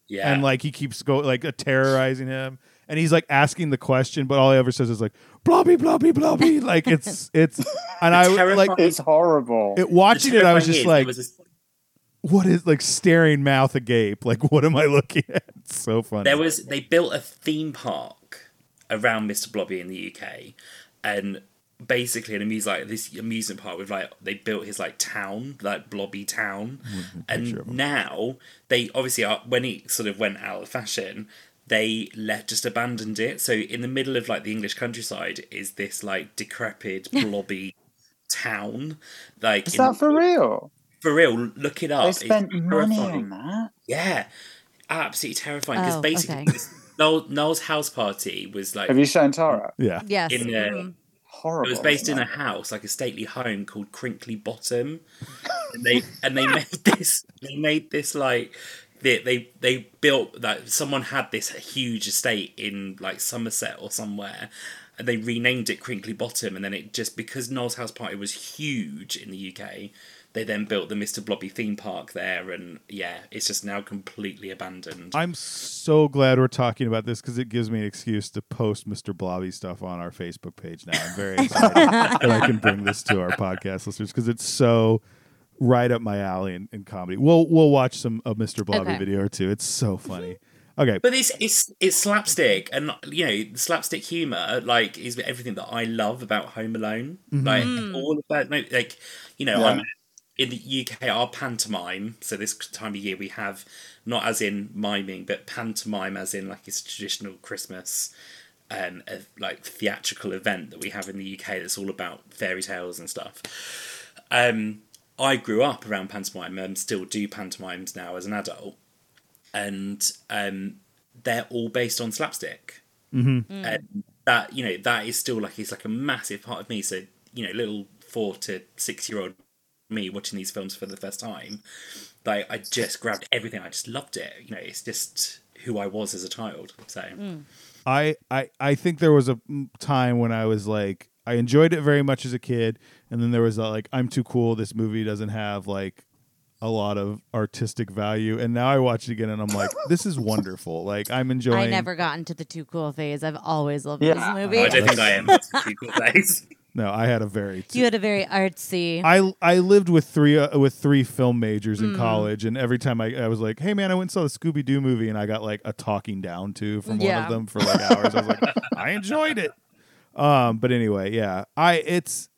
S4: yeah,
S2: and like he keeps go like uh, terrorizing him and he's like asking the question but all he ever says is like blobby blobby blobby like it's it's and I
S4: terrifying-
S2: like
S5: it's horrible
S4: The
S2: it, watching it I
S4: terrifying
S2: was just
S4: is,
S2: like
S4: it was this-
S2: what is like staring mouth agape like what am I looking at it's so funny
S4: There was they built a theme park around Mr. Blobby in the UK, and basically an amusement like this amusement park with like they built his like town like Blobby Town,
S2: picture
S4: and
S2: of him.
S4: now they obviously are when he sort of went out of fashion. They left, just abandoned it. So in the middle of like the English countryside is this like decrepit blobby town. Like
S5: Is
S4: in-
S5: that for real?
S4: for real, look it up.
S5: They
S4: It's
S5: spent money
S4: terrifying.
S5: on that.
S4: Yeah, absolutely terrifying. Because
S3: Oh,
S4: basically,
S3: okay.
S4: this Noel, Noel's house party was like
S5: Have you shown Tara?
S2: yeah
S3: yes.
S4: in a,
S3: Mhm.
S5: Horrible.
S4: it was based in a
S5: isn't
S4: house, like a stately home called Crinkly Bottom, and they and they made this. They made this like. They, they they built like someone had this huge estate in like Somerset or somewhere, and they renamed it Crinkly Bottom, and then it just because Noel's house party was huge in the UK, they then built the Mister Blobby theme park there, and yeah, it's just now completely abandoned.
S2: I'm so glad we're talking about this because it gives me an excuse to post Mr. Blobby stuff on our Facebook page now. I'm very excited that I can bring this to our podcast listeners because it's so right up my alley in, in comedy. We'll we'll watch some a Mr. Blobby
S3: Okay.
S2: video or two. It's so funny. Okay,
S4: But it's it's it's slapstick, and you know slapstick humor like is everything that I love about Home Alone. Like all of that, no, like you know,
S5: Yeah.
S4: I'm in the UK. Our pantomime. So this time of year we have not as in miming, but pantomime as in like it's a traditional Christmas. Um, a, like theatrical event that we have in the UK that's all about fairy tales and stuff. Um, I grew up around pantomime and still do pantomimes now as an adult, and um, they're all based on slapstick. and that you know that is still like it's like a massive part of me. So you know, little four to six year old me watching these films for the first time, like I just grabbed everything. I just loved it. You know, it's just who I was as a child. So
S2: I, I I think there was a mm, time when I was like I enjoyed it very much as a kid, and then there was a, like I'm too cool. This movie doesn't have like a lot of artistic value, and now I watch it again, and I'm like, this is wonderful. Like I'm enjoying.
S3: Mm-hmm. I never got into the too cool phase. I've always loved
S5: Yeah.
S3: this movie.
S4: I don't think I am. That's a cool place.
S2: No, I had a very.
S3: you had a very artsy.
S2: I I lived with three uh, with three film majors
S3: Mm.
S2: in college, and every time I, I was like, "Hey man, I went and saw the Scooby Doo movie," and I got like a talking down to from one
S3: Yeah.
S2: of them for like hours. I was like, "I enjoyed it." Um, but anyway, yeah, I it's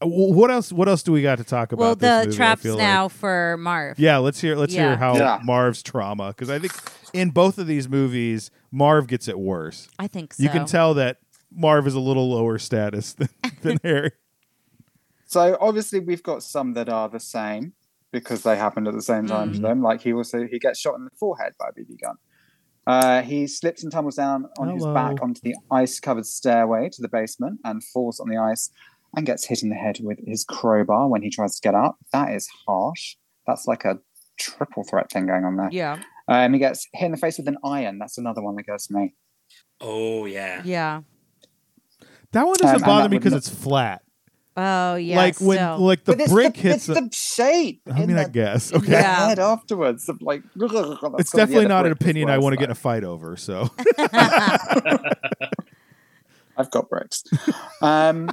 S2: uh, w- what else? What else do we got to talk about?
S3: well,
S2: this
S3: the
S2: movie, I
S3: traps
S2: feel like?
S3: now for Marv.
S2: Yeah, let's hear let's
S3: Yeah.
S2: hear how
S5: Yeah.
S2: Marv's trauma because I think in both of these movies, Marv gets it worse.
S3: I think so.
S2: You can tell that Marv is a little lower status than, than Harry.
S5: So obviously we've got some that are the same because they happened at the same time
S2: Mm.
S5: to them. Like he also he gets shot in the forehead by a BB gun. Uh, he slips and tumbles down on his
S2: Hello.
S5: back onto the ice-covered stairway to the basement and falls on the ice and gets hit in the head with his crowbar when he tries to get up. That is harsh. That's like a triple threat thing going on there.
S3: Yeah,
S5: Um, he gets hit in the face with an iron. That's another one that goes to me.
S4: Oh yeah.
S3: yeah.
S2: That one
S5: Um,
S2: doesn't
S5: and
S2: bother
S5: that
S2: me
S5: would
S2: because
S5: not-
S2: it's flat.
S3: Oh yeah.
S2: like when
S3: still.
S2: like the
S5: But it's
S2: brick
S5: the,
S2: hits.
S5: It's
S2: the-
S5: the shape.
S2: I
S5: in
S2: mean, I
S5: the-
S2: guess.
S5: in
S2: Okay,
S5: the
S3: Yeah.
S5: head afterwards of like. It's
S2: it's definitely not an opinion I want to get in a fight over. So
S5: I've got bricks. Um,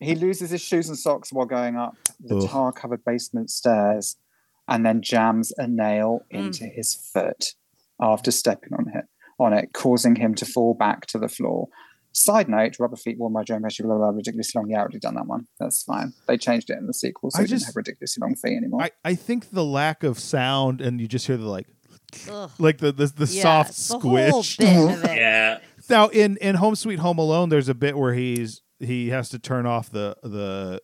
S5: he loses his shoes and socks while going up the
S2: Ugh.
S5: tar covered basement stairs and then jams a nail
S3: Mm.
S5: into his foot after stepping on it, on it, causing him to fall back to the floor. Side note, rubber feet worn by Joan Pesci, blah, blah, blah, ridiculously long. Yeah, I already done that one. That's fine. They changed it in the sequel, so
S2: I
S5: you didn't
S2: just-
S5: have ridiculously long feet anymore.
S2: I, I think the lack of sound and you just hear the like
S3: Ugh.
S2: like the the, the
S3: Yeah,
S2: soft
S3: it's the whole
S2: squish.
S3: bit of it.
S4: Yeah.
S2: Now in in Home Sweet Home Alone, there's a bit where he's he has to turn off the the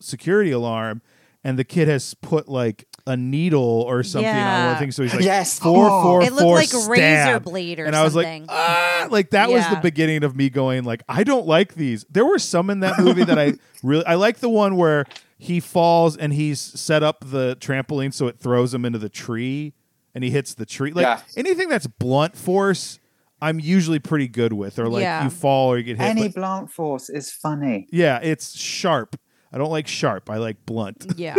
S2: security alarm, and the kid has put like a needle or something on one of
S3: Yeah.
S2: the things. So he's like
S5: Yes.
S2: four
S5: Oh.
S2: four
S3: It looked
S2: four,
S3: like razor
S2: stab.
S3: blade or
S2: and I was like,
S3: something.
S2: ah, like that was the
S3: Yeah.
S2: beginning of me going like, I don't like these. There were some in that movie that I really, I like the one where he falls and he's set up the trampoline so it throws him into the tree and he hits the tree. Like
S5: Yeah.
S2: anything that's blunt force, I'm usually pretty good with, or like
S3: Yeah.
S2: you fall or you get hit.
S5: Any
S2: but-
S5: blunt force is funny.
S2: yeah, it's sharp. I don't like sharp. I like blunt.
S3: yeah.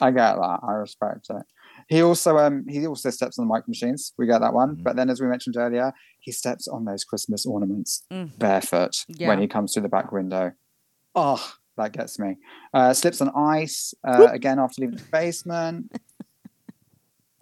S5: I get that. I respect it. He also um he also steps on the mic machines. We get that one. But then, as we mentioned earlier, he steps on those Christmas ornaments
S3: Mm.
S5: barefoot
S3: Yeah.
S5: when he comes through the back window. Oh, that gets me. Uh, slips on ice uh, again after leaving the basement.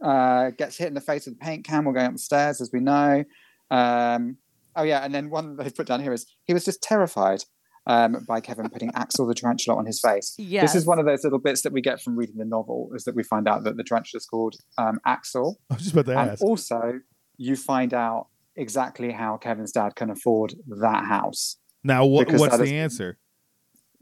S5: uh, gets hit in the face with a paint can while going up the stairs, as we know. Um, oh yeah, and then one that they put down here is he was just terrified um, by Kevin putting Axel the tarantula on his face. This
S3: Yes.
S5: is one of those little bits that we get from reading the novel is that we find out that the tarantula's called um, Axel.
S2: I was just about to
S5: And
S2: ask.
S5: also, you find out exactly how Kevin's dad can afford that house.
S2: Now, what,
S5: because
S2: what's
S5: that
S2: the
S5: is-
S2: answer?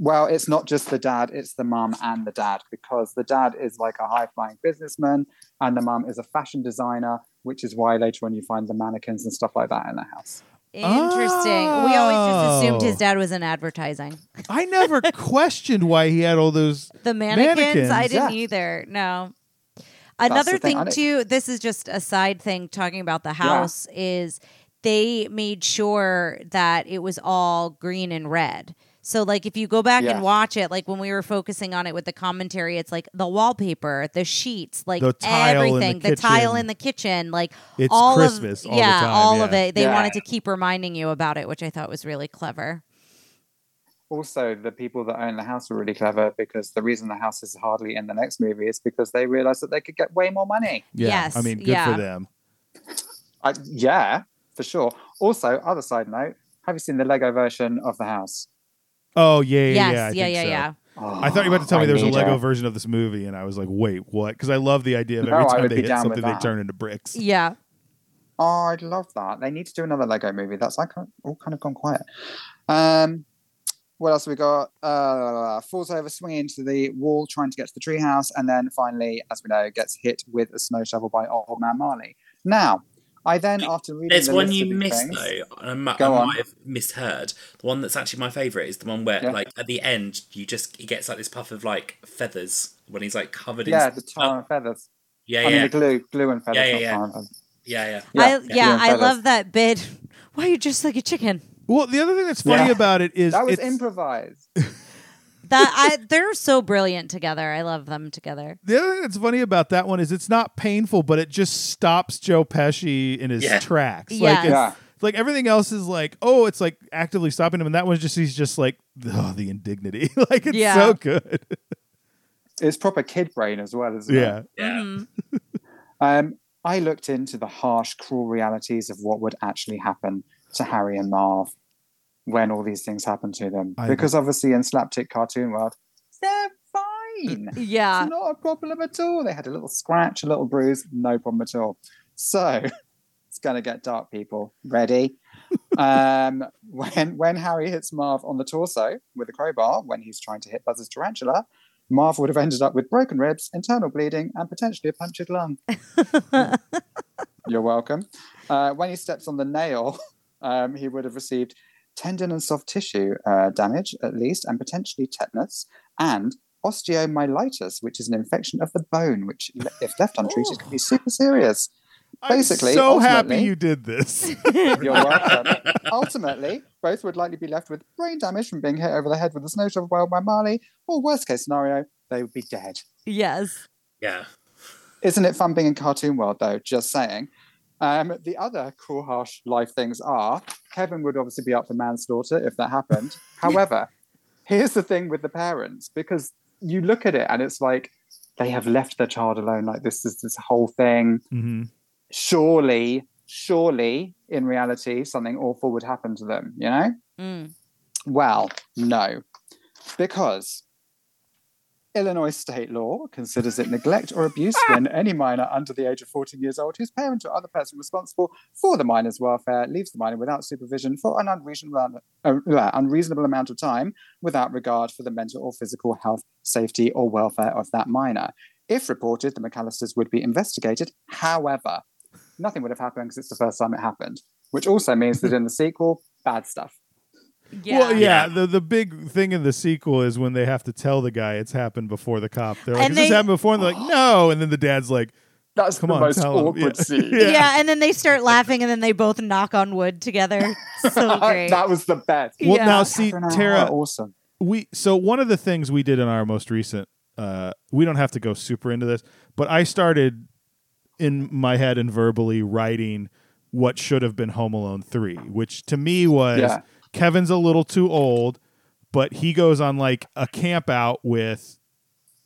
S5: Well, it's not just the dad, it's the mum and the dad, because the dad is like a high flying businessman and the mum is a fashion designer, which is why later on you find the mannequins and stuff like that in the house.
S3: Interesting. We always just assumed
S2: Oh.
S3: his dad was in advertising.
S2: I never questioned why he had all those
S3: The mannequins, I
S2: Mannequins.
S3: didn't
S5: Yeah.
S3: either. No.
S5: the
S3: Another
S5: thing,
S3: thing,
S5: I don't-
S3: too, this is just a side thing talking about the house is they made sure that it was all green and red. So like if you go back
S5: Yeah.
S3: and watch it, like when we were focusing on it with the commentary, it's like the wallpaper, the sheets, like
S2: The tile in the
S3: everything, the, tile
S2: kitchen.
S3: in the kitchen, like
S2: It's
S3: all
S2: Christmas
S3: of
S2: all the
S3: yeah,
S2: time,
S3: all of
S2: yeah.
S3: it. They
S5: Yeah.
S3: wanted to keep reminding you about it, which I thought was really clever.
S5: Also, the people that own the house were really clever because the reason the house is hardly in the next movie is because they realized that they could get way more money.
S2: Yeah,
S3: Yes,
S2: I mean, good
S3: yeah.
S2: for them.
S5: I, yeah, for sure. Also, other side note, have you seen the Lego version of the house?
S2: Oh yeah, yeah, yeah, I
S3: yes, yeah,
S2: think
S3: yeah,
S2: so.
S3: yeah.
S5: Oh,
S2: I thought you were about to tell me
S5: I
S2: there was a
S5: need
S2: Lego
S5: it.
S2: version of this movie, and I was like, "Wait, what?" Because I love the idea of
S5: No,
S2: every
S5: I
S2: time
S5: would
S2: they
S5: be
S2: hit
S5: down with
S2: something, they
S5: that.
S2: turn into bricks.
S3: Yeah.
S5: Oh, I'd love that. They need to do another Lego movie. That's like all kind of gone quiet. Um, what else have we got? Uh, falls over, swinging into the wall, trying to get to the treehouse, and then finally, as we know, gets hit with a snow shovel by Old Man Marley. Now, I then, after reading,
S4: There's
S5: the
S4: one
S5: list
S4: you
S5: of these
S4: missed
S5: things-
S4: though. and I, mu-
S5: Go
S4: I
S5: on.
S4: might have misheard. The one that's actually my favourite is the one where,
S5: Yeah.
S4: like, at the end, you just he gets like this puff of like feathers when he's like covered in.
S5: Yeah, the tar and feathers.
S4: yeah,
S5: I mean,
S4: yeah,
S5: the glue, glue and feathers.
S4: Yeah, yeah,
S5: not
S4: yeah.
S5: tar and feathers.
S4: yeah, yeah.
S3: I,
S5: Yeah,
S3: yeah,
S5: yeah,
S3: I
S5: feathers.
S3: love that bit. Why are you just like a chicken?
S2: Well, the other thing that's funny
S5: Yeah.
S2: about it is
S5: That was
S2: it's-
S5: improvised.
S3: That I they're so brilliant together. I love them together.
S2: the other thing that's funny about that one is it's not painful, but it just stops Joe Pesci in his
S4: Yeah.
S2: tracks.
S3: Yeah.
S2: Like, it's,
S5: Yeah.
S2: like everything else is like, oh, it's like actively stopping him, and that one's just he's just like, oh, the indignity. like it's
S3: Yeah.
S2: so good.
S5: It's proper kid brain as well, isn't it?
S2: yeah.
S4: yeah.
S3: Mhm.
S5: Um, I looked into the harsh, cruel realities of what would actually happen to Harry and Marv when all these things happen to them.
S2: I-
S5: because obviously, in slapstick cartoon world, they're fine.
S3: Yeah.
S5: It's not a problem at all. They had a little scratch, a little bruise, no problem at all. So it's going to get dark, people. Ready? um, when when Harry hits Marv on the torso with a crowbar when he's trying to hit Buzz's tarantula, Marv would have ended up with broken ribs, internal bleeding, and potentially a punctured lung. You're welcome. Uh, when he steps on the nail, um, he would have received tendon and soft tissue uh, damage, at least, and potentially tetanus, and osteomyelitis, which is an infection of the bone, which, le- if left untreated, can be super serious. Basically,
S2: I'm so happy
S5: ultimately-
S2: you did this.
S5: You're welcome. Ultimately, both would likely be left with brain damage from being hit over the head with a snow shovel while by Marley, or worst case scenario, they would be dead.
S3: Yes.
S4: yeah.
S5: Isn't it fun being in cartoon world though? Just saying. Um, the other cool, harsh life things are Kevin would obviously be up for manslaughter if that happened. However, here's the thing with the parents because you look at it and it's like they have left their child alone. Like this is this whole thing.
S2: mm-hmm.
S5: Surely, surely, in reality, something awful would happen to them. You know?
S3: Mm.
S5: Well, no, because Illinois state law considers it neglect or abuse when any minor under the age of 14 years old whose parent or other person responsible for the minor's welfare leaves the minor without supervision for an unreasonable, uh, uh, unreasonable amount of time without regard for the mental or physical health, safety, or welfare of that minor. If reported, the McAllisters would be investigated. However, nothing would have happened because it's the first time it happened, which also means that in the sequel, bad stuff.
S3: Yeah.
S2: Well, yeah,
S4: Yeah.
S2: The the big thing in the sequel is when they have to tell the guy it's happened before the cop. They're like,
S3: And
S2: "Has this
S3: they-
S2: happened before?" And they're like, "No," and then the dad's like,
S5: That's
S2: Come
S5: the
S2: on,
S5: most
S2: tell 'em.
S5: awkward
S2: Yeah.
S5: scene.
S2: Yeah.
S3: yeah. and then they start laughing, and then they both knock on wood together. So great.
S5: that was the best.
S2: "Well,
S3: Yeah.
S2: now see,
S5: Catherine and
S2: Tara,
S5: Howard, awesome.
S2: we so one of the things we did in our most recent uh we don't have to go super into this but i started in my head and verbally writing what should have been home alone 3 which to me was
S5: Yeah.
S2: kevin's a little too old but he goes on like a camp out with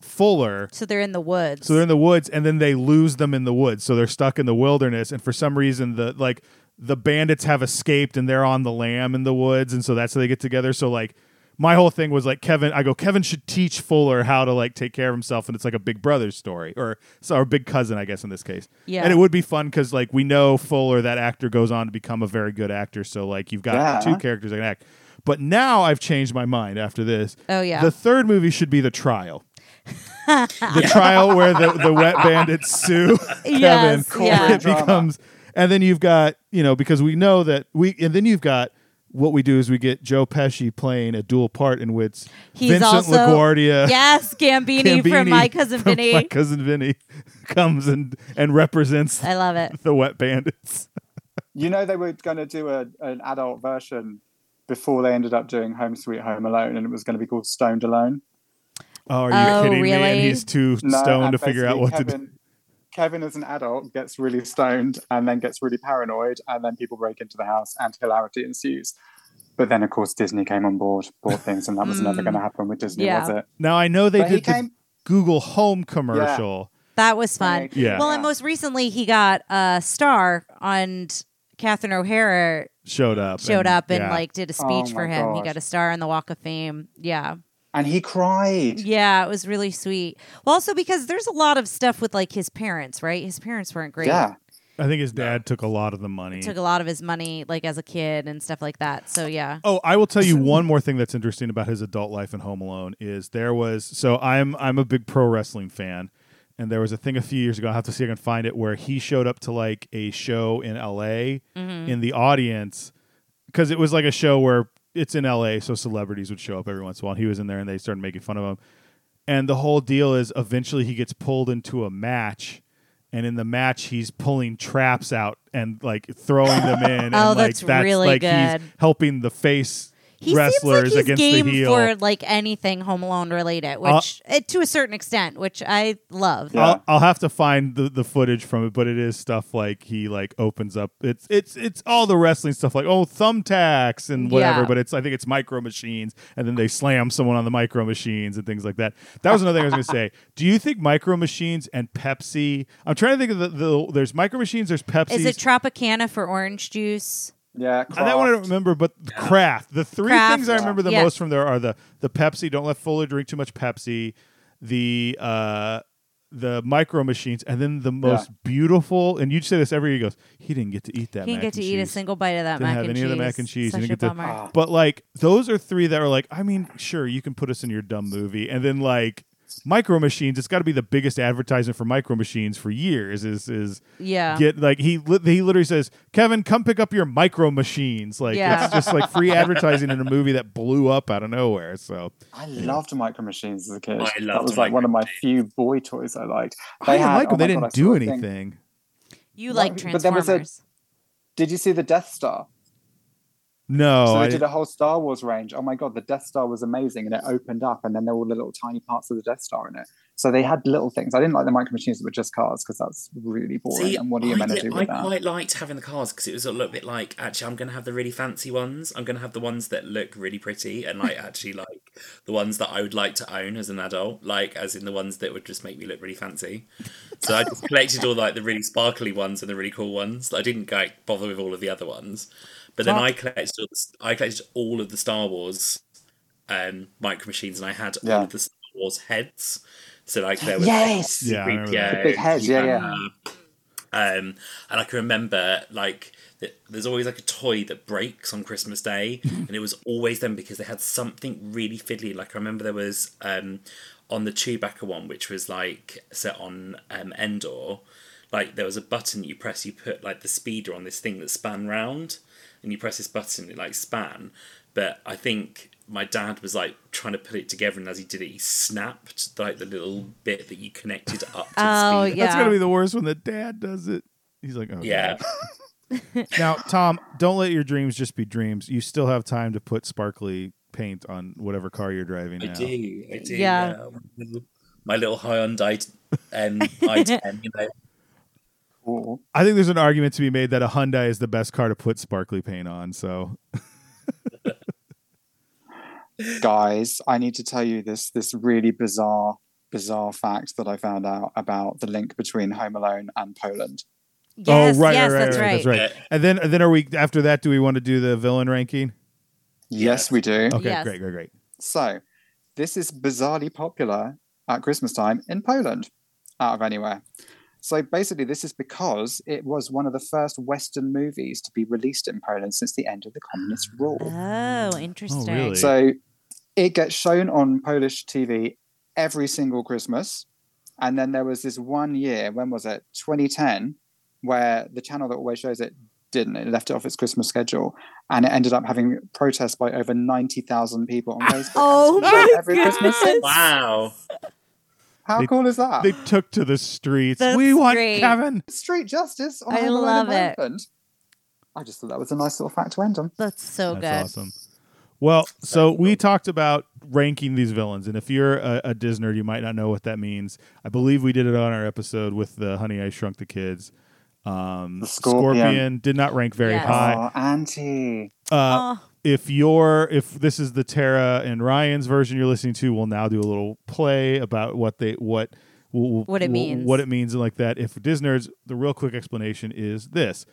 S2: fuller
S3: so they're in the woods.
S2: so they're in the woods, and then they lose them in the woods. So they're stuck in the wilderness, and for some reason, the like the bandits have escaped, and they're on the lamb in the woods, and so that's how they get together. So like, my whole thing was like Kevin. I go, Kevin should teach Fuller how to like take care of himself, and it's like a big brother story, or so our big cousin, I guess, in this case.
S3: Yeah.
S2: and it would be fun because like we know Fuller, that actor goes on to become a very good actor. So like you've got
S5: Yeah.
S2: two characters that can act. But now I've changed my mind after this.
S3: Oh, yeah.
S2: The third movie should be The Trial the trial where the, the wet bandits sue Kevin.
S3: Yes, yeah.
S2: It becomes, and then you've got you know because we know that we, and then you've got what we do is we get Joe Pesci playing a dual part in which
S3: He's
S2: Vincent
S3: also-
S2: LaGuardia,
S3: yes, Gambini, from
S2: Gambini
S3: My Cousin
S2: from
S3: Vinny.
S2: My Cousin Vinny, comes and and represents
S3: I love it.
S2: the wet bandits.
S5: You know they were going to do a, an adult version before they ended up doing Home Sweet Home Alone, and it was going to be called Stoned Alone.
S2: Oh, are you
S3: Oh,
S2: kidding me? And
S3: really?
S2: he's too stoned to figure out what to do.
S5: Kevin, Kevin, as an adult, gets really stoned and then gets really paranoid, and then people break into the house, and hilarity ensues. But then, of course, Disney came on board, bought things, and that was never
S3: Mm.
S5: going to happen with Disney,
S3: Yeah.
S5: was it?
S2: Now I know they
S5: But he
S2: did the
S5: came-
S2: Google Home commercial.
S3: That was fun.
S5: Right.
S2: Yeah.
S3: Well, and most recently he got a star on Catherine O'Hara
S2: Showed up.
S3: showed up and
S2: yeah.
S3: like did a
S5: Oh
S3: speech for
S5: my
S3: him. He
S5: gosh.
S3: got a star on the Walk of Fame. Yeah.
S5: and he cried.
S3: Yeah, it was really sweet. Well, also because there's a lot of stuff with like his parents, right? His parents weren't great.
S5: Yeah.
S2: I think his dad took a lot of the money.
S3: Took a lot of his money like as a kid and stuff like that. So yeah.
S2: Oh, I will tell you one more thing that's interesting about his adult life in Home Alone is there was so I'm I'm a big pro wrestling fan, and there was a thing a few years ago. I have to see if I can find it where he showed up to like a show in L.A.
S3: Mm-hmm.
S2: in the audience because it was like a show where it's in L.A. So celebrities would show up every once in a while. And he was in there and they started making fun of him. And the whole deal is eventually he gets pulled into a match. And in the match, he's pulling traps out and like throwing them in.
S3: Oh,
S2: and, like,
S3: that's really
S2: like
S3: good.
S2: he's helping the face
S3: He
S2: wrestlers
S3: seems like he's
S2: against
S3: game
S2: the heel. Uh,
S3: for like anything Home Alone related, which eh, to a certain extent, which I love.
S5: Yeah.
S2: I'll, I'll have to find the, the footage from it, but it is stuff like he like opens up. It's it's it's all the wrestling stuff like oh thumbtacks and whatever.
S3: Yeah.
S2: But it's I think it's micro machines, and then they slam someone on the micro machines and things like that. That was another thing I was gonna say. Do you think micro machines and Pepsi? I'm trying to think of the, the there's micro machines, there's Pepsi.
S3: Is it Tropicana for orange juice?
S5: Yeah,
S2: And that one I don't
S5: Kraft.
S2: remember, but craft. The three
S3: Kraft,
S2: things I remember the
S3: yeah.
S2: most from there are the the Pepsi. Don't let Fuller drink too much Pepsi. The uh, the micro machines, and then the most beautiful. And you say this every year. He goes, he didn't get to eat that.
S3: He
S2: mac
S3: didn't get to
S2: and
S3: eat a
S2: cheese."
S3: single bite of that
S2: Didn't
S3: mac
S2: have
S3: and
S2: any
S3: cheese.
S2: of the mac and cheese.
S3: Such
S2: Didn't
S3: a
S2: get to-
S3: bummer.
S5: Ah.
S2: But like those are three that are like, I mean, sure you can put us in your dumb movie, and then like micro machines. It's got to be the biggest advertisement for micro machines for years. Is is
S3: yeah.
S2: get like he li- he literally says, "Kevin, come pick up your micro machines." Like
S3: Yeah.
S2: it's just like free advertising in a movie that blew up out of nowhere. So
S5: I loved Micro Machines as a kid.
S4: I
S5: that
S4: loved
S5: was like
S4: Micro
S5: one of my few boy toys I liked.
S2: I didn't
S5: had-
S2: like
S5: oh
S2: them.
S5: my
S2: they
S5: God, I
S2: didn't
S5: saw
S2: do
S5: a thing.
S2: anything.
S3: you like
S5: but there was
S3: Transformers.
S5: a- Did you see the Death Star?
S2: No,
S5: so they
S2: Oh, I,
S5: did a whole Star Wars range. Oh my god, the Death Star was amazing, and it opened up, and then there were the little tiny parts of the Death Star in it. So they had little things. I didn't like the micro machines that were just cars because that's really boring.
S4: See,
S5: and what are you
S4: I,
S5: meant to
S4: li-
S5: do
S4: I
S5: with that?
S4: quite liked having the cars because it was a little bit like actually I'm going to have the really fancy ones. I'm going to have the ones that look really pretty and like actually like the ones that I would like to own as an adult, like as in the ones that would just make me look really fancy. So I just collected all like the really sparkly ones and the really cool ones. I didn't like bother with all of the other ones, but then I collected all the, s- I collected all of the Star Wars um, micro machines and I had
S5: Yeah.
S4: all of the Star Wars heads. So like there was
S5: Yes.
S2: Yeah, I remember that.
S5: The big heads, yeah, yeah.
S4: um, and I can remember like th- there's always like a toy that breaks on Christmas Day, and it was always them because they had something really fiddly. Like I remember there was um, on the Chewbacca one, which was like set on um, Endor. Like there was a button you press, you put like the speeder on this thing that span round, and you press this button, it like span. But I think my dad was like trying to put it together, and as he did it, he snapped like the little bit that you connected up. to the
S3: Oh
S4: speeder.
S2: that's
S3: yeah.
S2: gonna be the worst when the dad does it. He's like, oh,
S4: Yeah.
S2: God. Now, Tom, don't let your dreams just be dreams. You still have time to put sparkly paint on whatever car you're driving
S4: I
S2: now.
S4: do. I do.
S3: Yeah.
S4: Yeah. My little Hyundai um, i10, you know.
S5: Cool.
S2: I think there's an argument to be made that a Hyundai is the best car to put sparkly paint on. So
S5: Guys, I need to tell you this this really bizarre bizarre fact that I found out about the link between Home Alone and Poland.
S3: yes,
S2: oh right,
S3: yes,
S2: right, right,
S3: that's
S2: right,
S3: right.
S2: that's right. And then, and then are we after that? Do we want to do the villain ranking?
S5: Yes, we do.
S2: Okay,
S3: Yes.
S2: great, great, great.
S5: So, this is bizarrely popular at Christmas time in Poland, out of anywhere. So, basically, this is because it was one of the first Western movies to be released in Poland since the end of the communist rule.
S3: Oh, interesting.
S2: really?
S5: So, it gets shown on Polish TV every single Christmas. And then there was this one year, when was it? 2010, where the channel that always shows it didn't. It left it off its Christmas schedule. And it ended up having protests by over 90,000 people on Facebook.
S3: Oh my
S5: Every Christmas.
S3: goodness.
S4: Wow.
S5: How
S2: They-
S5: cool is that?
S2: They took to the streets.
S3: That's
S2: we want
S3: great.
S2: Kevin.
S5: Street justice. On
S3: I
S5: Home Alone in
S3: love it.
S5: Ireland. I just thought that was a nice little fact to end on.
S3: That's so
S2: That's
S3: good.
S2: awesome. Well, so we talked about ranking these villains, and if you're a, a Disney, you might not know what that means. I believe we did it on our episode with the Honey I Shrunk the Kids. Um,
S5: The Scorpion.
S2: did not rank very
S3: Yes.
S2: high.
S5: Oh, Auntie.
S2: Uh,
S3: Oh,
S2: if you're if this is the Tara and Ryan's version you're listening to, we'll now do a little play about what they what we'll- we'll-
S3: What it
S2: we'll-
S3: means.
S2: what it means and like that. If for Disnerds, the real quick explanation is this.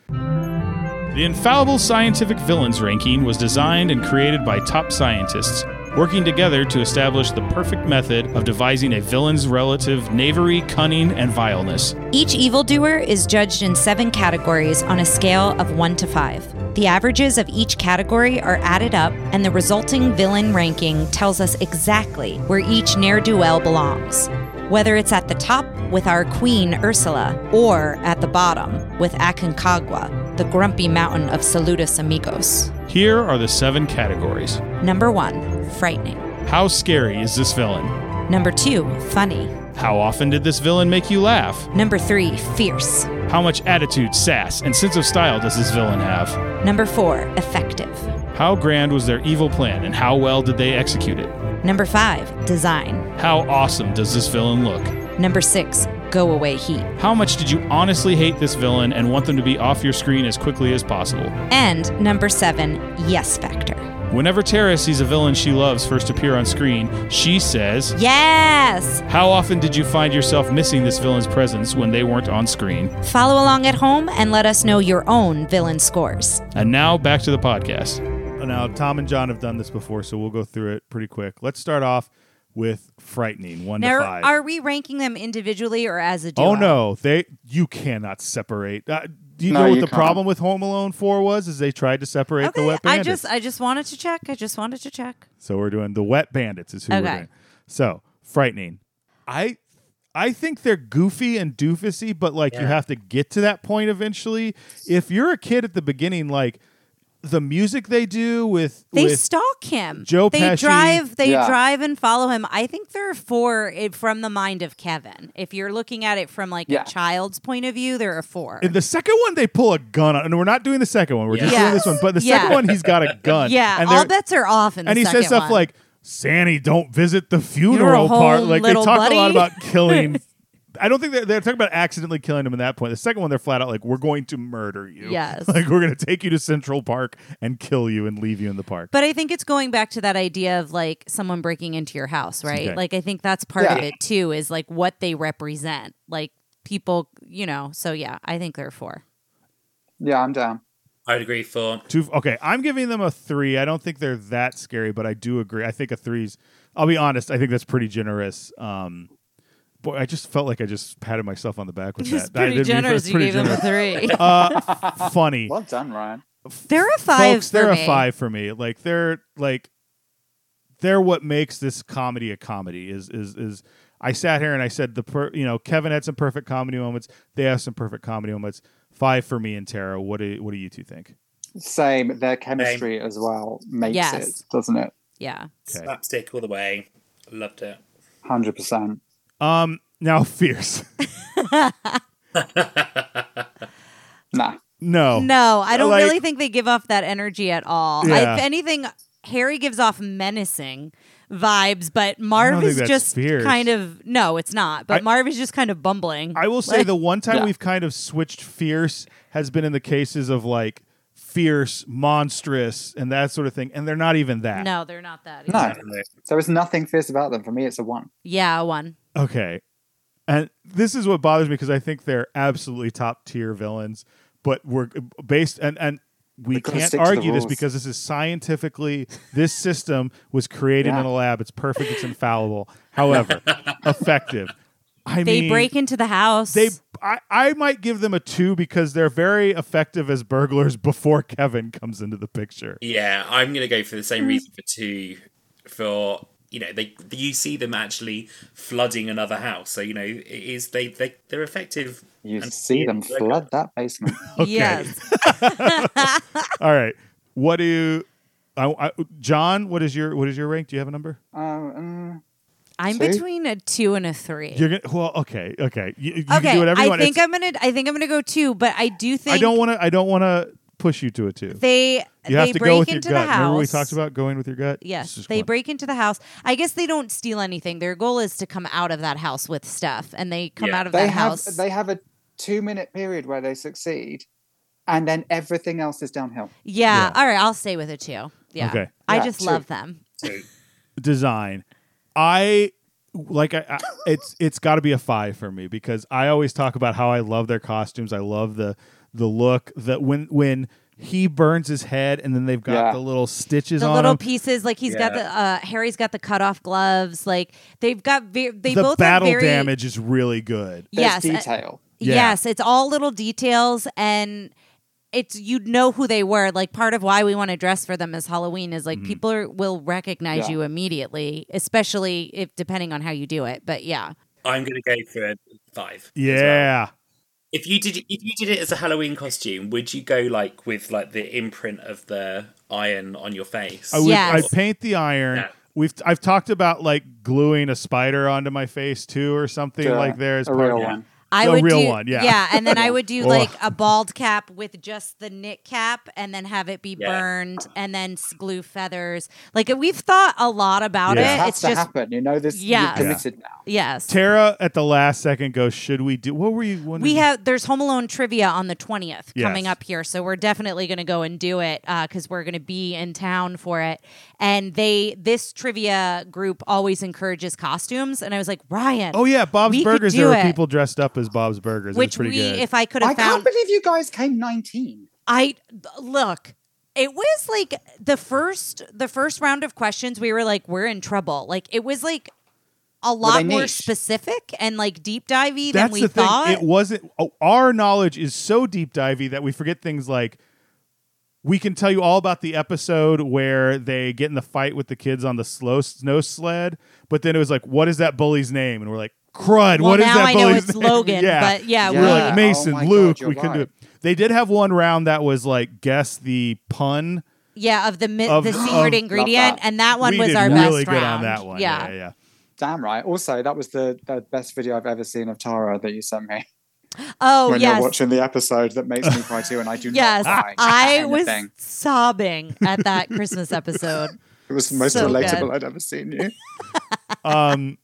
S2: The Infallible Scientific Villains ranking was designed and created by top scientists, working together to establish the perfect method of devising a villain's relative knavery, cunning, and vileness.
S3: Each evildoer is judged in seven categories on a scale of one to five. The averages of each category are added up, and the resulting villain ranking tells us exactly where each ne'er do well belongs. Whether it's at the top with our queen Ursula, or at the bottom with Aconcagua, the grumpy mountain of Saludos Amigos.
S6: Here are the seven categories
S3: Number one, frightening.
S6: How scary is this villain?
S3: Number two, funny.
S6: How often did this villain make you laugh?
S3: Number three, fierce.
S6: How much attitude, sass, and sense of style does this villain have?
S3: Number four, effective.
S6: How grand was their evil plan and how well did they execute it?
S3: Number five, design.
S6: How awesome does this villain look?
S3: Number six, go away heat.
S6: How much did you honestly hate this villain and want them to be off your screen as quickly as possible?
S3: And number seven, yes factor.
S6: Whenever Tara sees a villain she loves first appear on screen, she says,
S3: Yes!
S6: How often did you find yourself missing this villain's presence when they weren't on screen?
S3: Follow along at home and let us know your own villain scores.
S6: And now back to the podcast.
S2: Now, Tom and John have done this before, so we'll go through it pretty quick. Let's start off with frightening one
S3: Now,
S2: to five.
S3: are we ranking them individually or as a duo?
S2: oh no, they you cannot separate. Uh, do you
S5: No,
S2: know what
S5: you
S2: the
S5: can't.
S2: problem with Home Alone Four was? Is they tried to separate the
S3: Okay,
S2: wet
S3: I
S2: bandits.
S3: just I just wanted to check. I just wanted to check.
S2: So we're doing the wet bandits is who
S3: Okay.
S2: we're doing. So frightening. I I think they're goofy and doofusy, but like you have to get to that point eventually. If you're a kid at the beginning, like the music they do with
S3: They
S2: with
S3: stalk him.
S2: Joe
S3: they
S2: Pesci.
S3: drive. They
S5: Yeah.
S3: drive and follow him. I think they're four it, from the mind of Kevin. If you're looking at it from like
S5: Yeah.
S3: a child's point of view, there are four.
S2: in the second one they pull a gun on and we're not doing the second one, we're just
S3: Yeah.
S2: doing this one. But the
S3: Yeah.
S2: second one he's got a gun.
S3: yeah,
S2: And
S3: all
S2: they're-
S3: bets are off. In the
S2: and he
S3: second
S2: says stuff
S3: one.
S2: like Sanny, don't visit the
S3: You're a
S2: funeral
S3: whole
S2: part. Like they
S3: little
S2: talk a lot
S3: buddy.
S2: about killing. I don't think they're, they're talking about accidentally killing him in that point. The second one, they're flat out like, "We're going to murder you.
S3: Yes.
S2: like we're going to take you to Central Park and kill you and leave you in the park."
S3: But I think it's going back to that idea of like someone breaking into your house, right?
S2: Okay.
S3: Like I think that's part of
S5: Yeah.
S3: it too, is like what they represent. Like people, you know. So yeah, I think they're four.
S5: Yeah, I'm down.
S4: I would agree for
S2: Two, okay, I'm giving them a three. I don't think they're that scary, but I do agree. I think a three's. I'll be honest. I think that's pretty generous. Um, boy, I just felt like I just patted myself on the back with
S3: It's
S2: that. I
S3: pretty
S2: didn't mean for-
S3: generous.
S2: it's
S3: You
S2: pretty
S3: gave them a
S2: generous.
S3: three.
S2: Uh, funny.
S5: Well done, Ryan.
S3: they're a five.
S2: folks they're
S3: for
S2: a
S3: me.
S2: five for me like they're like they're what makes this comedy a comedy is is is i sat here and i said the per you know kevin had some perfect comedy moments they have some perfect comedy moments five for me and tara what do what do you two think
S5: Same. Their chemistry as well makes
S3: Yes.
S5: it, doesn't it?
S3: Yeah.
S2: Okay.
S4: slapstick all the way. Loved it.
S5: Hundred percent.
S2: um now fierce
S5: Nah.
S2: no
S3: No, I don't
S2: Oh. Like-
S3: really think they give off that energy at all.
S2: Yeah.
S3: If anything, Harry gives off menacing vibes, but Marv
S2: think
S3: is
S2: that's
S3: just
S2: fierce.
S3: kind of no, it's not. But
S2: I-
S3: Marv is just kind of bumbling.
S2: I will say the one time
S5: Yeah.
S2: we've kind of switched fierce has been in the cases of like fierce, monstrous, and that sort of thing, and they're not even that.
S3: no, they're not that. either.
S5: No. There was nothing fierce about them. For me, it's a one.
S3: Yeah, one.
S2: Okay. And this is what bothers me because I think they're absolutely top tier villains, but we're based and and we
S5: gotta
S2: can't
S5: stick to the
S2: argue this
S5: rules.
S2: because this is scientifically this system was created
S5: Yeah.
S2: in a lab. It's perfect. It's infallible. However, effective. I
S3: They
S2: mean,
S3: break into the house.
S2: They. I, I might give them a two because they're very effective as burglars before Kevin comes into the picture.
S4: Yeah, I'm gonna go for the same reason for two. For you know, they you see them actually flooding another house, so you know it is they they they're effective.
S5: You
S4: And
S5: see them
S4: fierce.
S5: flood that basement.
S3: yes.
S2: All right. What do you, I, I, John? What is your what is your rank? Do you have a number?
S5: um, mm,
S3: I'm
S5: See?
S3: between a two and a three.
S2: You're gonna well, okay, okay. You, you
S3: okay,
S2: can do whatever you
S3: I
S2: want.
S3: think
S2: It's-
S3: I'm gonna. I think I'm gonna go two, but I do think
S2: I don't want to. I don't want to push you to it too.
S3: they
S2: You
S3: they
S2: have to
S3: break
S2: go with your
S3: into
S2: gut.
S3: the house.
S2: Remember we talked about going with your gut. This
S3: Yes,
S2: is
S3: they
S2: one.
S3: break into the house. I guess they don't steal anything. Their goal is to come out of that house with stuff, and they come
S4: Yeah.
S3: out of
S5: they
S3: that
S5: have
S3: house.
S5: they have a two minute period where they succeed, and then everything else is downhill.
S3: yeah.
S2: Yeah.
S3: All right, I'll stay with it too. Yeah.
S2: Okay.
S3: I
S5: Yeah,
S3: just
S5: true.
S3: love them.
S4: So,
S2: design. I like I, I it's it's got to be a 5 for me because I always talk about how I love their costumes. I love the the look that when when he burns his head and then they've got
S5: Yeah.
S2: the little stitches
S3: The
S2: on
S3: little
S2: him.
S3: pieces, like he's got the uh, Harry's got the cutoff gloves. Like they've got ve- they
S2: the
S3: both
S2: battle
S3: have very
S2: damage is really good.
S3: Yes,
S5: There's
S3: uh,
S5: detail.
S2: Yeah.
S3: Yes, it's all little details and it's you'd know who they were. Like part of why we want to dress for them as Halloween is like
S2: Mm-hmm.
S3: people are, will recognize
S5: Yeah.
S3: you immediately, especially if depending on how you do it. But yeah,
S4: I'm gonna go for a five. as well.
S2: Yeah.
S4: If you did, if you did it as a Halloween costume, would you go like with like the imprint of the iron on your face?
S2: I would,
S3: Yes.
S2: I'd paint the iron.
S4: Yeah.
S2: We've I've talked about like gluing a spider onto my face too, or something
S5: Yeah,
S2: like there. as
S5: a
S2: part-
S5: real
S2: yeah.
S5: one.
S3: I
S2: The
S3: would
S2: real
S3: do,
S2: one, yeah.
S3: yeah, and then I would do
S2: Ugh.
S3: like a bald cap with just the knit cap, and then have it be
S4: Yeah.
S3: burned, and then s- glue feathers. Like we've thought a lot about
S2: Yeah.
S5: It
S3: it.
S5: has
S3: It's
S5: to
S3: just
S5: happen. You know this.
S3: Yeah.
S5: Yeah. You're committed now.
S3: yes.
S2: Tara at the last second goes, "Should we do? What were you? wondering-
S3: we have there's Home Alone trivia on the twentieth
S2: Mm-hmm. Yes.
S3: coming up here, so we're definitely going to go and do it because we're going to be in town for it. And they this trivia group always encourages costumes, and I was like Ryan,
S2: Oh yeah, Bob's
S3: We could
S2: Burgers.
S3: do
S2: There were
S3: it.
S2: people dressed up as Bob's Burgers.
S3: which
S2: it was
S3: we
S2: pretty good.
S3: if I could
S5: I
S3: have
S5: can't
S3: found
S5: believe you guys came 19.
S3: I look. It was like the first the first round of questions. We were like, we're in trouble. Like it was like a lot
S5: they
S3: more
S5: niche?
S3: specific and like deep divey than
S2: That's
S3: we
S2: the thing.
S3: thought.
S2: It wasn't. oh, our knowledge is so deep divey that we forget things like we can tell you all about the episode where they get in the fight with the kids on the slow snow sled, but then it was like, what is that bully's name? And we're like, crud.
S3: well,
S2: what is
S3: now
S2: that
S3: I know
S2: bully's
S3: it's
S2: name?
S3: Logan,
S2: yeah.
S3: but yeah,
S5: Yeah.
S2: We're
S3: we
S2: like
S5: Oh
S2: Mason,
S5: my God,
S2: Luke.
S5: you're
S2: we couldn't do it.
S5: right.
S2: They did have one round that was like guess the pun.
S3: Yeah, of the mi-
S2: Of-
S3: the secret
S2: of-
S3: ingredient,
S5: that.
S3: and that one
S2: we
S3: was
S2: did
S3: our
S2: really
S3: best
S2: good
S3: round.
S2: on that one.
S3: Yeah,
S2: yeah, yeah.
S5: Damn right. Also, that was the, the best video I've ever seen of Tara that you sent me.
S3: Oh
S5: when
S3: yes,
S5: you're watching the episode that makes me cry too, and I do
S3: yes.
S5: not cry.
S3: I
S5: at
S3: was
S5: anything.
S3: sobbing at that Christmas episode.
S5: It was the most
S3: so
S5: relatable
S3: good.
S5: I'd ever seen you.
S2: Um,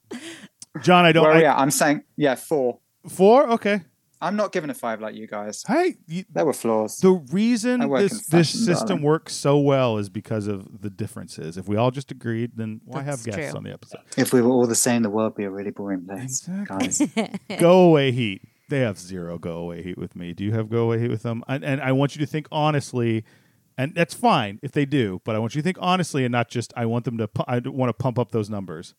S2: John, I don't.
S5: Where
S2: I-
S5: are we at? I'm saying, yeah, four.
S2: Four? Okay.
S5: I'm not giving a five like you guys.
S2: Hey, you,
S5: There were flaws.
S2: The reason
S5: I work in
S2: this this
S5: fashion,
S2: system
S5: darling.
S2: works so well is because of the differences. If we all just agreed, then why
S3: That's
S2: have guests
S3: true.
S2: on the episode?
S5: If we were all the same, the world would be a really boring place.
S2: Exactly.
S5: Guys.
S2: go away heat. They have zero go away heat with me. Do you have go away heat with them? And, and I want you to think honestly, and that's fine if they do, but I want you to think honestly and not just I want them to. Pu- I want to pump up those numbers.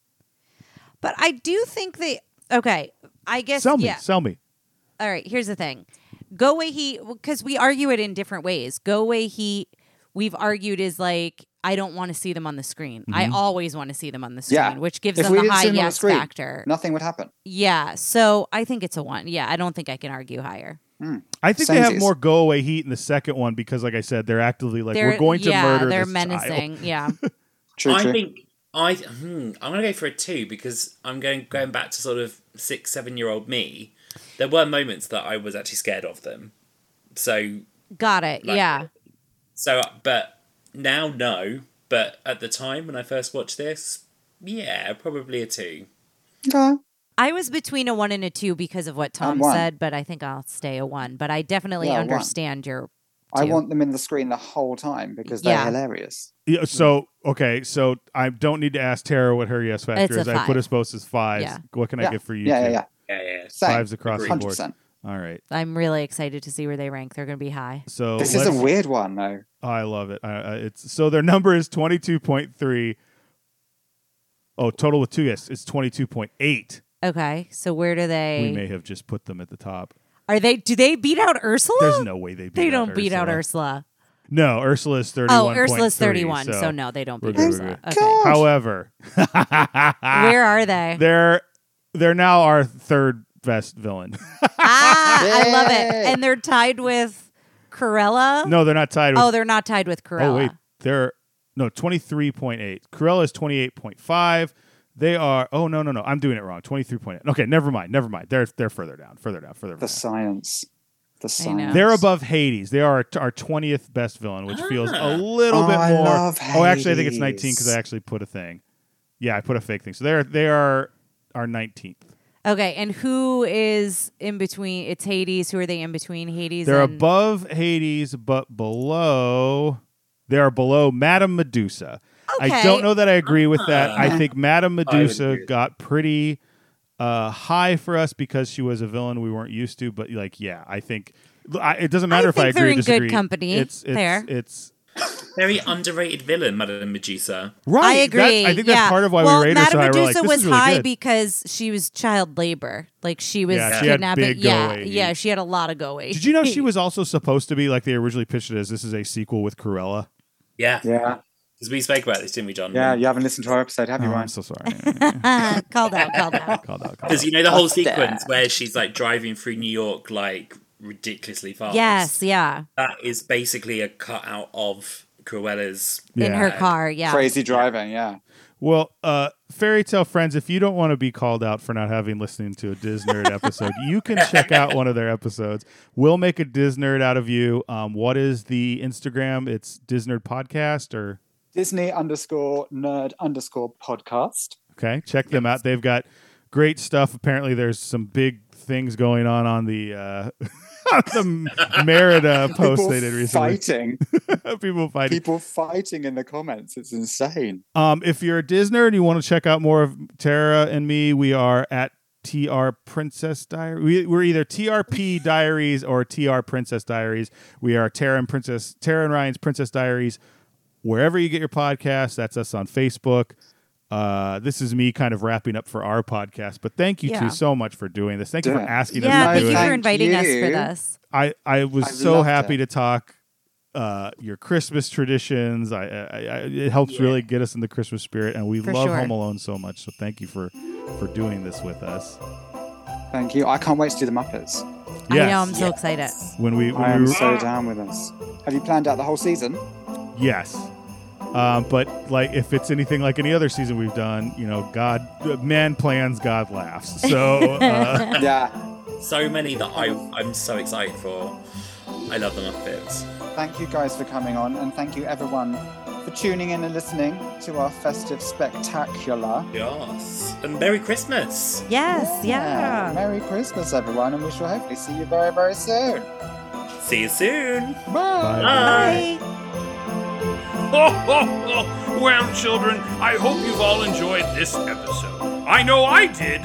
S3: But I do think they. Okay, I guess.
S2: sell me,
S3: yeah.
S2: sell me.
S3: All right. Here's the thing. Go away heat because we argue it in different ways. Go away heat. We've argued is like I don't want to see them on the screen. I
S2: Mm-hmm.
S3: always want to see them on the screen,
S5: Yeah.
S3: which gives
S5: If
S3: them
S5: we
S3: the
S5: didn't
S3: high
S5: see them on the
S3: yes
S5: screen,
S3: factor.
S5: Nothing would happen.
S3: Yeah. So I think it's a one. Yeah. I don't think I can argue higher.
S2: I think they have
S5: Sensies.
S2: more go away heat in the second one because, like I said, they're actively like
S3: they're,
S2: we're going to
S3: yeah,
S2: murder.
S3: They're
S2: this child."
S3: menacing. Yeah.
S5: True,
S4: I
S5: true.
S4: think I hmm, I'm gonna go for a two because I'm going going back to sort of six seven year old me. There were moments that I was actually scared of them. So
S3: Got it.
S4: Like-
S3: yeah.
S4: so but now no. But at the time when I first watched this, yeah, probably a two.
S5: Okay.
S3: I was between a one and a two because of what Tom
S5: one.
S3: said, but I think I'll stay a one. But I definitely
S5: Yeah, a one.
S3: understand your.
S5: I
S3: Two.
S5: want them in the screen the whole time because they're
S3: Yeah.
S5: hilarious.
S2: Yeah, so okay, so I don't need to ask Tara what her yes
S3: It's
S2: factor
S3: a
S2: is. I put
S3: five.
S2: us both as fives.
S3: Yeah.
S2: What can I
S5: Yeah.
S2: get for you?
S5: Yeah,
S2: two?
S5: yeah, yeah.
S4: Yeah, yeah.
S5: Same.
S2: Fives across the board.
S5: 100%.
S2: All right.
S3: I'm really excited to see where they rank. They're going to be high.
S2: So
S5: This is a
S2: let's-
S5: weird one, though.
S2: oh, I love it. I, I- it's so their number is twenty two point three. Oh, total with two yes, it's twenty two point eight.
S3: Okay, so where do they?
S2: We may have just put them at the top.
S3: Are they? Do they beat out Ursula?
S2: There's no way they beat
S3: they
S2: out
S3: don't
S2: Ursula.
S3: beat out Ursula.
S2: No, Ursula is thirty
S3: Oh,
S2: one.
S3: Ursula's 31, so.
S2: So,
S3: Oh, no, they don't
S2: We're
S3: beat
S2: good,
S3: Ursula.
S2: we're
S3: Okay,
S2: However, Ah.
S3: where are they?
S2: they're they're now our third best villain.
S3: ah, I love it.
S5: Yay.
S3: And they're tied with Corella.
S2: no, they're not tied with
S3: oh, they're not tied with Corella.
S2: Oh wait, they're no twenty three point eight. Corella is twenty eight point five. They are. Oh no no no! I'm doing it wrong. Twenty three point eight. Okay, never mind. Never mind. They're they're further down. Further down. Further
S5: The
S2: down.
S5: science. The
S3: I know.
S5: science.
S2: They're above Hades. They are our twentieth best villain, which feels a
S4: Ah.
S2: little
S5: Oh,
S2: bit
S5: I
S2: more.
S5: love
S2: Oh, actually, I think it's
S5: Hades.
S2: nineteen because I actually put a thing. Yeah, I put a fake thing. So they're they are our nineteenth.
S3: Okay, and who is in between? It's Hades. Who are they in between? Hades.
S2: They're
S3: and-
S2: above Hades, but below. They are below Madame Medusa. I
S3: Okay.
S2: don't know that I agree with that. Uh-huh. I think Madame
S4: agree
S2: Medusa
S4: with
S2: got pretty uh, high for us because she was a villain we weren't used to. But like, yeah, I think I, it doesn't matter
S3: I
S2: if I
S3: think they're
S2: agree or
S3: in good
S2: disagree.
S3: company
S2: It's, it's
S3: there.
S2: It's
S4: Very underrated villain, Madame Medusa.
S2: Right.
S3: I
S2: that's-
S3: agree.
S2: I think that's
S3: yeah.
S2: part of why
S3: well,
S2: we rated her so
S3: Madame
S2: high. We're
S3: Medusa
S2: like, this
S3: was
S2: is really
S3: high
S2: good.
S3: because she was child labor. Like she was
S2: Yeah, she had
S3: kidnapping.
S2: big
S3: yeah,
S2: go-away.
S3: yeah, she had a lot of go away.
S2: Did you know she was also supposed to be like they originally pitched it as this is a sequel with Cruella?
S4: Yeah.
S5: Yeah,
S4: Because we spoke about this, didn't we, John?
S5: yeah. You haven't listened to our episode, have you,
S2: Oh, I'm
S5: Ryan?
S2: so sorry. Called
S3: called out? Called out.
S2: out. Called out.
S4: Because you know the whole sequence where she's like driving through New York like ridiculously fast.
S3: Yes, yeah,
S4: That is basically a cutout of Cruella's.
S3: in
S2: Yeah.
S3: her car. Yeah,
S5: Crazy driving. Yeah.
S2: Well, uh, fairy tale friends, if you don't want to be called out for not having listened to a Diz nerd episode, you can check out one of their episodes. We'll make a Diz nerd out of you. Um, what is the Instagram? It's Diz nerd podcast or
S5: Disney underscore nerd underscore podcast.
S2: okay. Check them out. They've got great stuff. Apparently, there's some big things going on on the uh, the Merida post
S5: People
S2: they did recently.
S5: fighting.
S2: People fighting.
S5: People fighting in the comments. It's insane.
S2: Um, if you're a Disney and you want to check out more of Tara and me, we are at TR Princess Diary. We, we're either TRP Diaries or TR Princess Diaries. We are Tara and Princess Tara and Ryan's Princess Diaries. Wherever you get your podcast, that's us on Facebook. Uh, this is me kind of wrapping up for our podcast, but thank you
S3: Yeah.
S2: two so much for doing this. Thank you
S5: Do
S2: for
S5: it.
S2: asking
S3: yeah.
S2: us to
S5: Nice.
S3: Thank
S2: do
S3: you
S2: it.
S3: for
S5: Thank
S3: inviting us for
S5: you.
S3: this.
S2: I I was
S5: I've
S2: so
S5: loved
S2: happy
S5: it.
S2: to talk uh, your Christmas traditions. I, I, I it helps
S4: Yeah.
S2: really get us in the Christmas spirit, and we
S3: For
S2: love
S3: sure.
S2: Home Alone so much. So thank you for for doing this with us.
S5: Thank you. I can't wait to do the Muppets.
S3: I know.
S2: Yes.
S3: I'm so excited.
S2: When we, when
S5: I
S2: we
S5: am
S2: were-
S5: so down with this. Have you planned out the whole season?
S2: yes. Um, but like, if it's anything like any other season we've done, you know, God, uh, man plans, God laughs. So uh,
S5: Yeah.
S4: So many that I I'm so excited for. I love the Muppets.
S5: Thank you guys for coming on, and thank you everyone for tuning in and listening to our festive spectacular.
S4: Yes. And Merry Christmas.
S3: Yes, yeah.
S5: Merry Christmas, everyone, and we shall hopefully see you very, very soon.
S4: See you soon.
S2: Bye.
S3: Bye.
S1: Ho, ho, ho. Well, children, I hope you've all enjoyed this episode. I know I did.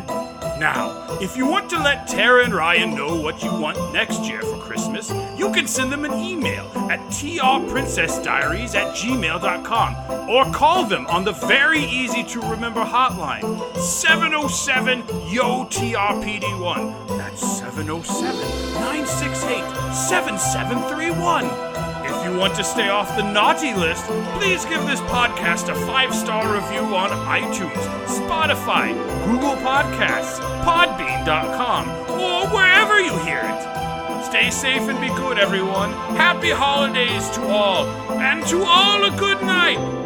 S1: Now, if you want to let Tara and Ryan know what you want next year for Christmas, you can send them an email at trprincessdiaries at gmail.com or call them on the very easy to remember hotline 707 YO TRPD1. That's 707 968 7731. If you want to stay off the naughty list, please give this podcast a five star review on iTunes, Spotify, Google Podcasts, Podbean.com, or wherever you hear it. Stay safe and be good, everyone. Happy holidays to all, and to all a good night.